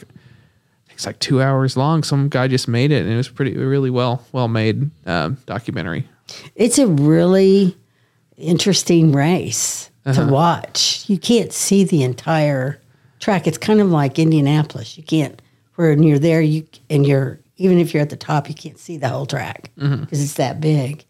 Speaker 1: it's like two hours long. Some guy just made it and it was pretty really well well made um, documentary.
Speaker 2: it's a really interesting race to watch. You can't see the entire track. It's kind of like Indianapolis. You can't where when you're there you and you're even if you're at the top, you can't see the whole track because it's that big.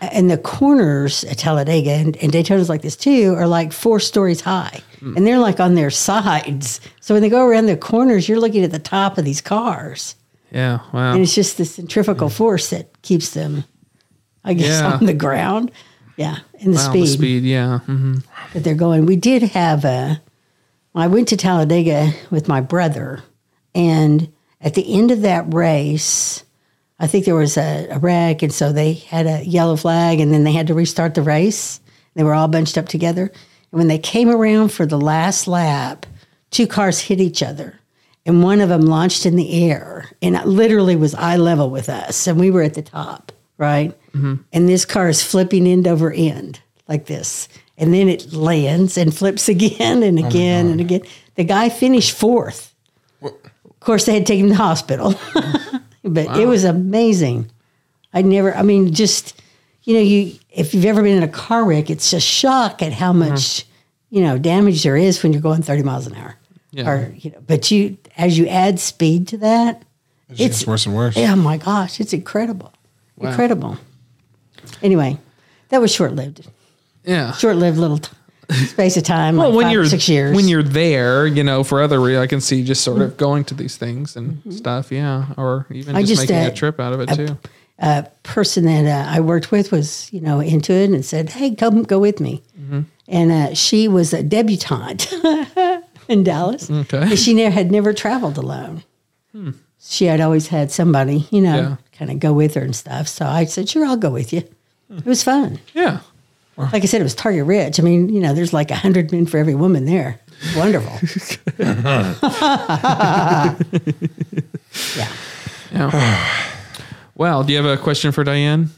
Speaker 2: A- And the corners at Talladega and, and Daytona's like this too are like four stories high, and they're like on their sides. So when they go around the corners, you're looking at the top of these cars
Speaker 1: Yeah, wow.
Speaker 2: and it's just the centrifugal force that keeps them, I guess,
Speaker 1: Yeah.
Speaker 2: on the ground. Yeah, and the,
Speaker 1: Wow,
Speaker 2: speed,
Speaker 1: the speed, yeah. hmm
Speaker 2: that they're going. We did have a. I went to Talladega with my brother, and at the end of that race, I think there was a, a wreck, and so they had a yellow flag, and then they had to restart the race. They were all bunched up together, and when they came around for the last lap, two cars hit each other, and one of them launched in the air, and it literally was eye level with us, and we were at the top, right? And this car is flipping end over end like this, and then it lands and flips (laughs) again and again and again. The guy finished fourth. Of course, they had taken him to the hospital, (laughs) but it was amazing. I never, I mean, just, you know, you, if you've ever been in a car wreck, it's a shock at how
Speaker 1: Mm-hmm.
Speaker 2: much, you know, damage there is when you're going 30 miles an hour.
Speaker 1: Yeah.
Speaker 2: Or, you know, but you, as you add speed to that,
Speaker 3: It's, just worse and worse.
Speaker 2: oh my gosh, it's incredible. Incredible. Anyway, that was short lived,
Speaker 1: Yeah.
Speaker 2: short lived little t- space of time.
Speaker 1: Well,
Speaker 2: like
Speaker 1: when
Speaker 2: five or
Speaker 1: you're
Speaker 2: six years.
Speaker 1: when you're there, you know, for other reasons, I can see just sort of going to these things and stuff, yeah, or even
Speaker 2: Mm-hmm. I
Speaker 1: just,
Speaker 2: just,
Speaker 1: making
Speaker 2: uh,
Speaker 1: a trip out of it too.
Speaker 2: person that uh, I worked with was, you know, into it and said, "Hey, come go with me."
Speaker 1: Mm-hmm.
Speaker 2: And uh, she was a debutante (laughs) in Dallas.
Speaker 1: Okay. Hmm.
Speaker 2: And she ne- had never traveled alone. She had always had somebody, you know,
Speaker 1: Yeah.
Speaker 2: kind of go with her and stuff. So I said, "Sure, I'll go with you."
Speaker 1: Hmm.
Speaker 2: It was fun.
Speaker 1: Yeah.
Speaker 2: Like I said, it was Target Rich. I mean, you know, there's like a hundred men for every woman there. Wonderful.
Speaker 1: (laughs)
Speaker 2: yeah.
Speaker 1: Yeah. well, do you have a question for Diane?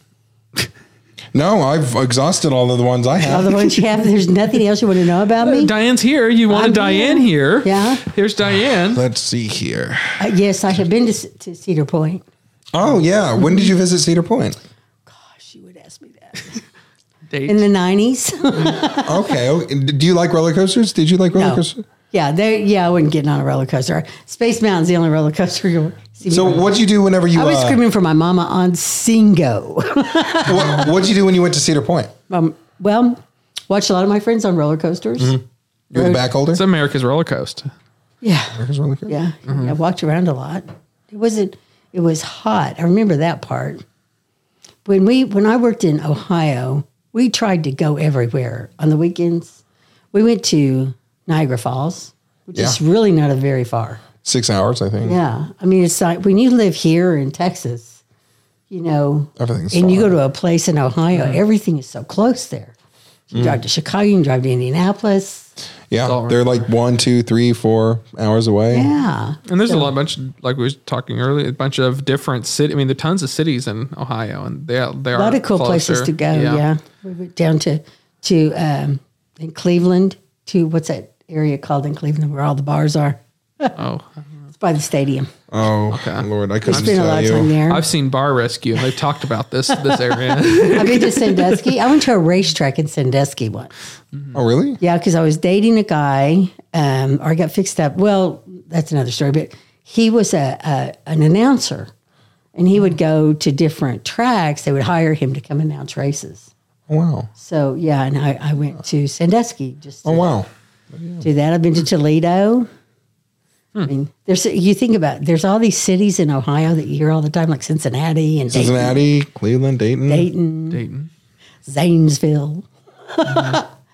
Speaker 3: No, I've exhausted all of the ones I have.
Speaker 2: Other ones you have, there's nothing else you want to know about me?
Speaker 1: Diane's here. You wanted
Speaker 2: I'm here.
Speaker 1: Diane here.
Speaker 2: Yeah.
Speaker 1: Here's Diane.
Speaker 3: Let's see here.
Speaker 2: Uh, yes, I have been to, C- to Cedar Point.
Speaker 3: Oh yeah, when did you visit Cedar Point?
Speaker 2: She would ask me that.
Speaker 1: Date.
Speaker 2: In the (laughs) 90s?
Speaker 3: Okay. oh, Do you like roller coasters? Did you like roller
Speaker 2: No.
Speaker 3: coasters?
Speaker 2: Oh, yeah, they, yeah, I wasn't getting on a roller coaster. Space Mountain's the only roller coaster you'll see. me
Speaker 3: So
Speaker 2: on.
Speaker 3: what'd you do whenever you
Speaker 2: I was
Speaker 3: uh,
Speaker 2: screaming for my mama on Singo.
Speaker 3: what, what'd you do when you went to Cedar Point?
Speaker 2: (laughs) um, well, watched a lot of my friends on roller coasters.
Speaker 3: Mm-hmm. You were the back holder?
Speaker 1: It's America's roller coaster.
Speaker 2: Yeah.
Speaker 3: roller coaster?
Speaker 2: Yeah. I walked around a lot. It wasn't it was hot. I remember that part. When we when I worked in Ohio, we tried to go everywhere on the weekends. We went to Niagara Falls, which is
Speaker 3: Yeah.
Speaker 2: really not a very far.
Speaker 3: Six hours, I think.
Speaker 2: Yeah. I mean it's like when you live here in Texas, you know
Speaker 3: Everything's
Speaker 2: and you
Speaker 3: far.
Speaker 2: go to a place in Ohio, everything is so close there. You
Speaker 3: Mm.
Speaker 2: drive to Chicago, you can drive to Indianapolis.
Speaker 3: Yeah,
Speaker 1: all right.
Speaker 3: they're like one, two, three, four hours away.
Speaker 2: Yeah.
Speaker 1: And there's a lot bunch like we were talking earlier, a bunch of different city. I mean, there are tons of cities in Ohio, and they are- they are
Speaker 2: a lot of cool places
Speaker 1: closer.
Speaker 2: to go. Yeah. we went down to to um, in Cleveland to what's that area called in Cleveland where all the bars are?
Speaker 1: Oh,
Speaker 2: (laughs) It's by the stadium.
Speaker 3: Oh Lord, I couldn't
Speaker 2: Spent a
Speaker 3: tell
Speaker 2: lot of time
Speaker 3: you.
Speaker 1: (laughs)
Speaker 2: there.
Speaker 1: I've seen Bar Rescue, and they've talked about this this area.
Speaker 2: (laughs) I've been to Sandusky. I went to a racetrack in Sandusky once.
Speaker 3: Oh really?
Speaker 2: Yeah, because I was dating a guy, um, or I got fixed up. Well, that's another story, but he was a, a an announcer And he would go to different tracks. They would hire him to come announce races.
Speaker 3: Oh, Wow.
Speaker 2: So yeah, and I, I went to Sandusky just to
Speaker 3: Oh, wow.
Speaker 2: do that. I've been to Toledo. I mean, there's you think about there's all these cities in Ohio that you hear all the time, like Cincinnati and Dayton,
Speaker 3: Cincinnati, Cleveland, Dayton.
Speaker 2: Dayton,
Speaker 1: Dayton.
Speaker 2: Zanesville, (laughs)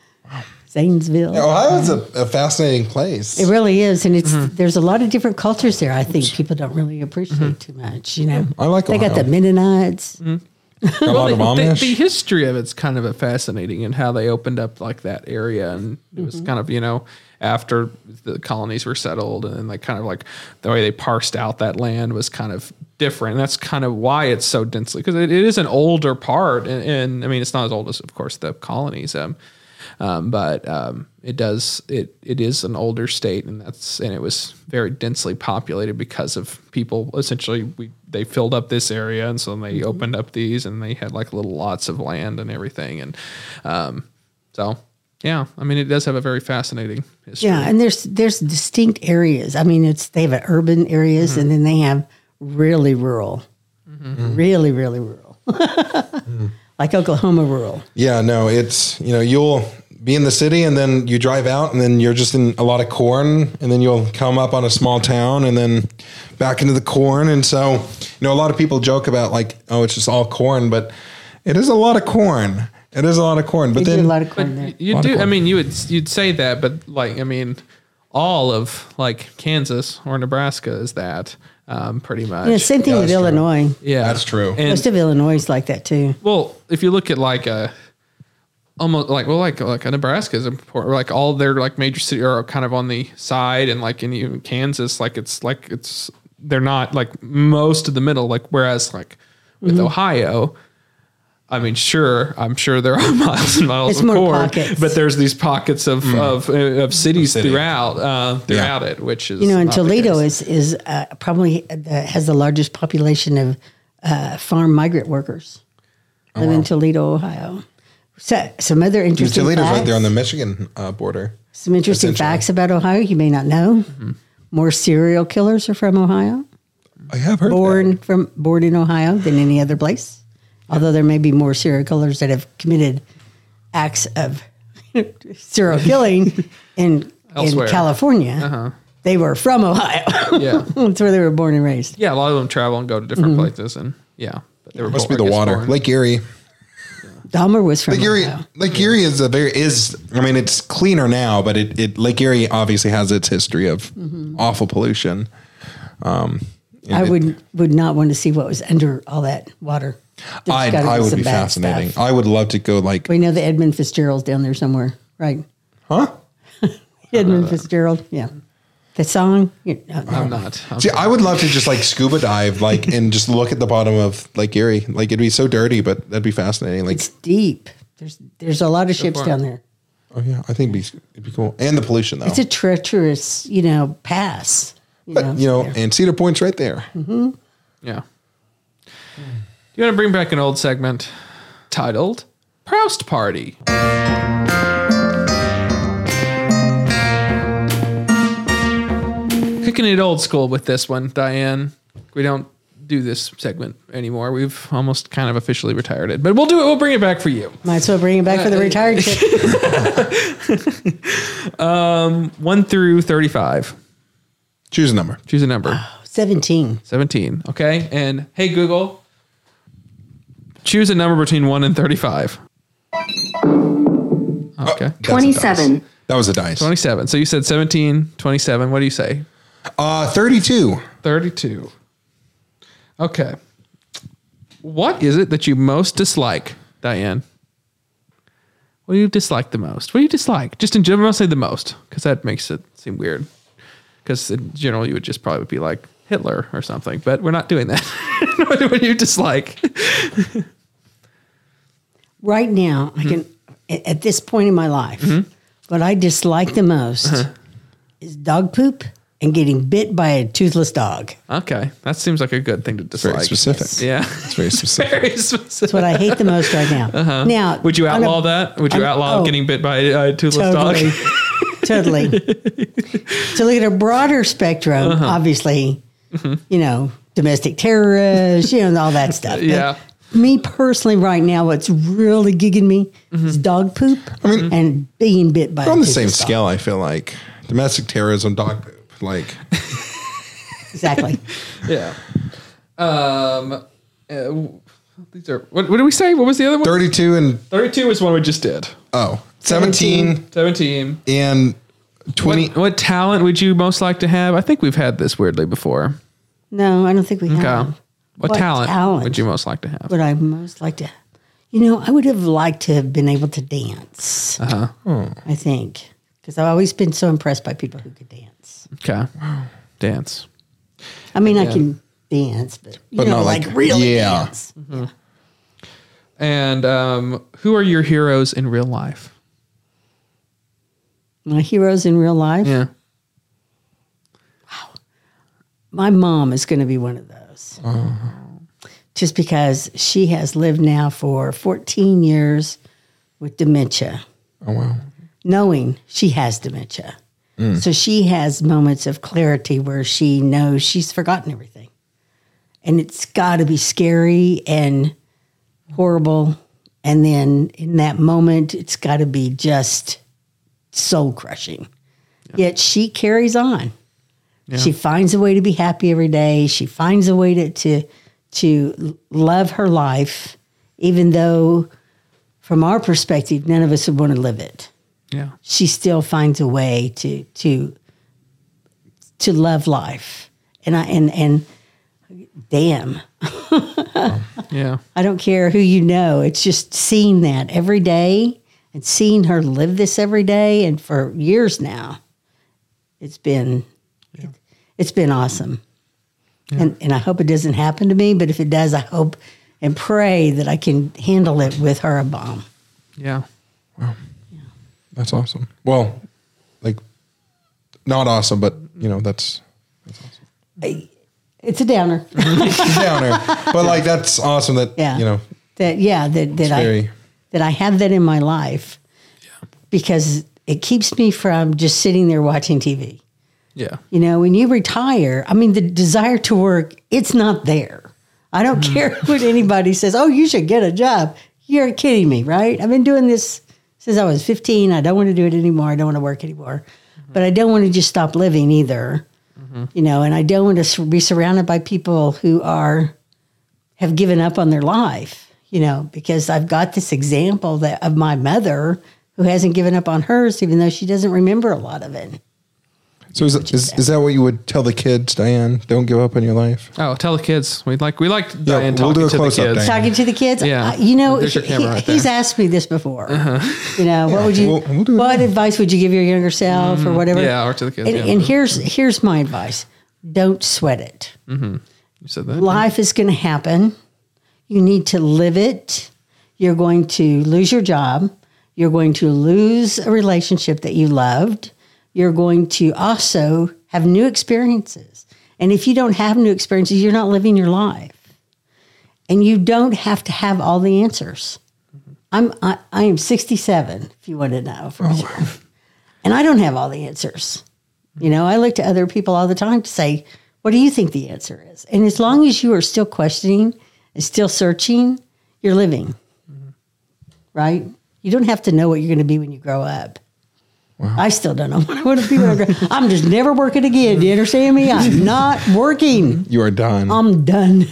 Speaker 2: Zanesville.
Speaker 3: Ohio's a, a fascinating place.
Speaker 2: It really is, and it's
Speaker 3: Mm-hmm.
Speaker 2: there's a lot of different cultures there. I think people don't really appreciate
Speaker 3: Mm-hmm.
Speaker 2: too much. You know,
Speaker 3: I like
Speaker 2: they got
Speaker 3: Ohio.
Speaker 2: the Mennonites.
Speaker 3: Mm-hmm. Got a lot of
Speaker 1: the,
Speaker 3: Amish.
Speaker 1: the history of it's kind of fascinating and how they opened up like that area and it was kind of you know after the colonies were settled and then they kind of like the way they parsed out that land was kind of different and that's kind of why it's so densely because it, it is an older part and, and i mean it's not as old as of course the colonies um, um, but um, it does it it is an older state and that's and it was very densely populated because of people essentially we they filled up this area and so then
Speaker 2: Mm-hmm.
Speaker 1: they opened up these and they had like little lots of land and everything and um, so yeah I mean it does have a very fascinating history
Speaker 2: Yeah, and there's there's distinct areas. I mean, it's they have uh, urban areas,
Speaker 3: Mm-hmm.
Speaker 2: and then they have really rural, really really rural,
Speaker 3: Mm-hmm.
Speaker 2: (laughs) like Oklahoma rural.
Speaker 3: Yeah, no, it's you know you'll be in the city and then you drive out and then you're just in a lot of corn and then you'll come up on a small town and then back into the corn and so you know a lot of people joke about like oh it's just all corn but it is a lot of corn it is a lot of corn but
Speaker 2: They
Speaker 3: then
Speaker 2: do a lot of corn there.
Speaker 1: you
Speaker 3: Lot of
Speaker 1: do I
Speaker 3: corn.
Speaker 1: mean you would you'd say that but like I mean all of like Kansas or Nebraska is that um, pretty much
Speaker 2: Yeah, same thing
Speaker 3: Yeah,
Speaker 2: with
Speaker 3: that's true.
Speaker 2: Illinois.
Speaker 1: yeah
Speaker 3: That's true.
Speaker 1: and
Speaker 2: Most of Illinois is like that too.
Speaker 1: Well, if you look at like a almost like well like like Nebraska is important like all their like major cities are kind of on the side and like in even Kansas like it's like it's they're not like most of the middle like whereas like with
Speaker 2: Mm-hmm.
Speaker 1: Ohio I mean sure I'm sure there are (laughs) miles and miles
Speaker 2: It's
Speaker 1: of
Speaker 2: more
Speaker 1: corn
Speaker 2: pockets.
Speaker 1: but there's these pockets of of, uh, of cities
Speaker 3: Mm. City.
Speaker 1: throughout uh, throughout it which is
Speaker 2: You know, and
Speaker 1: not the
Speaker 2: Toledo
Speaker 1: case.
Speaker 2: is is uh, probably the, has the largest population of uh, farm migrant workers
Speaker 3: Oh,
Speaker 2: live in Toledo, Ohio. So, some other interesting
Speaker 3: Toledo's
Speaker 2: facts,
Speaker 3: right there on the Michigan uh, border
Speaker 2: some interesting
Speaker 3: essentially.
Speaker 2: facts about Ohio you may not know.
Speaker 3: Mm-hmm.
Speaker 2: More serial killers are from Ohio,
Speaker 3: I have heard
Speaker 2: born from born in Ohio than any other place. Although there may be more serial killers that have committed acts of (laughs)
Speaker 3: (laughs)
Speaker 2: serial killing in
Speaker 1: Elsewhere.
Speaker 2: in California.
Speaker 3: Uh-huh.
Speaker 2: They were from Ohio. (laughs)
Speaker 1: yeah
Speaker 2: That's Oh, where they were born and raised.
Speaker 1: yeah a lot of them travel and go to
Speaker 2: Mm-hmm.
Speaker 1: different places and yeah but they were
Speaker 3: must be
Speaker 1: born-
Speaker 3: the
Speaker 1: I guess
Speaker 3: water
Speaker 1: born-
Speaker 3: Lake Erie
Speaker 2: Oh, Dahmer was from
Speaker 3: Lake Erie,
Speaker 2: Ohio.
Speaker 3: Lake Erie is a very is. I mean, it's cleaner now, but it, it Lake Erie obviously has its history of
Speaker 2: Mm-hmm.
Speaker 3: awful pollution. Um,
Speaker 2: I
Speaker 3: and it-
Speaker 2: would would not want to see what was under all that water. There's
Speaker 3: I'd,
Speaker 2: gotta
Speaker 3: I would
Speaker 2: some
Speaker 3: be
Speaker 2: bad
Speaker 3: fascinating.
Speaker 2: stuff.
Speaker 3: I would love to go like,
Speaker 2: We know the Edmund Fitzgerald's down there somewhere, right?
Speaker 3: huh?
Speaker 2: Edmund Fitzgerald, yeah. The song, you know,
Speaker 3: Uh-huh.
Speaker 1: I'm not I'm
Speaker 3: See, I would love to just like scuba dive,
Speaker 2: (laughs)
Speaker 3: like, and just look at the bottom of Lake Erie. Like, it'd be so dirty, but that'd be fascinating. Like,
Speaker 2: it's deep. There's there's a lot of ships
Speaker 1: point.
Speaker 2: down there.
Speaker 3: oh yeah, I think it'd be, it'd be cool. And the pollution though,
Speaker 2: It's a treacherous, you know, pass. You know,
Speaker 3: but you know, and Cedar Point's right there.
Speaker 2: Hmm.
Speaker 1: Yeah. You want to bring back an old segment titled Proust Party. Kicking it old school with this one, Diane. We don't do this segment anymore. We've almost kind of officially retired it, but we'll do it. We'll bring it back for you.
Speaker 2: might as well bring it back
Speaker 3: (laughs)
Speaker 2: for the retired ship.
Speaker 1: One through 35.
Speaker 3: Choose a number.
Speaker 1: Choose a number
Speaker 2: Seventeen.
Speaker 1: 17. Okay. And hey, Google, choose a number between 1 and 35. Okay.
Speaker 4: Uh,
Speaker 3: That's a dice.
Speaker 4: 27.
Speaker 3: That was a dice.
Speaker 1: 27. So you said 17, 27. What do you say?
Speaker 3: Uh, thirty-two.
Speaker 1: 32. Okay. What is it that you most dislike, Diane? What do you dislike the most? What do you dislike? Just in general, say the most, because that makes it seem weird. Because in general, you would just probably be like Hitler or something, but we're not doing that. (laughs) what do you dislike?
Speaker 2: Right now,
Speaker 1: Mm-hmm.
Speaker 2: I can at, at this point in my life, what I dislike the most
Speaker 1: Uh-huh.
Speaker 2: is dog poop and getting bit by a toothless dog.
Speaker 1: Okay. That seems like a good thing to
Speaker 3: Very
Speaker 1: dislike.
Speaker 3: specific.
Speaker 1: Yeah.
Speaker 3: It's very
Speaker 2: (laughs)
Speaker 1: (laughs)
Speaker 3: specific.
Speaker 1: Very specific.
Speaker 2: That's what I hate the most right now. Now,
Speaker 1: Uh-huh. Would you
Speaker 2: on a-
Speaker 1: outlaw that? Would you
Speaker 2: I'm-
Speaker 1: outlaw
Speaker 2: oh.
Speaker 1: getting bit by a toothless
Speaker 2: Totally,
Speaker 1: dog? (laughs) Uh-huh. Mm-hmm.
Speaker 2: totally. to look at a broader spectrum, obviously, you know, domestic terrorists, you know, and all that stuff. But
Speaker 1: Yeah.
Speaker 2: me personally, right now, what's really gigging me
Speaker 1: Mm-hmm.
Speaker 2: is dog poop and being bit by. a
Speaker 3: on the
Speaker 2: pooping
Speaker 3: same
Speaker 2: dog.
Speaker 3: scale, I feel like domestic terrorism, dog poop. Like,
Speaker 1: (laughs)
Speaker 2: Exactly.
Speaker 1: Yeah. Um, uh, w- these are what, what did we say? What was the other one?
Speaker 3: 32 and
Speaker 1: Thirty-two is one we just did.
Speaker 3: oh, 17
Speaker 1: Seventeen.
Speaker 3: and 20.
Speaker 1: What, what talent would you most like to have? I think we've had this weirdly before.
Speaker 2: No, I don't think we
Speaker 1: Okay.
Speaker 2: have.
Speaker 1: What,
Speaker 2: What
Speaker 1: talent,
Speaker 2: talent?
Speaker 1: would you most like to have?
Speaker 2: What I most like to, you know, I would have liked to have been able to dance. Uh-huh. I think because I've always been so impressed by people who could dance.
Speaker 1: Okay. Dance.
Speaker 2: I mean, I can dance, but you
Speaker 3: But
Speaker 2: know,
Speaker 3: not like-
Speaker 2: like, really
Speaker 3: yeah.
Speaker 2: dance.
Speaker 1: And um, who are your heroes in real life?
Speaker 2: My heroes in real life.
Speaker 1: Yeah.
Speaker 2: My mom is going to be one of those.
Speaker 3: Uh-huh.
Speaker 2: Just because she has lived now for 14 years with dementia.
Speaker 3: Oh, wow. Mm.
Speaker 2: knowing she has dementia. So she has moments of clarity where she knows she's forgotten everything. And it's got to be scary and horrible. And then in that moment, it's got to be just soul crushing. Yet she carries on. She finds a way to be happy every day. She finds a way to, to to love her life, even though from our perspective, none of us would want to live it
Speaker 1: Yeah.
Speaker 2: she still finds a way to to to love life and i and and damn
Speaker 1: Yeah.
Speaker 2: i don't care who you know it's just seeing that every day and seeing her live this every day and for years now it's been it, has been awesome and and i hope it doesn't happen to me but if it does i hope and pray that i can handle it with her a bomb
Speaker 1: Yeah.
Speaker 3: That's awesome. Well, like, not awesome, but, you know, that's (laughs)
Speaker 2: it's a downer
Speaker 3: downer. but, like, that's awesome that,
Speaker 2: Yeah.
Speaker 3: you know,
Speaker 2: that yeah that that
Speaker 3: very-
Speaker 2: I that I have that in my life because it keeps me from just sitting there watching TV.
Speaker 1: Yeah.
Speaker 2: You know, when you retire, I mean, the desire to work it's not there. I don't care what anybody says. Oh, you should get a job. You're kidding me, right? I've been doing this since I was 15. I don't want to do it anymore. I don't want to work anymore, but I don't want to just stop living either. You know, and I don't want to sur- be surrounded by people who are have given up on their life, you know, because I've got this example that of my mother who hasn't given up on hers, even though she doesn't remember a lot of it.
Speaker 3: so is, is, is that what you would tell the kids, Diane? Don't give up on your life.
Speaker 1: Oh, tell the kids. We like we liked Diane
Speaker 3: we'll
Speaker 1: talking
Speaker 3: do a
Speaker 1: to the
Speaker 3: close-up,
Speaker 1: kids.
Speaker 3: Diane.
Speaker 2: Talking to the kids,
Speaker 1: Yeah.
Speaker 2: I- you know,
Speaker 1: There's your
Speaker 2: he-
Speaker 1: camera right
Speaker 2: he's
Speaker 1: there. Uh-huh.
Speaker 2: asked me this before. You know, what would you,
Speaker 3: We'll- we'll do it
Speaker 2: what advice would you give your younger self or whatever?
Speaker 1: Mm-hmm. Yeah, or to the kids.
Speaker 2: And,
Speaker 1: yeah.
Speaker 2: and here's here's my advice: don't sweat it.
Speaker 1: you said that.
Speaker 2: life is going to happen. You need to live it. You're going to lose your job. You're going to lose a relationship that you loved. You're going to also have new experiences. And if you don't have new experiences, you're not living your life. And you don't have to have all the answers. I'm I, I am 67 if you want to know for sure. And I don't have all the answers. You know, I look to other people all the time to say, what do you think the answer is? And as long as you are still questioning and still searching, you're living. Right? You don't have to know what you're going to be when you grow up. I still don't know what I want to be when I grow up. I'm just never working again. Do you understand me? I'm not working.
Speaker 3: You are done.
Speaker 2: I'm done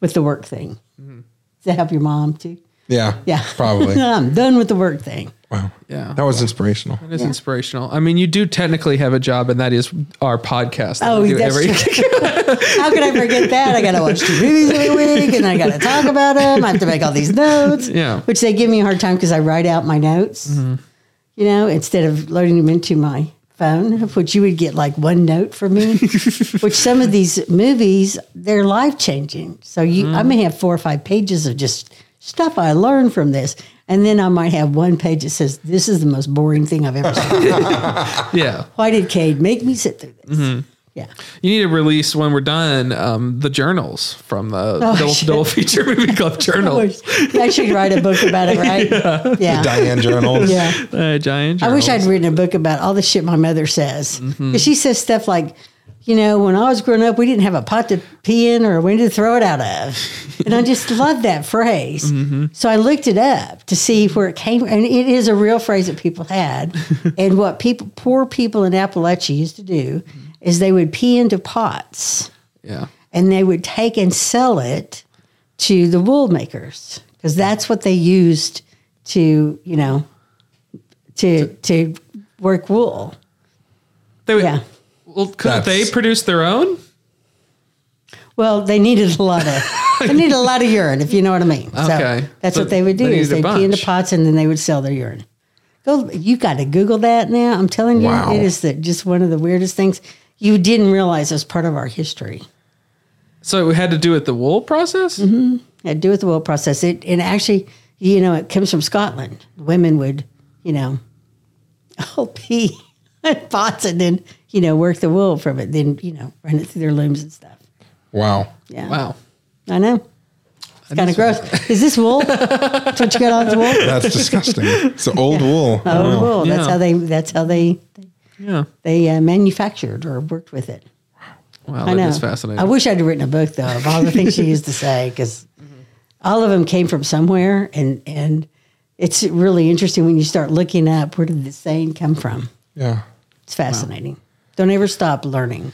Speaker 2: with the work thing. Does that help your mom too?
Speaker 3: yeah.
Speaker 2: Yeah. (laughs)
Speaker 3: Probably.
Speaker 2: I'm done with the work thing.
Speaker 3: Wow.
Speaker 1: Yeah.
Speaker 3: That was inspirational.
Speaker 1: It is inspirational. I mean, you do technically have a job, and that is our podcast. that
Speaker 2: Oh,
Speaker 1: we do
Speaker 2: that's
Speaker 1: every-
Speaker 2: true. (laughs) How could I forget that? I got to watch two movies every week, and I got to talk about them. I have to make all these notes.
Speaker 1: Yeah. Mm-hmm.
Speaker 2: which they give me a hard time because I write out my notes. You know, instead of loading them into my phone, of which you would get like one note
Speaker 1: (laughs)
Speaker 2: from me. which some of these movies, they're life changing. So you, I
Speaker 1: Mm-hmm.
Speaker 2: may have four or five pages of just stuff I learned from this. And then I might have one page that says, This is the most boring thing I've
Speaker 1: (laughs)
Speaker 2: ever seen.
Speaker 1: (laughs) yeah.
Speaker 2: Why did Cade make me sit through this?
Speaker 1: Mm-hmm.
Speaker 2: Yeah.
Speaker 1: You need to release when we're done um, the journals from the
Speaker 2: Oh,
Speaker 1: double,
Speaker 2: shit.
Speaker 1: double feature (laughs) movie
Speaker 2: (laughs)
Speaker 1: club journals.
Speaker 2: I should write a book about (laughs) it, right? Oh. Yeah. (laughs) Yeah.
Speaker 3: Diane journals.
Speaker 1: Uh, giant.
Speaker 2: I wish
Speaker 1: journals.
Speaker 2: I'd Mm-hmm. written a book about all the shit my mother says. 'Cause she says stuff like, you know, when I was growing up, we didn't have a pot to pee in or a window to throw it out of. And I just love that phrase. So I looked it up to see where it came and it is a real phrase that people (laughs) had. and what people poor people in Appalachia used to do is they would pee into pots
Speaker 1: Yeah.
Speaker 2: and they would take and sell it to the wool makers because that's what they used to, you know, to to work wool.
Speaker 1: They would,
Speaker 2: Yeah.
Speaker 1: Well, couldn't
Speaker 3: That's-
Speaker 1: they produce their own?
Speaker 2: Well, they needed a lot of
Speaker 1: (laughs)
Speaker 2: they needed a lot of urine, if you know what I mean.
Speaker 1: Okay.
Speaker 2: So that's
Speaker 1: So
Speaker 2: what they would do
Speaker 1: they
Speaker 2: is
Speaker 1: needed
Speaker 2: they'd
Speaker 1: a
Speaker 2: pee into
Speaker 1: bunch.
Speaker 2: pots and then they would sell their urine. Go you gotta Google that now. I'm telling you,
Speaker 3: Wow.
Speaker 2: it is the, just one of the weirdest things. You didn't realize it's part of our history.
Speaker 1: So it had to do with the wool process?
Speaker 2: Mm-hmm. had to do with the wool process. It and actually, you know, it comes from Scotland. Women would, you know, (laughs) all pee in pots and then, you know, work the wool from it, then, you know, run it through their looms and stuff.
Speaker 3: Wow.
Speaker 2: Yeah.
Speaker 1: Wow.
Speaker 2: I know. It's kind of gross. Is this wool? That's what you got on the wool?
Speaker 3: That's disgusting. It's the old wool.
Speaker 2: Oh, wool. That's
Speaker 1: Yeah.
Speaker 2: how they that's how they
Speaker 1: Yeah.
Speaker 2: they uh, manufactured or worked with it.
Speaker 1: Wow.
Speaker 2: I
Speaker 1: that
Speaker 2: know.
Speaker 1: is fascinating.
Speaker 2: I wish I'd written a book though of all the things (laughs) she used to say because all of them came from somewhere, and and it's really interesting when you start looking up where did the saying come from.
Speaker 3: Yeah.
Speaker 2: It's fascinating. Don't ever stop learning.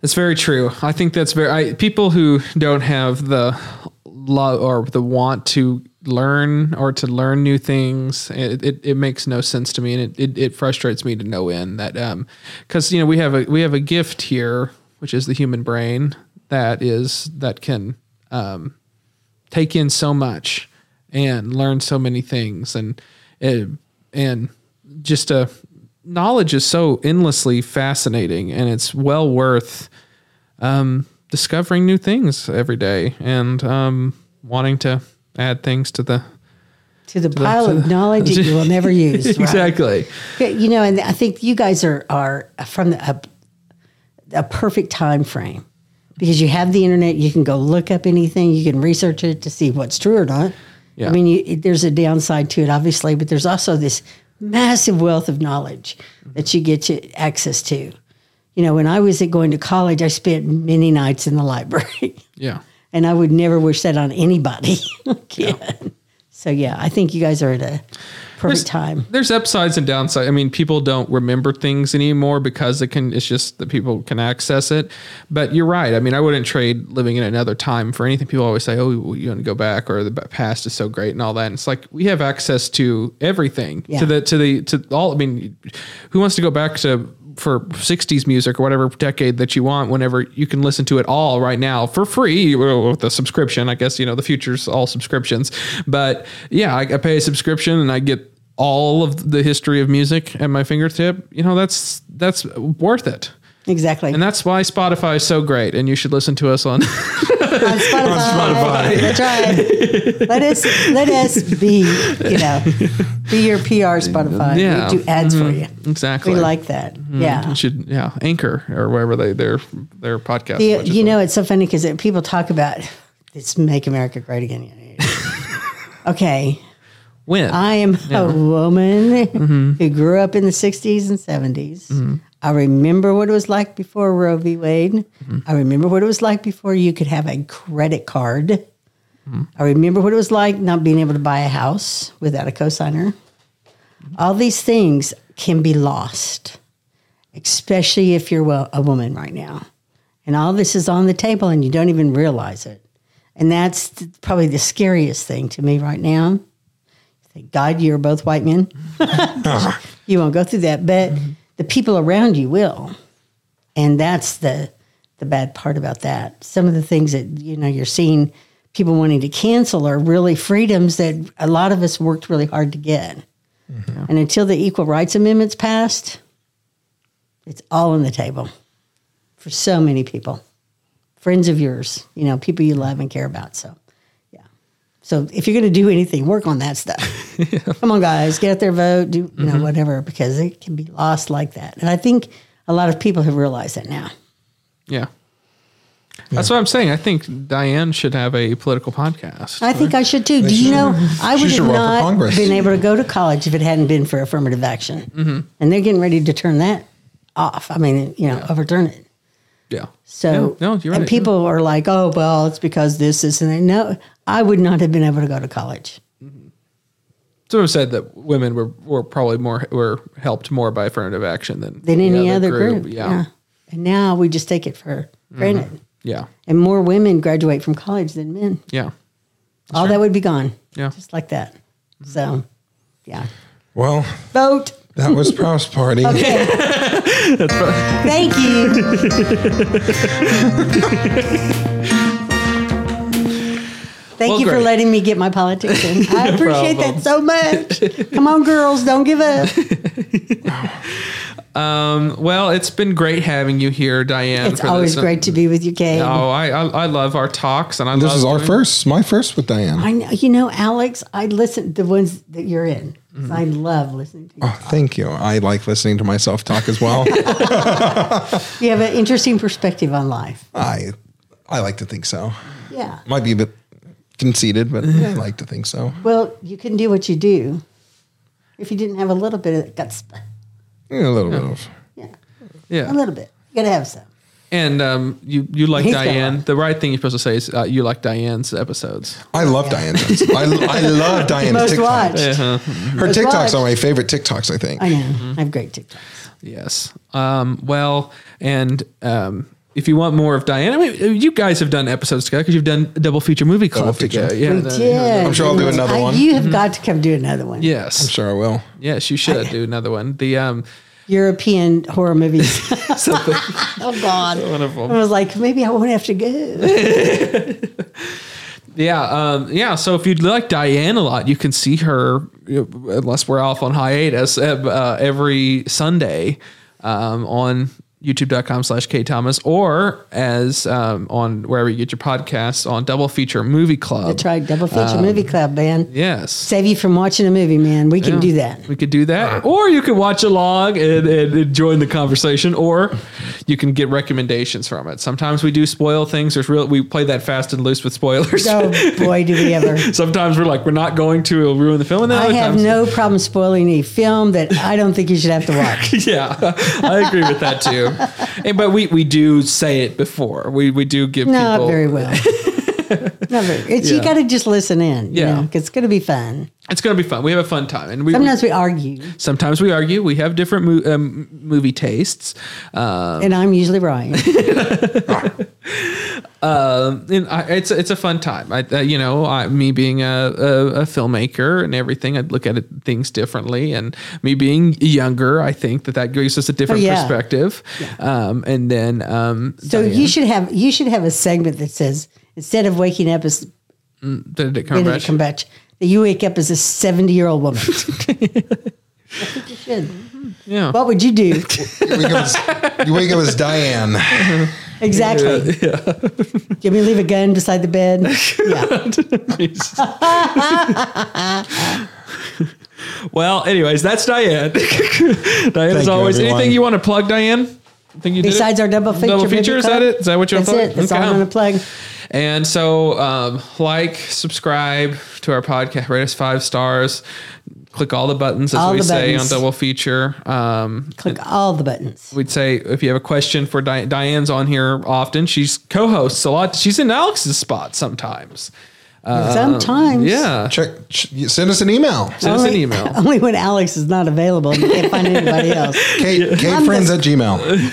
Speaker 1: That's very true. I think that's very I, people who don't have the love or the want to learn or to learn new things. It, it, it makes no sense to me, and it, it, it frustrates me to no end. That um, because you know we have a we have a gift here, which is the human brain that is that can um, take in so much and learn so many things and it, and just uh knowledge is so endlessly fascinating and it's well worth um, discovering new things every day and um, wanting to add things to the
Speaker 2: To the pile of knowledge that you will (laughs) never
Speaker 1: (laughs)
Speaker 2: use. right?
Speaker 1: exactly
Speaker 2: Yeah, you know, and I think you guys are are from the, a, a perfect time frame because you have the internet. You can go look up anything. You can research it to see what's true or not.
Speaker 1: Yeah.
Speaker 2: I mean, you, it- there's a downside to it, obviously, but there's also this massive wealth of knowledge that you get to access to. You know, when I was at going to college, I spent many nights in the library, (laughs)
Speaker 1: yeah
Speaker 2: and I would never wish that on anybody (laughs) again. So yeah, I think you guys are at a perfect time.
Speaker 1: there's upsides and downsides. I mean, people don't remember things anymore because it can. It's just that people can access it. But you're right. I mean, I wouldn't trade living in another time for anything. People always say, "Oh, you want to go back?" or "The b- past is so great" and all that. And it's like we have access to everything.
Speaker 2: Yeah.
Speaker 1: To the to the to all. I mean, who wants to go back to for 60s music or whatever decade that you want whenever you can listen to it all right now for free well, with a subscription i guess you know the future's all subscriptions but yeah I, I pay a subscription and i get all of the history of music at my fingertip you know that's that's worth it
Speaker 2: Exactly.
Speaker 1: and that's why spotify is so great and you should listen to us on (laughs)
Speaker 2: on Spotify. That's right. Let us let us be, you know, be your PR Spotify.
Speaker 1: Yeah.
Speaker 2: We do ads for you.
Speaker 1: exactly
Speaker 2: We like that. Yeah.
Speaker 1: you should yeah anchor or wherever they their their podcast
Speaker 2: You,
Speaker 1: watches
Speaker 2: you
Speaker 1: them.
Speaker 2: know, it's so funny because people talk about it's make America great again. okay.
Speaker 1: when
Speaker 2: I am a woman who grew up in the 60s and 70s. I remember what it was like before Roe v. Wade. I remember what it was like before you could have a credit card. I remember what it was like not being able to buy a house without a cosigner. All these things can be lost, especially if you're well, a woman right now. And all this is on the table and you don't even realize it. And that's th- probably the scariest thing to me right now. Thank God you're both white men. (laughs) you won't go through that, but the people around you will. And that's the the bad part about that. Some of the things that you know you're seeing people wanting to cancel are really freedoms that a lot of us worked really hard to get. And until the equal rights amendments passed, it's all on the table for so many people. Friends of yours, you know, people you love and care about. So so if you're going to do anything, work on that stuff. (laughs) Come on, guys, get out there, vote, do you know whatever, because it can be lost like that. And I think a lot of people have realized that now.
Speaker 1: Yeah. That's what I'm saying. I think Diane should have a political podcast.
Speaker 2: I think I should too. Do you know I
Speaker 3: She
Speaker 2: would
Speaker 3: should
Speaker 2: have
Speaker 3: run for
Speaker 2: not
Speaker 3: Congress.
Speaker 2: been able to go to college if it hadn't been for affirmative action, and they're getting ready to turn that off. I mean, you know, overturn it.
Speaker 1: Yeah.
Speaker 2: So
Speaker 1: No, no, you're
Speaker 2: and
Speaker 1: right.
Speaker 2: people are like, oh well, it's because this, this, and that. No, I would not have been able to go to college.
Speaker 1: Someone said that women were, were probably more were helped more by affirmative action than
Speaker 2: than
Speaker 1: the
Speaker 2: any other, group.
Speaker 1: Yeah.
Speaker 2: Yeah. And now we just take it for granted.
Speaker 1: Yeah.
Speaker 2: And more women graduate from college than men.
Speaker 1: Yeah.
Speaker 2: All that would be gone.
Speaker 1: Yeah.
Speaker 2: Just like that. So, yeah.
Speaker 3: Well,
Speaker 2: Vote.
Speaker 3: that was Proust Party.
Speaker 2: Thank you. Thank
Speaker 1: Well,
Speaker 2: you for
Speaker 1: great.
Speaker 2: letting me get my
Speaker 1: (laughs)
Speaker 2: politics in. I appreciate that so much. Come on, girls, don't give up.
Speaker 1: Well, it's been great having you here, Diane.
Speaker 2: It's
Speaker 1: for
Speaker 2: always
Speaker 1: this. uh,
Speaker 2: great to be with you, Kay.
Speaker 1: Oh, I, I I love our talks, and I
Speaker 3: This
Speaker 1: love
Speaker 3: is our
Speaker 1: doing-
Speaker 3: first, my first with Diane.
Speaker 2: I know, you know, Alex. I listen the ones that you're in. I
Speaker 1: Mm-hmm.
Speaker 2: love listening to you.
Speaker 3: Oh, thank you. I like listening to myself talk
Speaker 2: (laughs)
Speaker 3: as well.
Speaker 2: You have an interesting perspective on life.
Speaker 3: I, I like to think so.
Speaker 2: Yeah.
Speaker 3: Might be a bit conceited, but I like to think so.
Speaker 2: Well, you couldn't do what you do if you didn't have a little bit of guts.
Speaker 3: Yeah, a little bit of.
Speaker 2: Yeah, a
Speaker 1: Yeah,
Speaker 2: little bit. You gotta have some.
Speaker 1: and um, you you like
Speaker 2: He's got
Speaker 1: Diane.
Speaker 2: one.
Speaker 1: The right thing you're supposed to say is uh, you like Diane's episodes.
Speaker 3: I love Diane's.
Speaker 2: (laughs)
Speaker 3: I, I love Diane's
Speaker 2: Most
Speaker 3: TikTok.
Speaker 2: watched.
Speaker 3: Her
Speaker 2: Most
Speaker 3: TikToks
Speaker 2: watched.
Speaker 3: are my favorite TikToks, I think.
Speaker 2: I know. I have great TikToks.
Speaker 1: Yes. Um, well, and um, if you want more of Diane, I mean, uh, you guys have done episodes together because you've done double feature movie club
Speaker 3: Double feature.
Speaker 1: together. Yeah,
Speaker 2: We
Speaker 1: the-
Speaker 2: did.
Speaker 3: I'm sure I'll do
Speaker 2: Yes.
Speaker 3: another
Speaker 2: I-
Speaker 3: one.
Speaker 2: You have got to come do another one.
Speaker 3: I'm
Speaker 1: Yes.
Speaker 3: sure I will.
Speaker 1: Yes, you should do another one. The
Speaker 3: (laughs)
Speaker 1: um,
Speaker 2: European horror
Speaker 1: (laughs)
Speaker 2: movies.
Speaker 1: something
Speaker 2: oh God. I
Speaker 1: wonderful.
Speaker 2: was like, maybe I won't have to go.
Speaker 1: Yeah. Um, yeah. So if you like Diane a lot, you can see her you know, unless we're off on hiatus uh, every Sunday um, on youtube.com slash K Thomas or as um, on wherever you get your podcasts on double feature movie club.
Speaker 2: That's right. Double feature
Speaker 1: Uh,
Speaker 2: movie club, man.
Speaker 1: Yes.
Speaker 2: Save you from watching a movie, man. We can do
Speaker 1: (laughs)
Speaker 2: that.
Speaker 1: We could do that. Or you could watch along and, and, and join the conversation, or you can get recommendations from it. Sometimes we do spoil things. There's real we play that fast and loose with spoilers.
Speaker 2: Oh boy, do we ever.
Speaker 1: (laughs) Sometimes we're like, we're not going to, it'll ruin the film. And then
Speaker 2: I
Speaker 1: other
Speaker 2: have
Speaker 1: times-
Speaker 2: no problem spoiling a film that I don't think you should have to
Speaker 1: (laughs)
Speaker 2: watch.
Speaker 1: Yeah, I agree with that
Speaker 2: (laughs)
Speaker 1: too. And, but we, we do say it before. We we do give
Speaker 2: Not
Speaker 1: people. (laughs)
Speaker 2: very well. Not very. It's, You
Speaker 1: Yeah.
Speaker 2: got to just listen in. You
Speaker 1: Yeah.
Speaker 2: know, 'cause it's going to be fun.
Speaker 1: It's going to be fun. We have a fun time, and we
Speaker 2: Sometimes we argue,
Speaker 1: sometimes we argue. We have different mo- um, movie tastes. Uh,
Speaker 2: and I'm
Speaker 1: (laughs)
Speaker 2: usually right.
Speaker 1: and I, it's it's a fun time. I uh, you know I, me being a, a, a filmmaker and everything, I look at it, things differently. And me being younger, I think that that gives us a different
Speaker 2: Oh, yeah.
Speaker 1: perspective. Um, and then um,
Speaker 2: So you should have you should have a segment that says instead of waking up as
Speaker 1: Benedict
Speaker 2: Benedict
Speaker 1: Cumberbatch.
Speaker 2: Cumberbatch, that you wake up as a seventy year old woman. I think you should.
Speaker 1: (laughs) Yeah.
Speaker 2: What would
Speaker 1: (laughs)
Speaker 2: you do
Speaker 3: You wake up as, you wake up as Diane.
Speaker 2: exactly? Yeah. you me to leave a gun beside the
Speaker 1: (laughs)
Speaker 2: bed? Yeah.
Speaker 1: well, anyways, that's Diane. (laughs) Diane,
Speaker 3: Thank
Speaker 1: as
Speaker 3: you,
Speaker 1: always, anything
Speaker 3: everyone.
Speaker 1: you want to plug, Diane? I think you did it?
Speaker 2: Besides our double feature,
Speaker 1: double
Speaker 2: movie
Speaker 1: feature, is
Speaker 2: club.
Speaker 1: that it? Is that what you're
Speaker 2: That's
Speaker 1: plug?
Speaker 2: it. That's all I'm
Speaker 1: Okay.
Speaker 2: going to plug.
Speaker 1: And so, um, like, subscribe to our podcast, rate us five stars, click all the buttons as
Speaker 2: All
Speaker 1: we
Speaker 2: the
Speaker 1: say
Speaker 2: buttons.
Speaker 1: on Double Feature. Um,
Speaker 2: Click all the buttons.
Speaker 1: we'd say if you have a question for Di- Diane's on here often, she's co-hosts a lot. She's in Alex's spot sometimes.
Speaker 2: Sometimes,
Speaker 1: Yeah,
Speaker 3: Check, ch- you send us an email.
Speaker 1: send
Speaker 2: Oh,
Speaker 1: us an email.
Speaker 2: (laughs) Only when Alex is not available and you can't
Speaker 1: (laughs)
Speaker 2: find anybody else.
Speaker 3: K, K friends at
Speaker 2: (laughs)
Speaker 3: Gmail.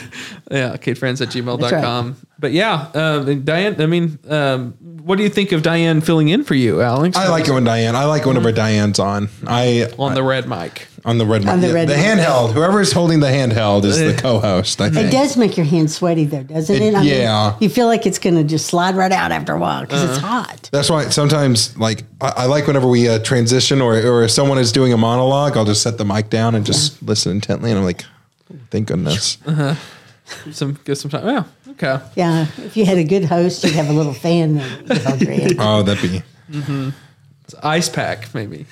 Speaker 1: Yeah, katefriends at
Speaker 2: That's
Speaker 1: gmail.com.
Speaker 2: right.
Speaker 1: But yeah, um, Diane, I mean, um, what do you think of Diane filling in for you, Alex?
Speaker 3: I like it when Diane. I like whenever
Speaker 2: Mm-hmm.
Speaker 3: Diane's on. I
Speaker 1: on the red mic.
Speaker 3: on the red mic.
Speaker 2: On the
Speaker 3: Yeah,
Speaker 2: red
Speaker 3: the
Speaker 2: mic.
Speaker 3: handheld. Whoever's holding the handheld is the co-host. I
Speaker 2: It
Speaker 3: think.
Speaker 2: does make your hands sweaty, though, doesn't it?
Speaker 3: It- yeah.
Speaker 2: you feel like it's going to just slide right out after a while because it's
Speaker 1: Uh-huh.
Speaker 2: hot.
Speaker 3: That's why sometimes, like, I, I like whenever we uh, transition or, or if someone is doing a monologue, I'll just set the mic down and just listen intently. And I'm like, "Oh, thank
Speaker 2: (laughs)
Speaker 3: goodness.
Speaker 1: Some, give some time. Yeah, okay.
Speaker 2: Yeah, if you had a good host, you'd have a little fan. there to get
Speaker 1: (laughs)
Speaker 2: under it.
Speaker 3: Oh, that'd
Speaker 2: (laughs)
Speaker 3: be
Speaker 1: It's ice pack, maybe.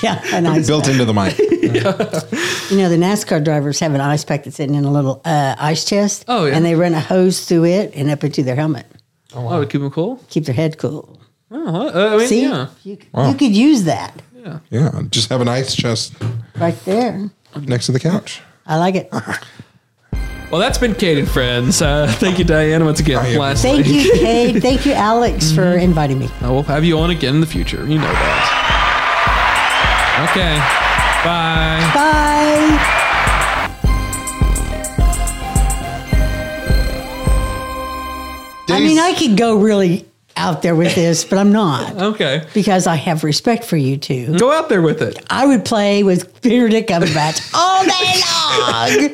Speaker 2: yeah, an ice
Speaker 3: built
Speaker 2: pack.
Speaker 3: into the mic.
Speaker 2: You know, the NASCAR drivers have an ice pack that's sitting in a little uh, ice chest.
Speaker 1: Oh, yeah.
Speaker 2: and they run a hose through it and up into their helmet,
Speaker 1: Oh, wow. would keep them cool.
Speaker 2: keep their head cool.
Speaker 1: Oh, uh, I mean,
Speaker 2: See,
Speaker 1: yeah.
Speaker 2: you, you could use that
Speaker 3: Yeah, just have an ice chest
Speaker 2: right there.
Speaker 1: (laughs)
Speaker 3: next to the couch.
Speaker 2: I like it.
Speaker 1: Well, that's been Kate and friends. Uh, (laughs) thank you, Diane, once again.
Speaker 3: am-
Speaker 1: Lastly,
Speaker 2: Thank you, Kate. Thank you, Alex, for inviting me.
Speaker 1: I will have you on again in the future. You know that. Okay. Bye.
Speaker 2: Bye. I mean, I could go really out there with this, but I'm not
Speaker 1: Okay.
Speaker 2: because I have respect for you two.
Speaker 1: Go out there with it.
Speaker 2: I would play with Peter Dick Cumberbatch all day long.